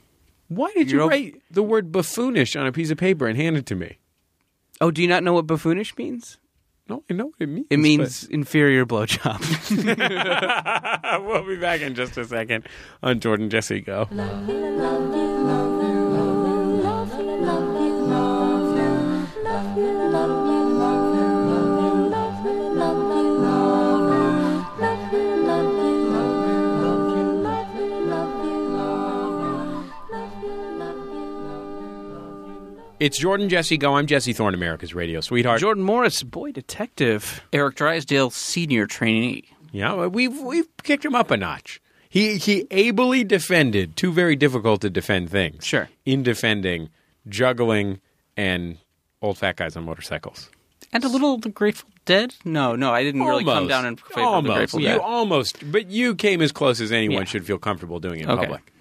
Speaker 3: Why did you
Speaker 4: You're o-
Speaker 3: write the word buffoonish on a piece of paper and hand it to me?
Speaker 4: Oh, do you not know what buffoonish means?
Speaker 3: No, I know what it means.
Speaker 4: It means inferior blowjob.
Speaker 3: but- we'll be back in just a second on Jordan Jesse Go. It's Jordan Jesse Go. I'm Jesse Thorne, America's radio sweetheart.
Speaker 4: Jordan Morris, boy detective.
Speaker 5: Eric Drysdale, senior trainee.
Speaker 3: Yeah, well, we've we've kicked him up a notch. He he ably defended two very difficult to defend things.
Speaker 5: Sure.
Speaker 3: In defending juggling and old fat guys on motorcycles.
Speaker 5: And a little of the Grateful Dead? No, no, I didn't really come
Speaker 3: Almost.
Speaker 5: down and favor
Speaker 3: almost.
Speaker 5: the Grateful
Speaker 3: you
Speaker 5: Dead.
Speaker 3: almost, but you came as close as anyone
Speaker 5: Yeah.
Speaker 3: should feel comfortable doing it in
Speaker 5: Okay.
Speaker 3: public.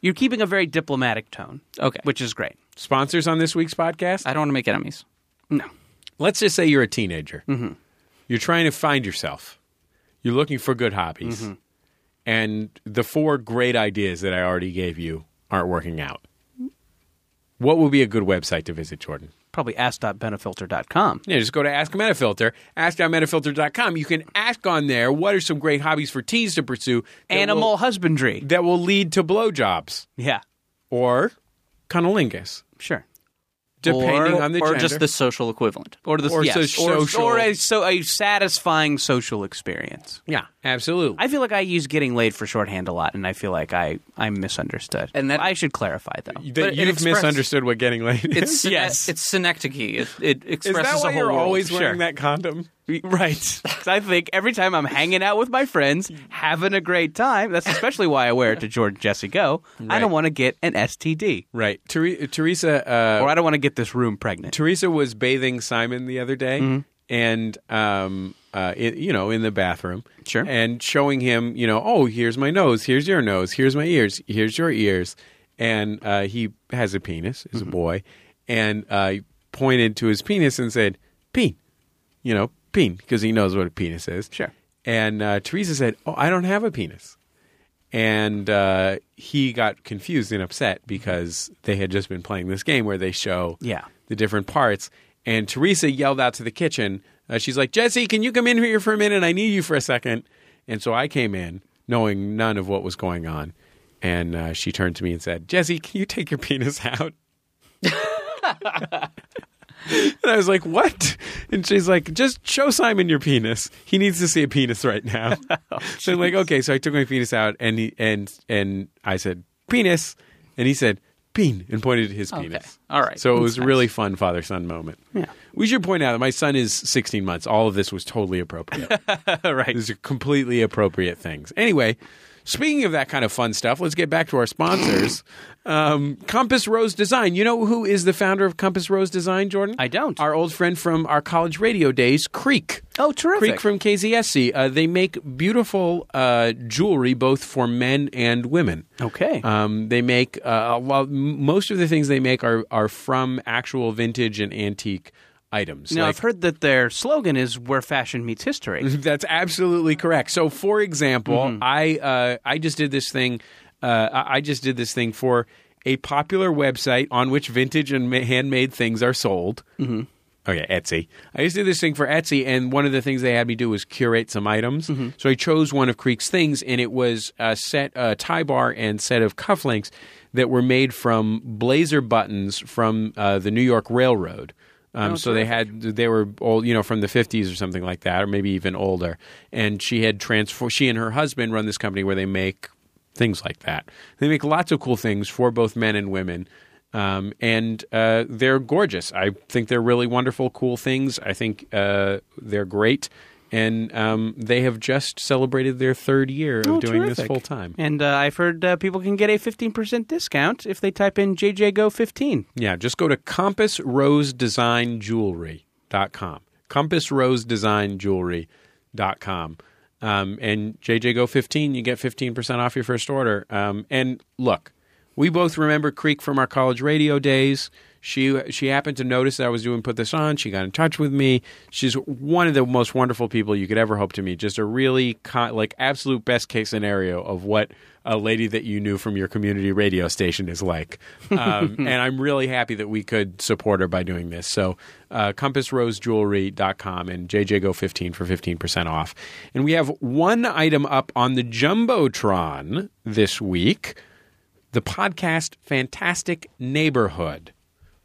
Speaker 4: You're keeping a very diplomatic tone.
Speaker 5: Okay.
Speaker 4: Which is great.
Speaker 3: Sponsors on this week's podcast.
Speaker 5: I don't want to make enemies.
Speaker 4: No.
Speaker 3: Let's just say you're a teenager.
Speaker 5: Mm-hmm.
Speaker 3: You're trying to find yourself. You're looking for good hobbies,
Speaker 5: Mm-hmm.
Speaker 3: and the four great ideas that I already gave you aren't working out. What would be a good website to visit, Jordan?
Speaker 4: Probably ask.benefilter.com.
Speaker 3: Yeah, just go to Ask Metafilter, ask.metafilter.com. You can ask on there what are some great hobbies for teens to pursue that
Speaker 4: Animal
Speaker 3: will,
Speaker 4: husbandry.
Speaker 3: that will lead to blowjobs.
Speaker 4: Yeah.
Speaker 3: or cunnilingus,
Speaker 4: Sure.
Speaker 3: depending
Speaker 5: or,
Speaker 3: on the
Speaker 5: Or
Speaker 3: gender.
Speaker 5: just the social equivalent. Or the
Speaker 3: Or
Speaker 4: yes.
Speaker 3: so
Speaker 4: or,
Speaker 3: social-
Speaker 4: or a, so a satisfying social experience.
Speaker 3: yeah, absolutely.
Speaker 4: I feel like I use getting laid for shorthand a lot, and I feel like I I'm misunderstood.
Speaker 5: And that-
Speaker 4: I should clarify though.
Speaker 3: that
Speaker 5: it
Speaker 3: you've
Speaker 5: express-
Speaker 3: misunderstood what getting laid is.
Speaker 5: It's
Speaker 4: Yes.
Speaker 5: It's synecdoche. It, it
Speaker 3: Is
Speaker 5: expresses
Speaker 3: that why
Speaker 5: a whole
Speaker 3: you're
Speaker 5: world.
Speaker 3: always
Speaker 5: Sure.
Speaker 3: wearing that condom?
Speaker 4: Right. 'Cause I think every time I'm hanging out with my friends, having a great time, that's especially why I wear it to Jordan Jesse Go. I don't want to get an STD
Speaker 3: Right. Tere- Teresa uh,
Speaker 4: or I don't want to get this room pregnant.
Speaker 3: Teresa was bathing Simon the other day,
Speaker 4: Mm-hmm.
Speaker 3: and um, uh, it, you know, in the bathroom,
Speaker 4: Sure.
Speaker 3: and showing him, you know, oh, here's my nose, here's your nose, here's my ears, here's your ears, and uh, he has a penis,
Speaker 4: Mm-hmm.
Speaker 3: is a boy, and uh, he pointed to his penis and said, "Peen," you know, "peen," because he knows what a penis is.
Speaker 4: Sure.
Speaker 3: And uh, Teresa said, "Oh, I don't have a penis." and uh, he got confused and upset because they had just been playing this game where they show
Speaker 4: Yeah.
Speaker 3: the different parts. And Teresa yelled out to the kitchen. Uh, she's like, "Jesse, can you come in here for a minute? I need you for a second. And so I came in, knowing none of what was going on. And uh, she turned to me and said, "Jesse, can you take your penis out?" and I was like, "What?" And she's like, "Just show Simon your penis. He needs to see a penis right now."
Speaker 5: Oh,
Speaker 3: so I'm like, "Okay." So I took my penis out, and he and and I said, "Penis," and he said, "Peen," and pointed at his penis.
Speaker 5: All right.
Speaker 3: So it
Speaker 5: That's
Speaker 3: was a really fun father son moment. Yeah. We should point out that my son is 16 months. All of this was totally appropriate.
Speaker 4: right.
Speaker 3: These are completely appropriate things. Anyway, speaking of that kind of fun stuff, let's get back to our sponsors. um, Compass Rose Design. You know who is the founder of Compass Rose Design, Jordan?
Speaker 4: I don't.
Speaker 3: Our old friend from our college radio days, Creek.
Speaker 4: Oh, terrific.
Speaker 3: Creek from KZSC. Uh, they make beautiful uh, jewelry both for men and women.
Speaker 4: Okay.
Speaker 3: Um, they make uh, well, most of the things they make are are from actual vintage and antique items.
Speaker 4: now,
Speaker 3: Like-
Speaker 4: I've heard that their slogan is where fashion meets history.
Speaker 3: that's absolutely correct. So, for example, I uh, I just did this thing. Uh, I I just did this thing for a popular website on which vintage and ma- handmade things are sold. Mm-hmm. Okay, Etsy. I just did this thing for Etsy, and one of the things they had me do was curate some items. So I chose one of Creek's things, and it was a set, a tie bar, and set of cufflinks that were made from blazer buttons from uh, the New York Railroad. Um, so they had they were old, you know, from the fifties or something like that, or maybe even older. And she had transformed. She and her husband run this company where they make things like that. They make lots of cool things for both men and women. Um, and uh, they're gorgeous. I think they're really wonderful, cool things. I think uh, they're great. And um, they have just celebrated their third year of doing this
Speaker 4: Oh, terrific.
Speaker 3: full time.
Speaker 4: And uh, I've heard uh, people can get a 15% discount if they type in JJGo15.
Speaker 3: Yeah, just go to Compass Rose Design Jewelry.com. Compass Rose Design Jewelry.com. Um, and JJGo15, you get 15% off your first order. Um, and look, we both remember Creek from our college radio days. She she happened to notice that I was doing put this on. She got in touch with me. She's one of the most wonderful people you could ever hope to meet. Just a really con- like absolute best case scenario of what a lady that you knew from your community radio station is like. Um, and I'm really happy that we could support her by doing this. So uh, compassrosejewelry.com and JJGo15 for 15% off. And we have one item up on the Jumbotron this week the podcast Fantastic Neighborhood,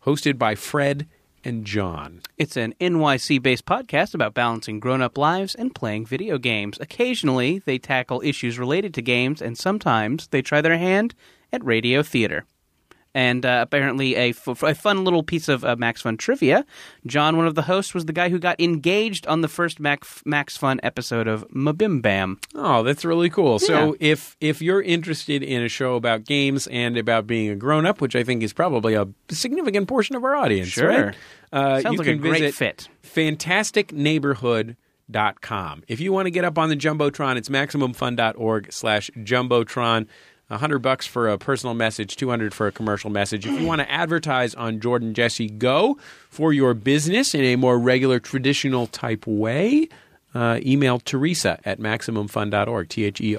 Speaker 3: hosted by Fred and John.
Speaker 4: It's an NYC based podcast about balancing grown up lives and playing video games. Occasionally, they tackle issues related to games, and sometimes they try their hand at radio theater. And uh, apparently, a, f- a fun little piece of uh, Max Fun trivia. John, one of the hosts, was the guy who got engaged on the first Mac- Max Fun episode of Mabim Bam.
Speaker 3: Oh, that's really cool. So if if you're interested in a show about games and about being a grown up, which I think is probably a significant portion of our audience,
Speaker 4: Sure.
Speaker 3: right? Uh,
Speaker 4: Sounds
Speaker 3: you
Speaker 4: like a
Speaker 3: can
Speaker 4: great
Speaker 3: visit
Speaker 4: fit.
Speaker 3: fantasticneighborhood.com. If you want to get up on the Jumbotron, it's MaximumFun.org slash Jumbotron. 100 bucks for a personal message, 200 for a commercial message. If you want to advertise on Jordan Jesse Go for your business in a more regular, traditional type way, uh, email Teresa at MaximumFun.org, T-H-E-R-E-S-A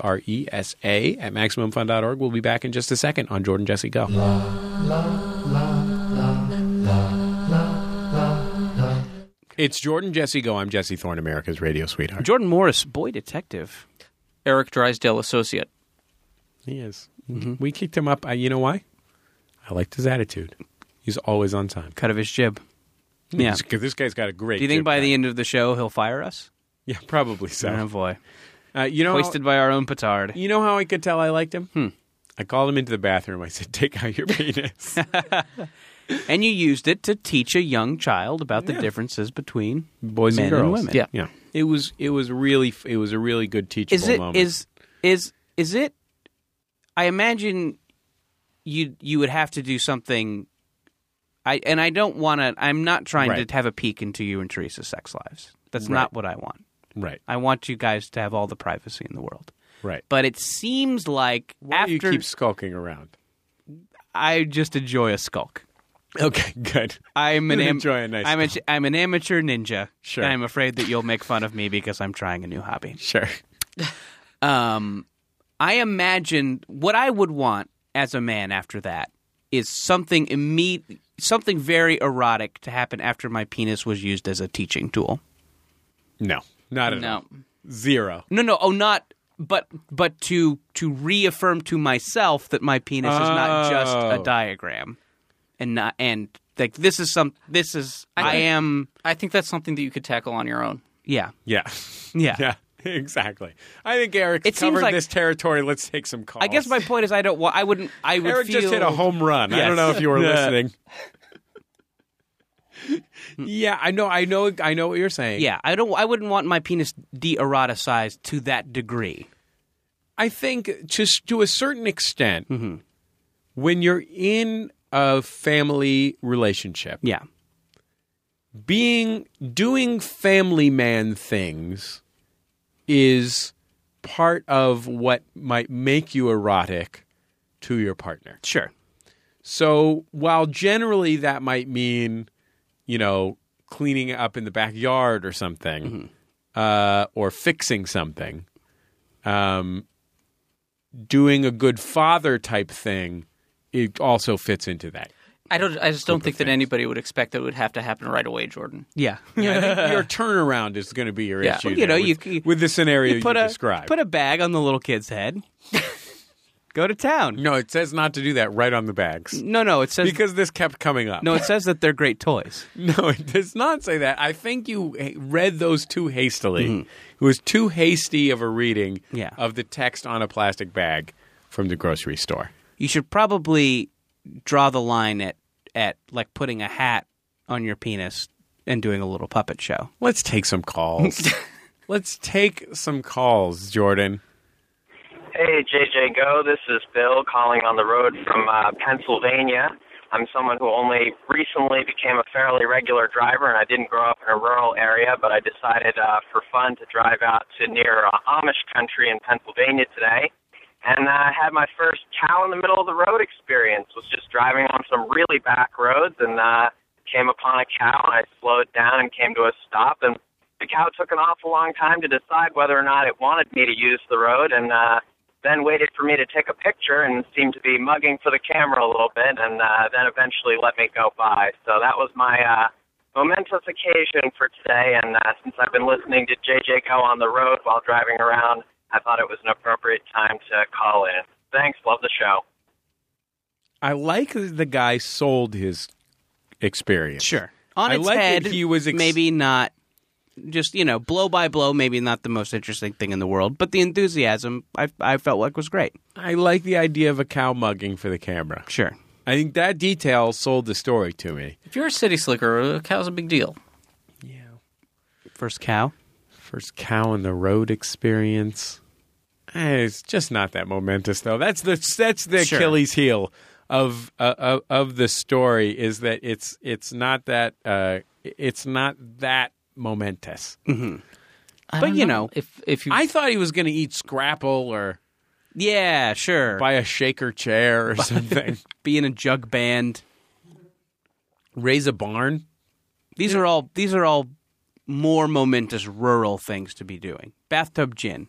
Speaker 3: E at MaximumFun.org. We'll be back in just a second on Jordan Jesse Go. It's Jordan Jesse Go. I'm Jesse Thorne, America's radio sweetheart.
Speaker 4: Jordan Morris, boy detective.
Speaker 5: Eric Drysdale associate.
Speaker 3: He is.
Speaker 4: Mm-hmm.
Speaker 3: We kicked him up. I, you know why? I liked his attitude. He's always on time.
Speaker 4: Cut of his jib. Yeah.
Speaker 3: This- this guy's got a great.
Speaker 4: Do you think by the end of the show he'll fire us?
Speaker 3: yeah, probably
Speaker 4: Oh,
Speaker 3: so.
Speaker 4: boy.
Speaker 3: Uh, you know,
Speaker 4: Hoisted by our own petard.
Speaker 3: you know how I
Speaker 4: Hmm.
Speaker 3: could tell I liked him. I called him into the bathroom. I said, "Take out your penis."
Speaker 4: and you used it to teach a young child about the differences between
Speaker 3: boys
Speaker 4: men
Speaker 3: and girls.
Speaker 4: women.
Speaker 5: Yeah.
Speaker 3: yeah. It was it was really it was a really good teachable
Speaker 4: Is it is
Speaker 3: moment.
Speaker 4: is is it? I imagine you you would have to do something. I and I don't want to. I'm not trying
Speaker 3: Right.
Speaker 4: to have a peek into you and Teresa's sex lives. That's
Speaker 3: Right.
Speaker 4: not what I want.
Speaker 3: right,
Speaker 4: I want you guys to have all the privacy in the world.
Speaker 3: right.
Speaker 4: But it seems like
Speaker 3: Why do
Speaker 4: after
Speaker 3: you keep skulking around?
Speaker 4: I just enjoy a skulk.
Speaker 3: Okay, good.
Speaker 4: I'm an
Speaker 3: You
Speaker 4: am-
Speaker 3: enjoy a nice
Speaker 4: I'm, a, I'm an amateur ninja.
Speaker 3: Sure.
Speaker 4: And I'm afraid that you'll make fun of me because I'm trying a new hobby.
Speaker 3: Sure.
Speaker 4: Um, I imagine what I would want as a man after that is something imme- something very erotic to happen after my penis was used as a teaching tool.
Speaker 3: No, not at all.
Speaker 5: No.
Speaker 3: Zero.
Speaker 4: No, no, oh, not. But but to to reaffirm to myself that my penis is not just a
Speaker 3: Oh.
Speaker 4: diagram, and not and like this is some this is I am
Speaker 5: I think that's something that you could tackle on your own.
Speaker 4: yeah
Speaker 3: Yeah.
Speaker 4: yeah
Speaker 3: Yeah. Exactly. I think Eric's
Speaker 4: It seems
Speaker 3: covered
Speaker 4: like-
Speaker 3: this territory. Let's take some calls.
Speaker 4: I guess my point is I don't want. I wouldn't. I would
Speaker 3: Eric
Speaker 4: feel
Speaker 3: just hit a home run. I
Speaker 4: Yes.
Speaker 3: don't know if you were
Speaker 7: Yeah.
Speaker 3: listening. yeah, I know. I know. I know what you're saying.
Speaker 4: Hmm. Yeah, I don't. I wouldn't want my penis de-eroticized to that degree.
Speaker 3: I think just to a certain extent,
Speaker 4: Mm-hmm.
Speaker 3: when you're in a family relationship,
Speaker 4: Yeah,
Speaker 3: being doing family man things is part of what might make you erotic to your partner.
Speaker 4: sure.
Speaker 3: So while generally that might mean, you know, cleaning up in the backyard or something,
Speaker 4: Mm-hmm.
Speaker 3: uh, or fixing something, um, doing a good father type thing, it also fits into that.
Speaker 5: I don't. I just don't think that anybody would expect that it would have to happen right away, Jordan.
Speaker 4: Yeah,
Speaker 3: Yeah, I think your turnaround is going to be your
Speaker 5: Yeah.
Speaker 3: issue.
Speaker 4: Well, you
Speaker 3: there
Speaker 4: know, you-
Speaker 3: with,
Speaker 4: you-
Speaker 3: with the scenario you,
Speaker 4: put a
Speaker 3: described.
Speaker 4: put a bag on the little kid's head. Go to town.
Speaker 3: no, it says not to do that right on the bags
Speaker 4: No, no, it says
Speaker 3: because this kept coming up.
Speaker 4: Mm. no, it says that they're great toys.
Speaker 3: No, it does not say that. I think you ha- read those too hastily. It was too hasty of a reading
Speaker 4: Yeah.
Speaker 3: of the text on a plastic bag from the grocery store.
Speaker 4: You should probably draw the line at at like putting a hat on your penis and doing a little puppet show.
Speaker 3: Let's take some calls. Let's take some calls, Jordan.
Speaker 8: Hey, JJ Go. This is Bill calling on the road from uh, Pennsylvania. I'm someone who only recently became a fairly regular driver, and I didn't grow up in a rural area, but I decided uh, for fun to drive out to near uh, Amish country in Pennsylvania today. And I had my first cow in the middle of the road experience. Was just driving on some really back roads and uh, came upon a cow. And I slowed down and came to a stop, and the cow took an awful long time to decide whether or not it wanted me to use the road and uh then waited for me to take a picture and seemed to be mugging for the camera a little bit and uh then eventually let me go by so that was my uh momentous occasion for today and uh, since i've been listening to jj go on the road while driving around i thought it was an appropriate time to call in thanks love the show
Speaker 3: I like that the guy sold his experience.
Speaker 4: On
Speaker 3: I
Speaker 4: its
Speaker 3: like that
Speaker 4: head,
Speaker 3: he was ex-
Speaker 4: maybe not just you know blow by blow, maybe not the most interesting thing in the world, but the enthusiasm I I felt like was great.
Speaker 3: I like the idea of a cow mugging for the camera.
Speaker 4: Sure.
Speaker 3: I think that detail sold the story to me.
Speaker 5: If you're a city slicker, a cow's a big deal.
Speaker 4: First cow.
Speaker 3: First cow in the road experience. Eh, It's just not that momentous, though. That's the that's the
Speaker 4: Sure.
Speaker 3: Achilles heel of, uh, of of the story is that it's it's not that uh, it's not that momentous.
Speaker 4: Mm.
Speaker 5: I
Speaker 4: But,
Speaker 5: don't
Speaker 4: you know,
Speaker 5: if if you
Speaker 3: I thought he was going to eat scrapple or
Speaker 4: Yeah, sure.
Speaker 3: buy a shaker chair or something,
Speaker 4: Be in a jug band.
Speaker 3: raise a barn.
Speaker 4: These are all these are all more momentous rural things to be doing. Bathtub gin.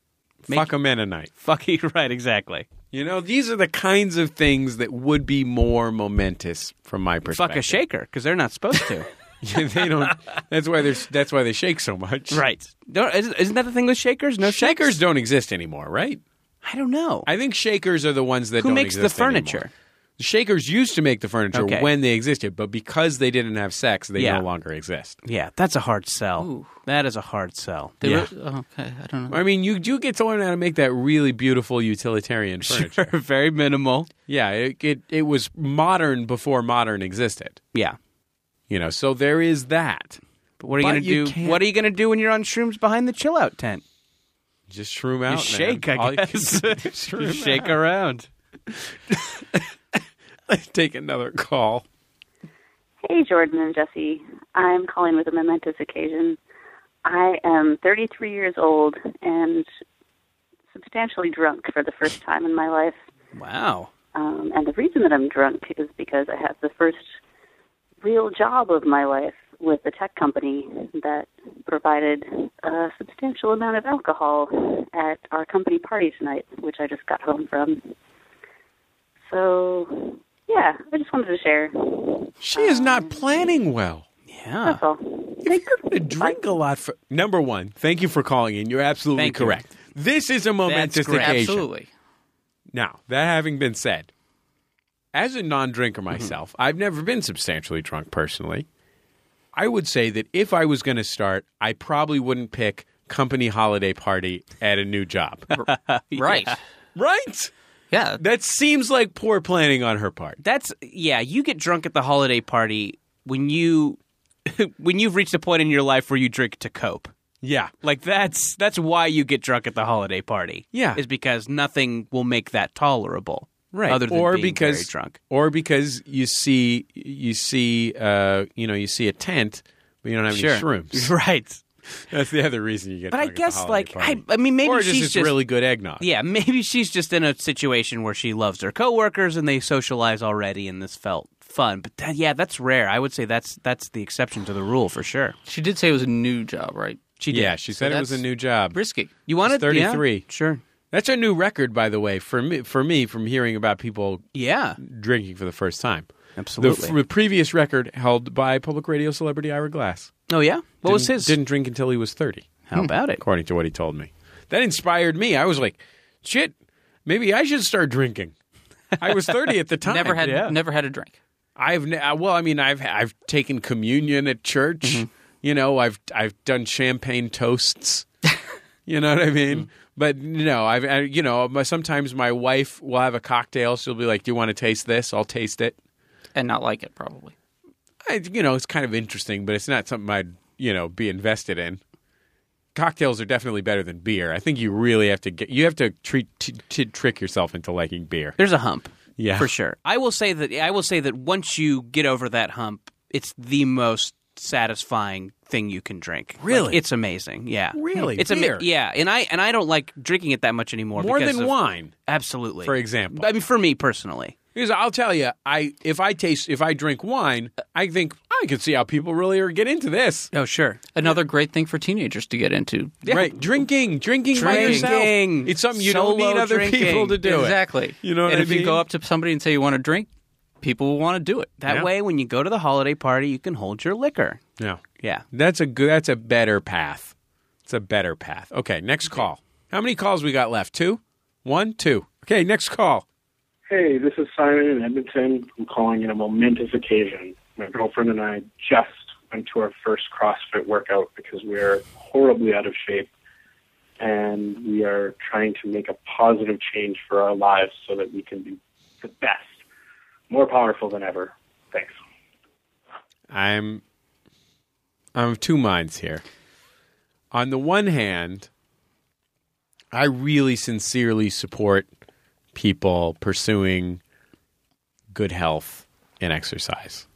Speaker 3: Fuck a Mennonite.
Speaker 4: Fuck you, right, exactly.
Speaker 3: You know, these are the kinds of things that would be more momentous from my perspective.
Speaker 4: Fuck a shaker because they're not supposed to.
Speaker 3: they don't. That's why they're. That's why they shake so much.
Speaker 4: right? Don't, isn't isn't that the thing with shakers? No sex?
Speaker 3: Shakers don't exist anymore, right?
Speaker 4: I don't know.
Speaker 3: I think shakers are the ones that
Speaker 4: Who
Speaker 3: don't
Speaker 4: makes the
Speaker 3: exist anymore.
Speaker 4: furniture?
Speaker 3: The Shakers used to make the furniture
Speaker 4: Okay.
Speaker 3: when they existed, but because they didn't have sex, they
Speaker 4: Yeah.
Speaker 3: no longer exist.
Speaker 4: Yeah, that's a hard sell. That is a hard sell.
Speaker 5: They
Speaker 3: Yeah.
Speaker 5: were- oh, okay, I don't know.
Speaker 3: I mean, you do get to learn how to make that really beautiful utilitarian furniture.
Speaker 4: Very minimal.
Speaker 3: Yeah, it, it it was modern before modern existed.
Speaker 4: Yeah.
Speaker 3: You know, so there is that.
Speaker 4: But what are you
Speaker 3: But
Speaker 4: going to
Speaker 3: you
Speaker 4: do?
Speaker 3: can't-
Speaker 4: What are you going to do when you're on shrooms behind the chill out tent?
Speaker 3: Just shroom out, man.
Speaker 4: shake, I
Speaker 3: All you-
Speaker 4: guess.
Speaker 3: Just shroom
Speaker 4: You
Speaker 3: out.
Speaker 4: shake around.
Speaker 3: Take another call.
Speaker 9: Hey, Jordan and Jesse. I'm calling with a momentous occasion. I am 33 years old and substantially drunk for the first time in my life.
Speaker 4: Wow.
Speaker 9: Um, and the reason that I'm drunk is because I have the first real job of my life with a tech company that provided a substantial amount of alcohol at our company party tonight, which I just got home from. So, yeah, I just wanted to share.
Speaker 3: She is not planning well.
Speaker 4: Yeah.
Speaker 9: That's all. Thanks.
Speaker 3: To drink a lot for number one. Thank you for calling in. You're absolutely
Speaker 4: Thank you.
Speaker 3: correct. This is a momentous
Speaker 4: great.
Speaker 3: occasion.
Speaker 5: Absolutely.
Speaker 3: Now, that having been said, as a non drinker
Speaker 4: Mm-hmm.
Speaker 3: myself, I've never been substantially drunk personally. I would say that if I was going to start, I probably wouldn't pick company holiday party at a new job.
Speaker 5: Right.
Speaker 3: right?
Speaker 5: Yeah.
Speaker 3: That seems like poor planning on her part.
Speaker 4: That's yeah, you get drunk at the holiday party when you when you've reached a point in your life where you drink to cope.
Speaker 3: Yeah.
Speaker 4: Like that's that's why you get drunk at the holiday party.
Speaker 3: Yeah.
Speaker 4: Is because nothing will make that tolerable. Other than
Speaker 3: or
Speaker 4: being
Speaker 3: because
Speaker 4: very drunk.
Speaker 3: or because you see you see uh, you know you see a tent but you don't have any shrooms.
Speaker 4: Right.
Speaker 3: That's the other reason you get.
Speaker 4: But I
Speaker 3: drunk at the
Speaker 4: guess,
Speaker 3: holiday
Speaker 4: like, I-
Speaker 3: party.
Speaker 4: I mean, maybe
Speaker 3: or
Speaker 4: she's
Speaker 3: just, it's
Speaker 4: just-
Speaker 3: really good eggnog.
Speaker 4: Yeah, maybe she's just in a situation where she loves her coworkers and they socialize already and this felt fun. But that, yeah, that's rare. I would say that's that's the exception to the rule for sure.
Speaker 5: She did say it was a new job, right?
Speaker 4: She did.
Speaker 3: yeah. She said it was a
Speaker 5: that's-
Speaker 3: new job.
Speaker 5: Risky.
Speaker 4: You wanted
Speaker 3: She's
Speaker 4: yeah,
Speaker 3: 33.
Speaker 4: sure.
Speaker 3: That's a new record, by the way, for me. For me, from hearing about people
Speaker 4: Yeah.
Speaker 3: drinking for the first time.
Speaker 4: Absolutely.
Speaker 3: The, f- the previous record held by public radio celebrity Ira Glass.
Speaker 4: Oh yeah. What was
Speaker 3: Didn't-
Speaker 4: his?
Speaker 3: Didn't drink until he was thirty. Hmm.
Speaker 4: How about it?
Speaker 3: according to what he told me. That inspired me. I was like, shit, maybe I should start drinking. I was 30 at the time.
Speaker 5: Never had never had a drink.
Speaker 3: I've ne- uh, well, I mean, I've I've taken communion at church.
Speaker 4: Mm-hmm.
Speaker 3: You know, I've I've done champagne toasts. you know what I mean?
Speaker 4: Mm-hmm.
Speaker 3: But no, I've I, you know, my, sometimes my wife will have a cocktail. She'll be like, "Do you want to taste this?" I'll taste it.
Speaker 5: And not like it, probably.
Speaker 3: I, you know, it's kind of interesting, but it's not something I'd, you know, be invested in. Cocktails are definitely better than beer. I think you really have to get, you have to treat, t- t- trick yourself into liking beer.
Speaker 4: There's a hump.
Speaker 3: Yeah.
Speaker 4: For sure. I will say that I will say that once you get over that hump, it's the most satisfying thing you can drink. Like,
Speaker 3: Really?
Speaker 4: it's amazing. Yeah.
Speaker 3: Really?
Speaker 4: It's ama-
Speaker 3: Beer?
Speaker 4: yeah, and I and I don't like drinking it that much anymore
Speaker 3: More
Speaker 4: because
Speaker 3: than
Speaker 4: of-
Speaker 3: wine,
Speaker 4: Absolutely.
Speaker 3: for example.
Speaker 4: I mean for me personally.
Speaker 3: Because I'll tell you, I if I taste if I drink wine, I think I can see how people really are get into this.
Speaker 4: Oh sure.
Speaker 5: Another great thing for teenagers to get into.
Speaker 3: Right, drinking, drinking, by
Speaker 4: Drinking.
Speaker 3: yourself. It's something you don't
Speaker 4: Solo
Speaker 3: need other
Speaker 4: drinking.
Speaker 3: people to do. it.
Speaker 5: exactly.
Speaker 3: You know what
Speaker 5: and
Speaker 3: I
Speaker 5: if
Speaker 3: mean?
Speaker 5: you go up to somebody and say you want a drink, people will want to do it.
Speaker 4: That
Speaker 3: Yeah.
Speaker 4: way when you go to the holiday party you can hold your liquor.
Speaker 3: No.
Speaker 4: Yeah.
Speaker 3: That's a good. That's a better path. It's a better path. Okay, next call. How many calls we got left? Two, one, two. Okay, next call.
Speaker 10: Hey, this is Simon in Edmonton. I'm calling in a momentous occasion. My girlfriend and I just went to our first CrossFit workout because we are horribly out of shape and we are trying to make a positive change for our lives so that we can be the best, more powerful than ever. Thanks.
Speaker 3: I'm I'm of two minds here. On the one hand, I really sincerely support people pursuing good health and exercise.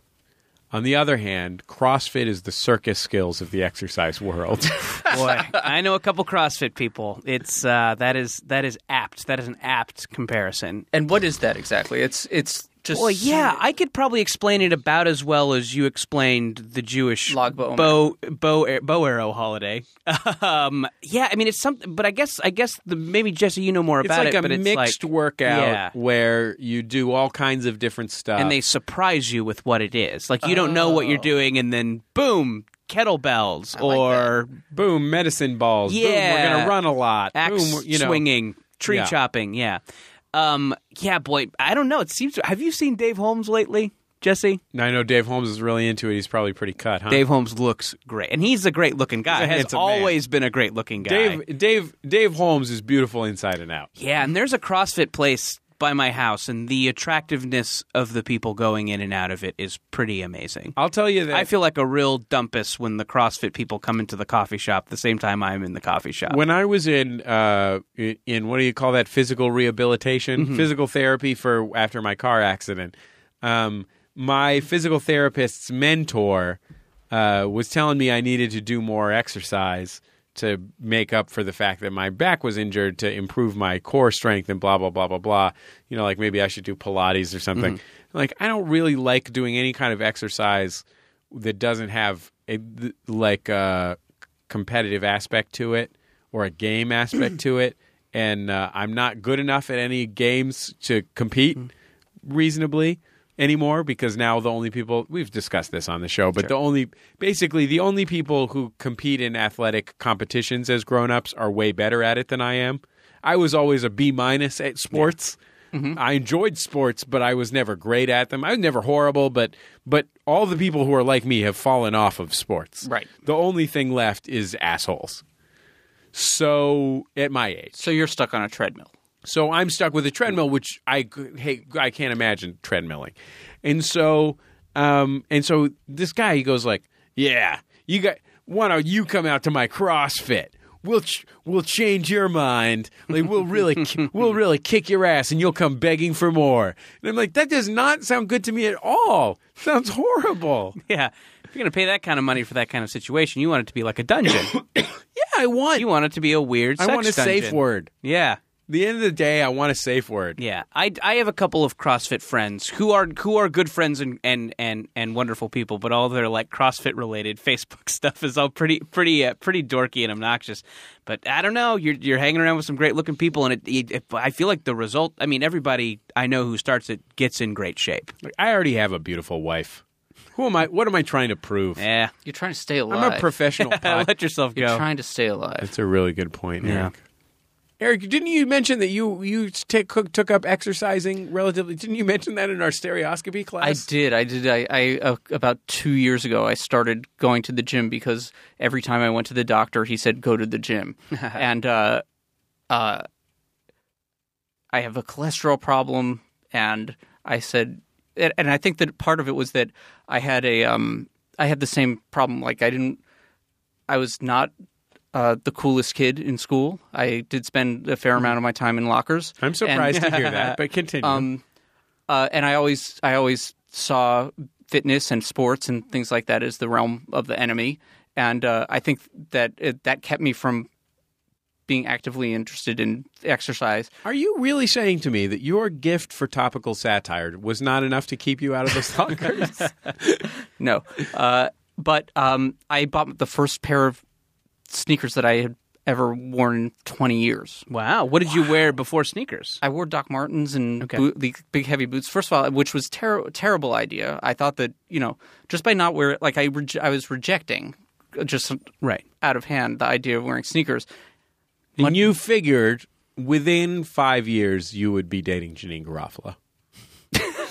Speaker 3: On the other hand, CrossFit is the circus skills of the exercise world.
Speaker 4: Boy, I know a couple CrossFit people. It's uh, that is that is apt. That is an apt comparison.
Speaker 5: And what is that exactly? It's it's just
Speaker 4: Well, yeah, I could probably explain it about as well as you explained the Jewish
Speaker 5: Log Bow Omer.
Speaker 4: bow bow bow arrow holiday. um, yeah, I mean it's something, but I guess I guess the, maybe Jesse, you know more
Speaker 3: it's
Speaker 4: about
Speaker 3: like
Speaker 4: it.
Speaker 3: a
Speaker 4: but it's
Speaker 3: mixed
Speaker 4: like,
Speaker 3: workout
Speaker 4: Yeah.
Speaker 3: where you do all kinds of different stuff.
Speaker 4: and they surprise you with what it is. Like you don't know what you're doing, and then boom, kettlebells or
Speaker 3: boom medicine balls. Boom, we're
Speaker 4: Yeah.
Speaker 3: gonna run a lot.
Speaker 4: axe
Speaker 3: boom, we're- you know,
Speaker 4: swinging, tree
Speaker 3: Yeah.
Speaker 4: chopping. Yeah. Um, yeah, boy, I don't know. It seems. Have you seen Dave Holmes lately, Jesse?
Speaker 3: Now, I know Dave Holmes is really into it. He's probably pretty cut, huh?
Speaker 4: Dave Holmes looks great, and he's a great looking guy.
Speaker 3: He's a
Speaker 4: Has
Speaker 3: handsome man.
Speaker 4: always been a great looking guy.
Speaker 3: Dave, Dave, Dave Holmes is beautiful inside and out.
Speaker 4: Yeah, and there's a CrossFit place by my house, and the attractiveness of the people going in and out of it is pretty amazing.
Speaker 3: I'll tell you that.
Speaker 4: I feel like a real dumpus when the CrossFit people come into the coffee shop the same time I'm in the coffee shop.
Speaker 3: when I was in uh, in- in what do you call that physical rehabilitation, physical therapy for after my car accident, um, my physical therapist's mentor uh, was telling me I needed to do more exercise to make up for the fact that my back was injured to improve my core strength and blah blah blah blah blah. You know, like maybe I should do Pilates or something. Like I don't really like doing any kind of exercise that doesn't have a th- like uh, a competitive aspect to it or a game aspect to it, and uh, I'm not good enough at any games to compete reasonably anymore because now the only people we've discussed this on the show, but the only basically the only people who compete in athletic competitions as grown-ups are way better at it than I am. I was always a B minus at sports. Mm-hmm. I enjoyed sports, but I was never great at them. I was never horrible, but but all the people who are like me have fallen off of sports.
Speaker 5: Right.
Speaker 3: The only thing left is assholes. So at my age,
Speaker 5: So you're stuck on a treadmill.
Speaker 3: so I'm stuck with a treadmill, which I c- hey I can't imagine treadmilling, and so um and so this guy he goes like yeah you got why don't you come out to my CrossFit we'll ch- we'll change your mind like we'll really ki- we'll really kick your ass and you'll come begging for more and I'm like that does not sound good to me at all sounds horrible
Speaker 4: yeah, if you're gonna pay that kind of money for that kind of situation, you want it to be like a dungeon. yeah,
Speaker 3: I want
Speaker 4: you want it to be a weird.
Speaker 3: I
Speaker 4: sex
Speaker 3: want a
Speaker 4: dungeon.
Speaker 3: safe word
Speaker 4: Yeah,
Speaker 3: the end of the day I want a safe word
Speaker 4: Yeah, I, I have a couple of CrossFit friends who are who are good friends and and and, and wonderful people, but all their like CrossFit related Facebook stuff is all pretty pretty uh, pretty dorky and obnoxious. But I don't know, you're you're hanging around with some great looking people, and it, it, it- I feel like the result. I mean, everybody I know who starts it gets in great shape.
Speaker 3: Like, I already have a beautiful wife who am I what am I trying to prove
Speaker 4: Yeah,
Speaker 5: You're trying to stay alive.
Speaker 3: I'm a professional pod.
Speaker 4: let yourself
Speaker 5: You're
Speaker 4: go.
Speaker 5: trying to stay alive.
Speaker 3: That's a really good point, Eric. Eric, didn't you mention that you you take, cook, took up exercising relatively? Didn't you mention that in our stereoscopy
Speaker 5: I
Speaker 3: class?
Speaker 5: did. I did. I, I uh, about two years ago, I started going to the gym because every time I went to the doctor, he said go to the gym, and uh, uh, I have a cholesterol problem, and I said, and and I think that part of it was that I had a, um, I had the same problem. Like I didn't, I was not. Uh, the coolest kid in school. I did spend a fair
Speaker 4: Mm-hmm.
Speaker 5: amount of my time in lockers.
Speaker 3: I'm
Speaker 5: And-
Speaker 3: surprised to hear that, but continue.
Speaker 5: um, uh, and I always I always saw fitness and sports and things like that as the realm of the enemy, and uh, I think that it, that kept me from being actively interested in exercise.
Speaker 3: Are you really saying to me that your gift for topical satire was not enough to keep you out of the stalkers?
Speaker 5: No, uh, but um, I bought the first pair of sneakers that I had ever worn in twenty years.
Speaker 4: Wow, what did you wear before sneakers?
Speaker 5: I wore Doc Martens and boot, the big heavy boots. First of all, which was ter- terrible idea. I thought that you know just by not wearing like I reje- I was rejecting uh, just
Speaker 4: Right.
Speaker 5: out of hand the idea of wearing sneakers.
Speaker 3: and you figured within five years you would be dating Janine Garofalo.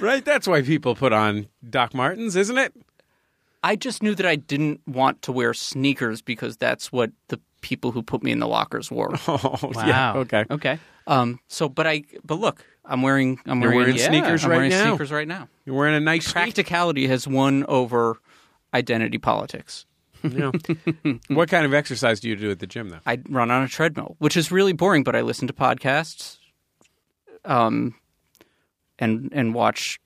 Speaker 3: right? That's why people put on Doc Martens, isn't it?
Speaker 5: I just knew that I didn't want to wear sneakers because that's what the people who put me in the lockers wore.
Speaker 3: Oh, wow. Okay.
Speaker 4: Okay.
Speaker 5: um. So, but I but look, I'm wearing I'm
Speaker 3: You're
Speaker 5: wearing,
Speaker 3: wearing
Speaker 5: yeah,
Speaker 3: sneakers
Speaker 5: I'm
Speaker 3: right
Speaker 5: wearing
Speaker 3: now.
Speaker 5: Sneakers right now.
Speaker 3: You're wearing a nice sneaker.
Speaker 5: Practicality has won over identity politics.
Speaker 3: No. what kind of exercise do you do at the gym, though?
Speaker 5: I run on a treadmill, which is really boring, but I listen to podcasts, um, and and watch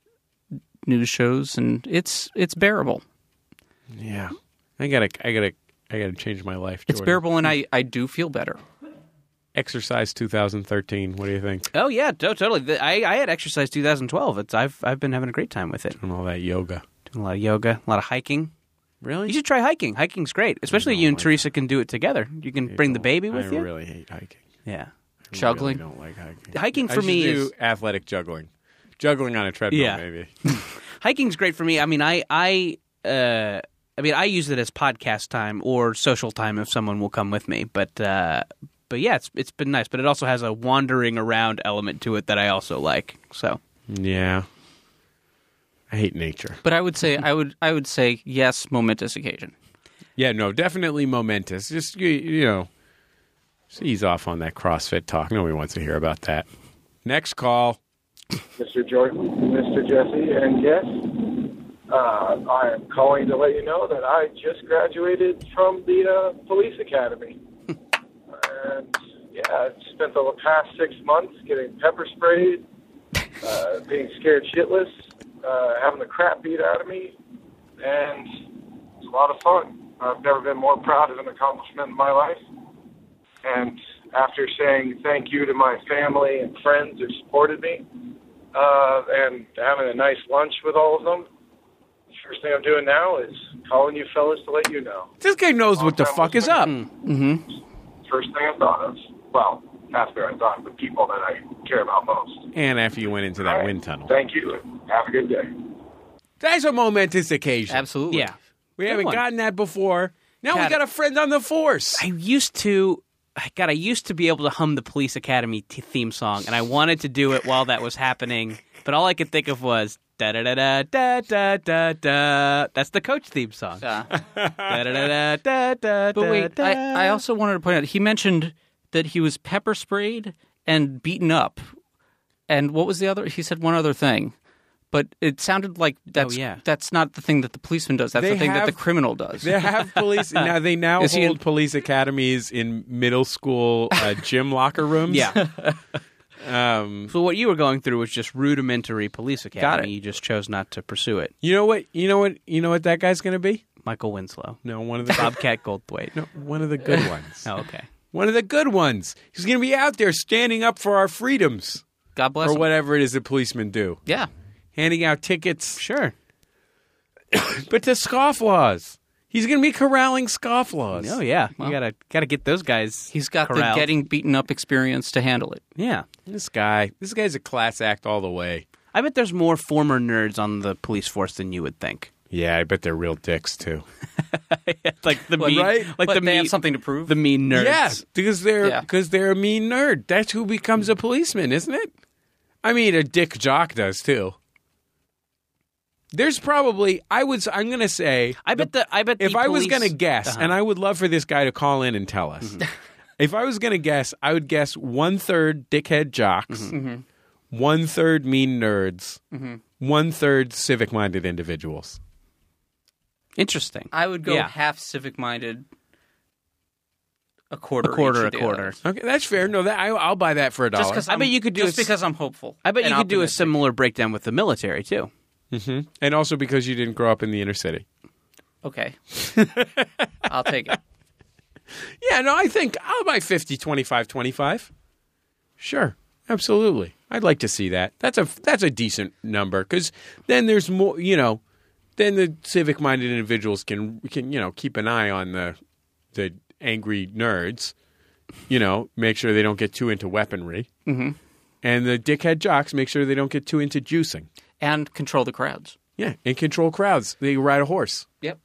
Speaker 5: news shows, and it's it's bearable.
Speaker 3: Yeah, I gotta, I gotta, I gotta change my life.
Speaker 5: It's
Speaker 3: Jordan.
Speaker 5: bearable, and I I do feel better.
Speaker 3: Exercise 2013. What do you think?
Speaker 4: Oh yeah, to- totally. The- I I had exercise 2012. It's I've I've been having a great time with it.
Speaker 3: And all that yoga.
Speaker 4: Doing a lot of yoga, a lot of hiking. You
Speaker 3: Really?
Speaker 4: should try hiking. Hiking's great, especially you and Teresa can do it together. You can bring the baby with
Speaker 3: I
Speaker 4: you.
Speaker 3: really hate hiking.
Speaker 4: yeah,
Speaker 3: I
Speaker 5: Juggling.
Speaker 3: don't like hiking.
Speaker 4: hiking
Speaker 3: I
Speaker 4: for
Speaker 3: should
Speaker 4: me
Speaker 3: do
Speaker 4: is
Speaker 3: athletic juggling, juggling on a treadmill.
Speaker 4: Yeah.
Speaker 3: Maybe
Speaker 4: hiking's great for me. I mean, I I uh, I mean, I use it as podcast time or social time if someone will come with me. But uh, but yeah, it's it's been nice. But it also has a wandering around element to it that I also like. So
Speaker 3: Yeah. I hate nature.
Speaker 5: But I would say I would I would say yes, momentous occasion.
Speaker 3: Yeah, no, definitely momentous. Just you, you know, just ease off on that CrossFit talk. Nobody wants to hear about that. Next call.
Speaker 11: Mr. Jordan, Mr. Jesse, and yes, uh, I am calling to let you know that I just graduated from the uh, police academy. and yeah, I've spent the past six months getting pepper sprayed, uh, being scared shitless, uh, having the crap beat out of me, and it's a lot of fun. I've never been more proud of an accomplishment in my life. And after saying thank you to my family and friends who supported me, uh, and having a nice lunch with all of them. First thing I'm doing now is calling you fellas to let you know.
Speaker 3: This guy knows what the fuck is up.
Speaker 4: Hmm.
Speaker 11: First thing I thought of. Well, not where I thought of the people that I care about most.
Speaker 3: And after you went into that wind tunnel.
Speaker 11: Thank you. Have a good day.
Speaker 3: That's a momentous occasion.
Speaker 5: Absolutely.
Speaker 4: yeah,
Speaker 3: We haven't
Speaker 4: one.
Speaker 3: gotten that before. Now we
Speaker 4: Got
Speaker 3: got a friend on the force.
Speaker 4: I used to. God, I used to be able to hum the Police Academy t- theme song, and I wanted to do it while that was happening, but all I could think of was da da da da da da da da. That's the coach theme song.
Speaker 5: Yeah.
Speaker 4: Da da da da da da.
Speaker 5: But wait, I, I also wanted to point out he mentioned that he was pepper sprayed and beaten up. And what was the other? He said one other thing, but it sounded like that's
Speaker 4: Oh, yeah.
Speaker 5: that's not the thing that the policeman does. That's
Speaker 3: They
Speaker 5: the thing that the
Speaker 3: have-
Speaker 5: criminal does.
Speaker 3: They have police now. They now
Speaker 5: Is he in-
Speaker 3: hold police academies in middle school uh, gym locker rooms.
Speaker 4: yeah.
Speaker 3: Um,
Speaker 4: So what you were going through was just rudimentary police academy. You just chose not to pursue it.
Speaker 3: you know what? You know what? You know what that guy's going to be?
Speaker 4: Michael Winslow,
Speaker 3: No, one of the
Speaker 4: Bobcat Goldthwait.
Speaker 3: no, one of the good ones.
Speaker 4: Oh, okay.
Speaker 3: One of the good ones. He's going to be out there standing up for our freedoms
Speaker 5: God bless.
Speaker 3: or
Speaker 5: him.
Speaker 3: whatever it is that policemen do,
Speaker 5: Yeah.
Speaker 3: handing out tickets. Sure, but to scofflaws. He's going to be corralling scofflaws.
Speaker 4: Oh yeah, you gotta gotta get those guys.
Speaker 5: He's got
Speaker 4: corralled.
Speaker 5: the getting beaten up experience to handle it.
Speaker 4: Yeah,
Speaker 3: This guy. This guy's a class act all the way.
Speaker 4: I bet there's more former nerds on the police force than you would think.
Speaker 3: Yeah, I bet they're real dicks too.
Speaker 4: like the mean,
Speaker 3: right?
Speaker 4: like
Speaker 5: but
Speaker 4: the
Speaker 5: they
Speaker 4: mean,
Speaker 5: have something to prove.
Speaker 4: the mean nerds.
Speaker 3: Yes, because they're
Speaker 5: Yeah.
Speaker 3: because they're a mean nerd. That's who becomes a policeman, isn't it? I mean, a dick jock does too. There's probably I would s- I'm going to say
Speaker 4: I bet the I bet
Speaker 3: if
Speaker 4: the
Speaker 3: I was
Speaker 4: police- uh-huh.
Speaker 3: going to guess, and I would love for this guy to call in and tell us. if I was going to guess, I would guess one third dickhead jocks, one third mean nerds, one third civic minded individuals.
Speaker 4: interesting.
Speaker 5: I would go
Speaker 4: Yeah.
Speaker 5: half civic minded, a quarter,
Speaker 4: a quarter,
Speaker 5: each
Speaker 4: a
Speaker 5: of the
Speaker 4: quarter.
Speaker 5: others.
Speaker 3: Okay, that's fair. No, that I, I'll buy that for a dollar.
Speaker 5: Just because
Speaker 4: I bet you could do
Speaker 5: just
Speaker 4: a s-
Speaker 5: because I'm hopeful.
Speaker 4: I bet you
Speaker 5: and
Speaker 4: could do a
Speaker 5: optimistic.
Speaker 4: similar breakdown with the military too.
Speaker 3: Mhm. and also because you didn't grow up in the inner city.
Speaker 5: Okay, I'll take it.
Speaker 3: Yeah, no, I think I'll buy 50, 25, 25. Sure. Absolutely. I'd like to see that. That's a that's a decent number cuz then there's more, you know, then the civic-minded individuals can can, you know, keep an eye on the the angry nerds, you know, make sure they don't get too into weaponry. Mhm. And the dickhead jocks make sure they don't get too into juicing.
Speaker 5: and control the crowds.
Speaker 3: Yeah, and control crowds. They ride a horse.
Speaker 5: Yep.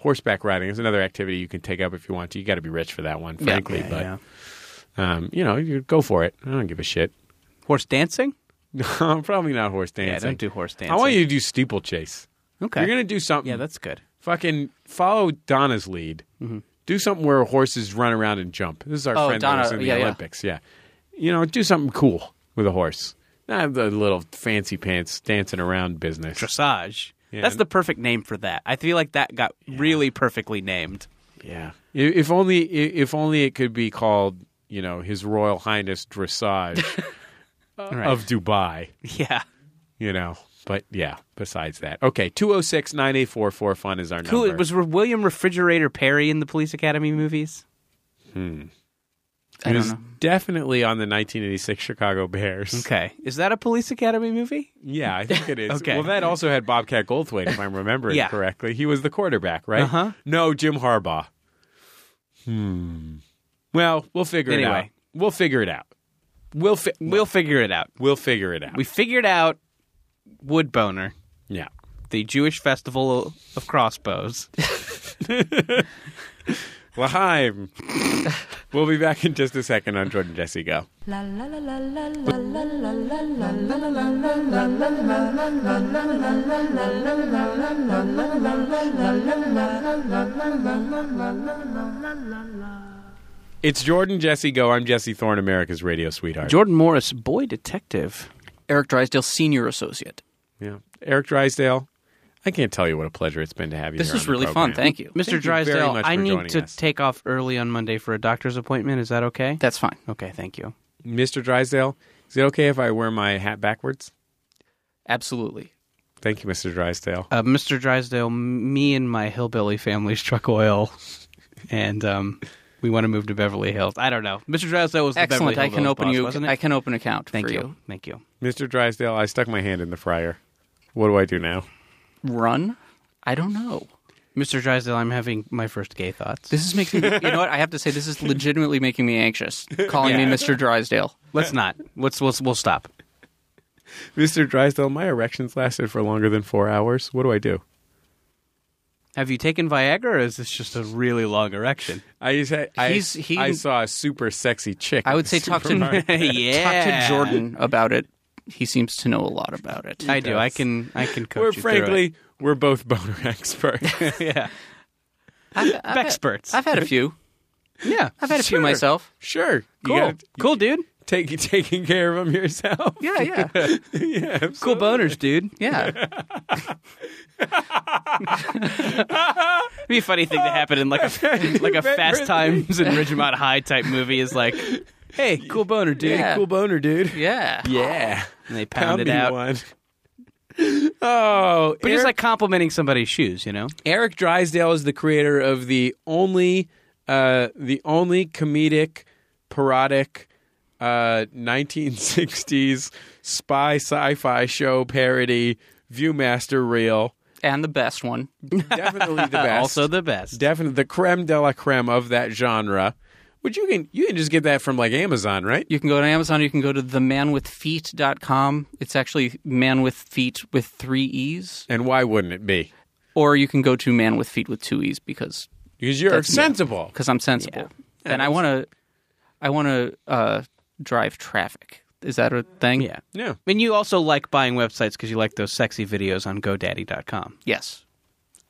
Speaker 3: Horseback riding is another activity you can take up if you want to. You got to be rich for that one, frankly, but
Speaker 4: yeah.
Speaker 3: um, you know, you go for it. I don't give a shit.
Speaker 4: Horse dancing?
Speaker 3: Probably not horse dancing.
Speaker 4: Yeah, don't do horse dancing.
Speaker 3: I want you to do steeplechase.
Speaker 4: Okay.
Speaker 3: You're gonna do something.
Speaker 4: yeah, that's Mm-hmm. good.
Speaker 3: fucking follow Donna's lead. Do something where horses run around and jump. This is our
Speaker 5: Oh,
Speaker 3: friend that
Speaker 5: Donna,
Speaker 3: was in the
Speaker 5: yeah, yeah.
Speaker 3: Olympics. Yeah. you know, do something cool with a horse. Not the little fancy pants dancing around business.
Speaker 4: Dressage.
Speaker 3: Yeah.
Speaker 4: That's the perfect name for that. I feel like that got really perfectly named.
Speaker 3: yeah. I- If only, i- if only it could be called, you know, His Royal Highness Dressage of Dubai.
Speaker 4: Yeah.
Speaker 3: you know. But yeah, besides that. Okay, 206 9844 fun is our
Speaker 4: Who
Speaker 3: number.
Speaker 4: was Re- William Refrigerator Perry in the Police Academy movies?
Speaker 3: He was definitely on the 1986 Chicago Bears.
Speaker 4: Okay. Is that a Police Academy movie?
Speaker 3: Yeah, I think it is.
Speaker 4: Okay.
Speaker 3: Well, that also had Bobcat Goldthwait, if I'm remembering
Speaker 4: Yeah.
Speaker 3: correctly. He was the quarterback, right?
Speaker 4: Uh-huh.
Speaker 3: No, Jim Harbaugh. Hmm. Well, we'll figure it out.
Speaker 4: Anyway.
Speaker 3: We'll figure it out. We'll fi-
Speaker 4: We'll figure it out.
Speaker 3: we'll figure it out.
Speaker 4: We figured out Wood Boner,
Speaker 3: yeah.
Speaker 4: the Jewish festival of crossbows.
Speaker 3: Lahaim. We'll be back in just a second on Jordan Jesse Go. It's Jordan Jesse Go. I'm Jesse Thorne, America's radio sweetheart.
Speaker 4: Jordan Morris, boy detective.
Speaker 5: Eric Drysdale, senior associate.
Speaker 3: yeah. Eric Drysdale, I can't tell you what a pleasure it's been to have you.
Speaker 5: This
Speaker 3: here
Speaker 5: is
Speaker 3: on the
Speaker 5: really
Speaker 3: program.
Speaker 5: fun. Thank you.
Speaker 4: Mr.
Speaker 3: you very
Speaker 4: Drysdale,
Speaker 3: much
Speaker 4: I
Speaker 3: for
Speaker 4: need
Speaker 3: joining
Speaker 4: to
Speaker 3: us.
Speaker 4: take off early on Monday for a doctor's appointment. Is that okay?
Speaker 5: That's fine.
Speaker 4: Okay, thank you.
Speaker 3: Mr. Drysdale, is it okay if I wear my hat backwards?
Speaker 5: Absolutely.
Speaker 3: Thank you, Mr. Drysdale.
Speaker 4: Uh, Mr. Drysdale, m- me and my hillbilly family struck oil, and um, we want to move to Beverly Hills. I don't know. Mr. Drysdale was the
Speaker 5: Excellent.
Speaker 4: Beverly
Speaker 5: I can
Speaker 4: Hillbillies
Speaker 5: open
Speaker 4: boss,
Speaker 5: you.
Speaker 4: Wasn't it?
Speaker 5: I can open account
Speaker 4: Thank
Speaker 5: for
Speaker 4: you.
Speaker 5: you.
Speaker 4: Thank you.
Speaker 3: Mr. Drysdale, I stuck my hand in the fryer. What do I do now?
Speaker 5: Run? I don't know.
Speaker 4: Mr. Drysdale, I'm having my first gay thoughts.
Speaker 5: This is making. you know what? I have to say, this is legitimately making me anxious. Calling me Mr. Drysdale.
Speaker 4: Let's not. Let's, let's we'll stop.
Speaker 3: Mr. Drysdale, my erections lasted for longer than four hours. What do I do?
Speaker 4: Have you taken Viagra, or is this just a really long erection?
Speaker 3: I just had, I,
Speaker 5: He's- he-
Speaker 3: I saw a super sexy chick.
Speaker 5: I
Speaker 3: at
Speaker 5: would
Speaker 3: the
Speaker 5: say talk to-
Speaker 3: supermarket.
Speaker 4: yeah,
Speaker 5: Talk to Jordan about it. He seems to know a lot about it.
Speaker 4: I do. I can. I can coach
Speaker 3: we're
Speaker 4: you through it.
Speaker 3: frankly, we're both boner experts.
Speaker 4: yeah, experts.
Speaker 5: I've had a few.
Speaker 4: yeah,
Speaker 5: I've had a few myself.
Speaker 3: sure,
Speaker 4: Cool,
Speaker 3: You gotta
Speaker 4: cool, dude.
Speaker 3: take taking care of them yourself.
Speaker 5: Yeah, yeah,
Speaker 3: yeah, absolutely.
Speaker 4: Cool boners, dude.
Speaker 5: yeah.
Speaker 4: It'd be a funny thing to happen in like a like a Fast Times in Ridgemont High type movie is like, hey, cool boner, dude.
Speaker 5: Yeah.
Speaker 3: Cool boner, dude.
Speaker 5: Yeah.
Speaker 3: Yeah,
Speaker 4: And they pound
Speaker 3: pound
Speaker 4: it
Speaker 3: me
Speaker 4: out.
Speaker 3: one. Oh,
Speaker 4: But it's like complimenting somebody's shoes, you know?
Speaker 3: Eric Drysdale is the creator of the only uh, the only comedic parodic uh, 1960s spy sci-fi show parody Viewmaster reel.
Speaker 5: And the best one.
Speaker 3: Definitely the best.
Speaker 4: Also the best.
Speaker 3: definitely the creme de la creme of that genre. Which you can you can just get that from like Amazon, right?
Speaker 5: You can go to Amazon. You can go to themanwithfeet.com. It's actually man with feet with three E's.
Speaker 3: And why wouldn't it be?
Speaker 5: Or you can go to man with feet with two E's because
Speaker 3: Because you're
Speaker 5: That's-
Speaker 3: sensible.
Speaker 5: because I'm sensible. and I want to I want to uh, drive traffic. Is that a thing?
Speaker 4: Yeah.
Speaker 3: Yeah.
Speaker 4: I mean, you also like buying websites because you like those sexy videos on GoDaddy.com.
Speaker 5: Yes.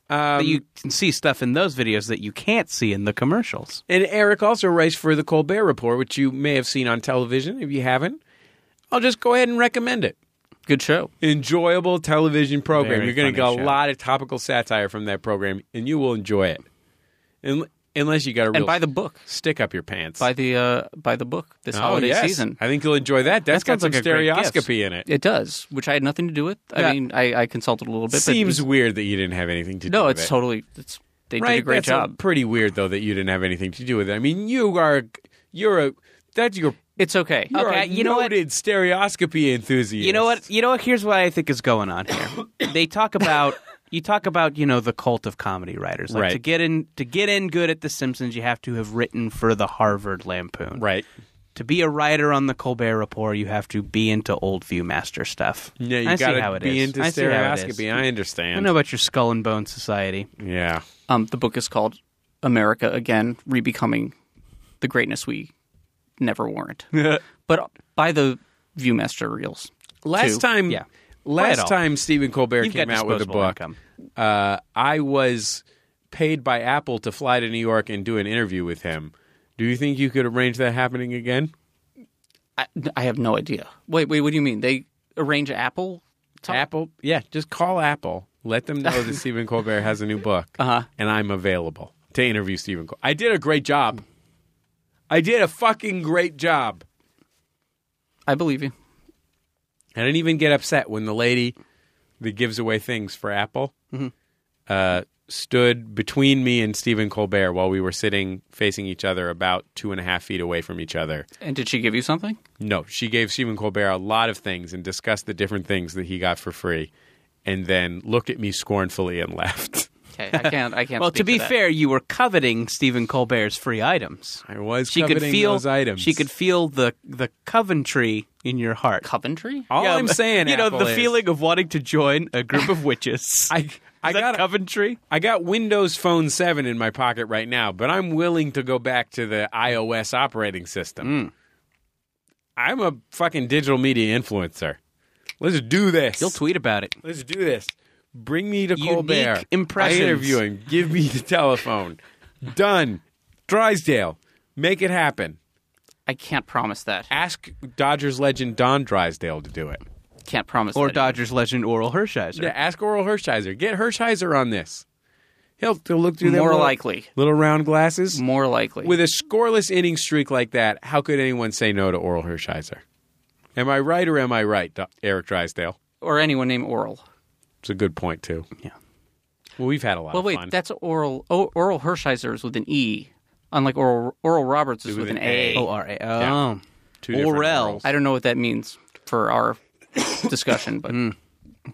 Speaker 4: but you can see stuff in those videos that you can't see in the commercials.
Speaker 3: And Eric also writes for the Colbert Report, which you may have seen on television. If you haven't, I'll just go ahead and recommend it.
Speaker 5: Good show.
Speaker 3: Enjoyable television program.
Speaker 4: Very
Speaker 3: You're going to get
Speaker 4: funny
Speaker 3: a
Speaker 4: show.
Speaker 3: lot of topical satire from that program, and you will enjoy it. Un- unless you got a real
Speaker 5: And by the book.
Speaker 3: stick up your pants.
Speaker 5: By the uh, by the book this
Speaker 3: oh,
Speaker 5: holiday
Speaker 3: yes.
Speaker 5: season.
Speaker 3: I think you'll enjoy that. That's got
Speaker 4: sounds
Speaker 3: some
Speaker 4: like a great
Speaker 3: stereoscopy in it.
Speaker 5: It does, which I had nothing to do with. I mean, I, I consulted a little bit. but
Speaker 3: Seems
Speaker 5: it's-
Speaker 3: weird that you didn't have anything to do
Speaker 5: no.
Speaker 3: with
Speaker 5: It's
Speaker 3: it.
Speaker 5: totally. It's they
Speaker 3: right?
Speaker 5: did a great
Speaker 3: That's
Speaker 5: job.
Speaker 3: pretty weird though that you didn't have anything to do with it. I mean, you are you're a that's your
Speaker 5: it's okay.
Speaker 3: you're
Speaker 4: Okay,
Speaker 3: a
Speaker 4: you know what?
Speaker 3: noted stereoscopy enthusiast.
Speaker 4: You know what? You know what? Here's what I think is going on here. they talk about you talk about you know the cult of comedy writers. Like
Speaker 3: Right.
Speaker 4: To get in to get in good at The Simpsons, you have to have written for the Harvard Lampoon.
Speaker 3: Right.
Speaker 4: To be a writer on the Colbert Report, you have to be into old Viewmaster stuff.
Speaker 3: Yeah, you
Speaker 4: I
Speaker 3: gotta
Speaker 4: see how it
Speaker 3: be
Speaker 4: is.
Speaker 3: into
Speaker 4: I see how it is.
Speaker 3: stereoscopy. I
Speaker 4: I
Speaker 3: understand.
Speaker 4: know about your Skull and Bone Society.
Speaker 3: Yeah.
Speaker 5: Um, the book is called America Again: Rebecoming the Greatness We Never Warrant. but by the Viewmaster reels.
Speaker 3: Last
Speaker 5: Two.
Speaker 3: time,
Speaker 4: Yeah. Buy it all.
Speaker 3: last time Stephen Colbert
Speaker 4: You've
Speaker 3: came
Speaker 4: got
Speaker 3: out with a
Speaker 4: disposable
Speaker 3: book,
Speaker 4: income.
Speaker 3: uh, I was paid by Apple to fly to New York and do an interview with him. Do you think you could arrange that happening again?
Speaker 5: I, I have no idea. Wait, wait. What do you mean? They arrange Apple? Talk?
Speaker 3: Apple, yeah, just call Apple. Let them know that Stephen Colbert has a new book, uh-huh. and I'm available to interview Stephen. Col- I did a great job. I did a fucking great job.
Speaker 5: I believe you.
Speaker 3: I didn't even get upset when the lady that gives away things for Apple uh, stood between me and Stephen Colbert while we were sitting facing each other about two and a half feet away from each other.
Speaker 5: And did she give you something?
Speaker 3: No, she gave Stephen Colbert a lot of things and discussed the different things that he got for free and then looked at me scornfully and left.
Speaker 5: Okay, I can't. I can't.
Speaker 4: Well,
Speaker 5: speak
Speaker 4: to be
Speaker 5: that.
Speaker 4: fair, you were coveting Stephen Colbert's free items.
Speaker 3: I was
Speaker 4: She could
Speaker 3: coveting
Speaker 4: feel
Speaker 3: those items.
Speaker 4: She could feel the the Coventry in your heart.
Speaker 5: Coventry.
Speaker 3: All
Speaker 4: Yeah,
Speaker 3: I'm
Speaker 4: but,
Speaker 3: saying,
Speaker 4: you know,
Speaker 3: Apple,
Speaker 4: the
Speaker 3: is
Speaker 4: feeling of wanting to join a group of witches.
Speaker 3: I I got
Speaker 4: Coventry.
Speaker 3: I got Windows Phone 7 in my pocket right now, but I'm willing to go back to the iOS operating system. I'm a fucking digital media influencer. Let's do this.
Speaker 4: You'll tweet about it.
Speaker 3: Let's do this. Bring me to
Speaker 4: Unique
Speaker 3: Colbert.
Speaker 4: impressions.
Speaker 3: I interview him. Give me the telephone. Done. Drysdale. Make it happen.
Speaker 5: I can't promise that.
Speaker 3: Ask Dodgers legend Don Drysdale to do it.
Speaker 5: Can't promise.
Speaker 4: Or
Speaker 5: that.
Speaker 4: Dodgers legend Oral Hershiser.
Speaker 3: Yeah, ask Oral Hershiser. Get Hershiser on this. He'll, he'll look through them
Speaker 5: More
Speaker 3: little-
Speaker 5: likely.
Speaker 3: little round glasses.
Speaker 5: More likely.
Speaker 3: With a scoreless inning streak like that, how could anyone say no to Oral Hershiser? Am I right or am I right, Do- Eric Drysdale?
Speaker 5: or anyone named Oral.
Speaker 3: It's a good point too.
Speaker 4: Yeah.
Speaker 3: Well, we've had a lot
Speaker 5: Well,
Speaker 3: of
Speaker 5: wait,
Speaker 3: fun.
Speaker 5: that's Oral. O- Oral Hershiser is with an E, unlike Oral. Oral Roberts is with, an A. I
Speaker 4: O R A. Oh.
Speaker 3: Two different
Speaker 4: Orel.
Speaker 3: Orals.
Speaker 5: I don't know what that means for our discussion, but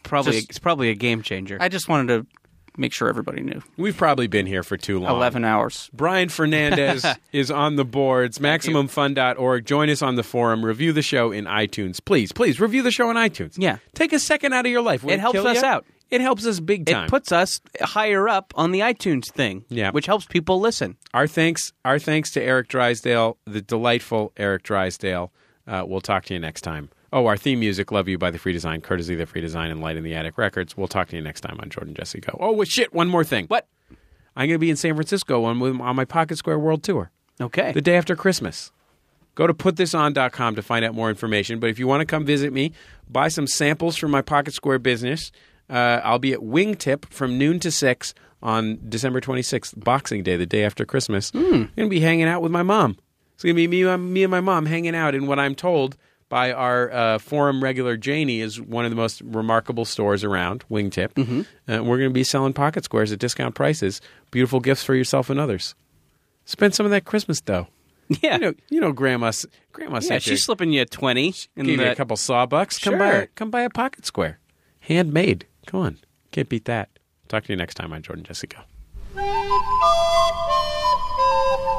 Speaker 4: Probably
Speaker 5: Just-
Speaker 4: it's probably a game changer.
Speaker 5: I just wanted to make sure everybody knew.
Speaker 3: We've probably been here for too long.
Speaker 5: Eleven hours.
Speaker 3: Brian Fernandez is on the boards. MaximumFun.org. Join us on the forum. Review the show in iTunes, please. Please review the show on iTunes.
Speaker 4: Yeah.
Speaker 3: Take a second out of your life. Will
Speaker 4: It helps
Speaker 3: kill
Speaker 4: us
Speaker 3: ya?
Speaker 4: out.
Speaker 3: It helps us big time.
Speaker 4: it puts us higher up on the iTunes thing,
Speaker 3: Yeah.
Speaker 4: which helps people listen.
Speaker 3: our thanks. Our thanks to Eric Drysdale, the delightful Eric Drysdale. Uh, we'll talk to you next time. Oh, our theme music, "Love You" by the Free Design, courtesy of the Free Design and Light in the Attic Records. We'll talk to you next time on Jordan Jesse Go. Oh, well, shit! One more thing. What? I'm going to be in San Francisco on on my Pocket Square World Tour
Speaker 4: Okay.
Speaker 3: the day after Christmas. Go to puttthison.com to find out more information. But if you want to come visit me, buy some samples from my Pocket Square business. Uh, I'll be at Wingtip from noon to 6 on December 26th, Boxing Day, the day after Christmas. I'm going to be hanging out with my mom. It's going to be me, um, me and my mom hanging out in what I'm told by our uh, forum regular Janie is one of the most remarkable stores around, Wingtip. Uh, we're going to be selling pocket squares at discount prices. Beautiful gifts for yourself and others. Spend some of that Christmas dough.
Speaker 4: yeah.
Speaker 3: You know, you know, Grandma. Grandma
Speaker 4: yeah,
Speaker 3: sent you,
Speaker 4: she's slipping you a 20 in
Speaker 3: gave you a
Speaker 4: that-
Speaker 3: couple sawbucks. Come buy,
Speaker 4: Sure.
Speaker 3: come buy a pocket square, handmade. Come on, can't beat that. Talk to you next time on Jordan Jesse Go.
Speaker 1: Thank you.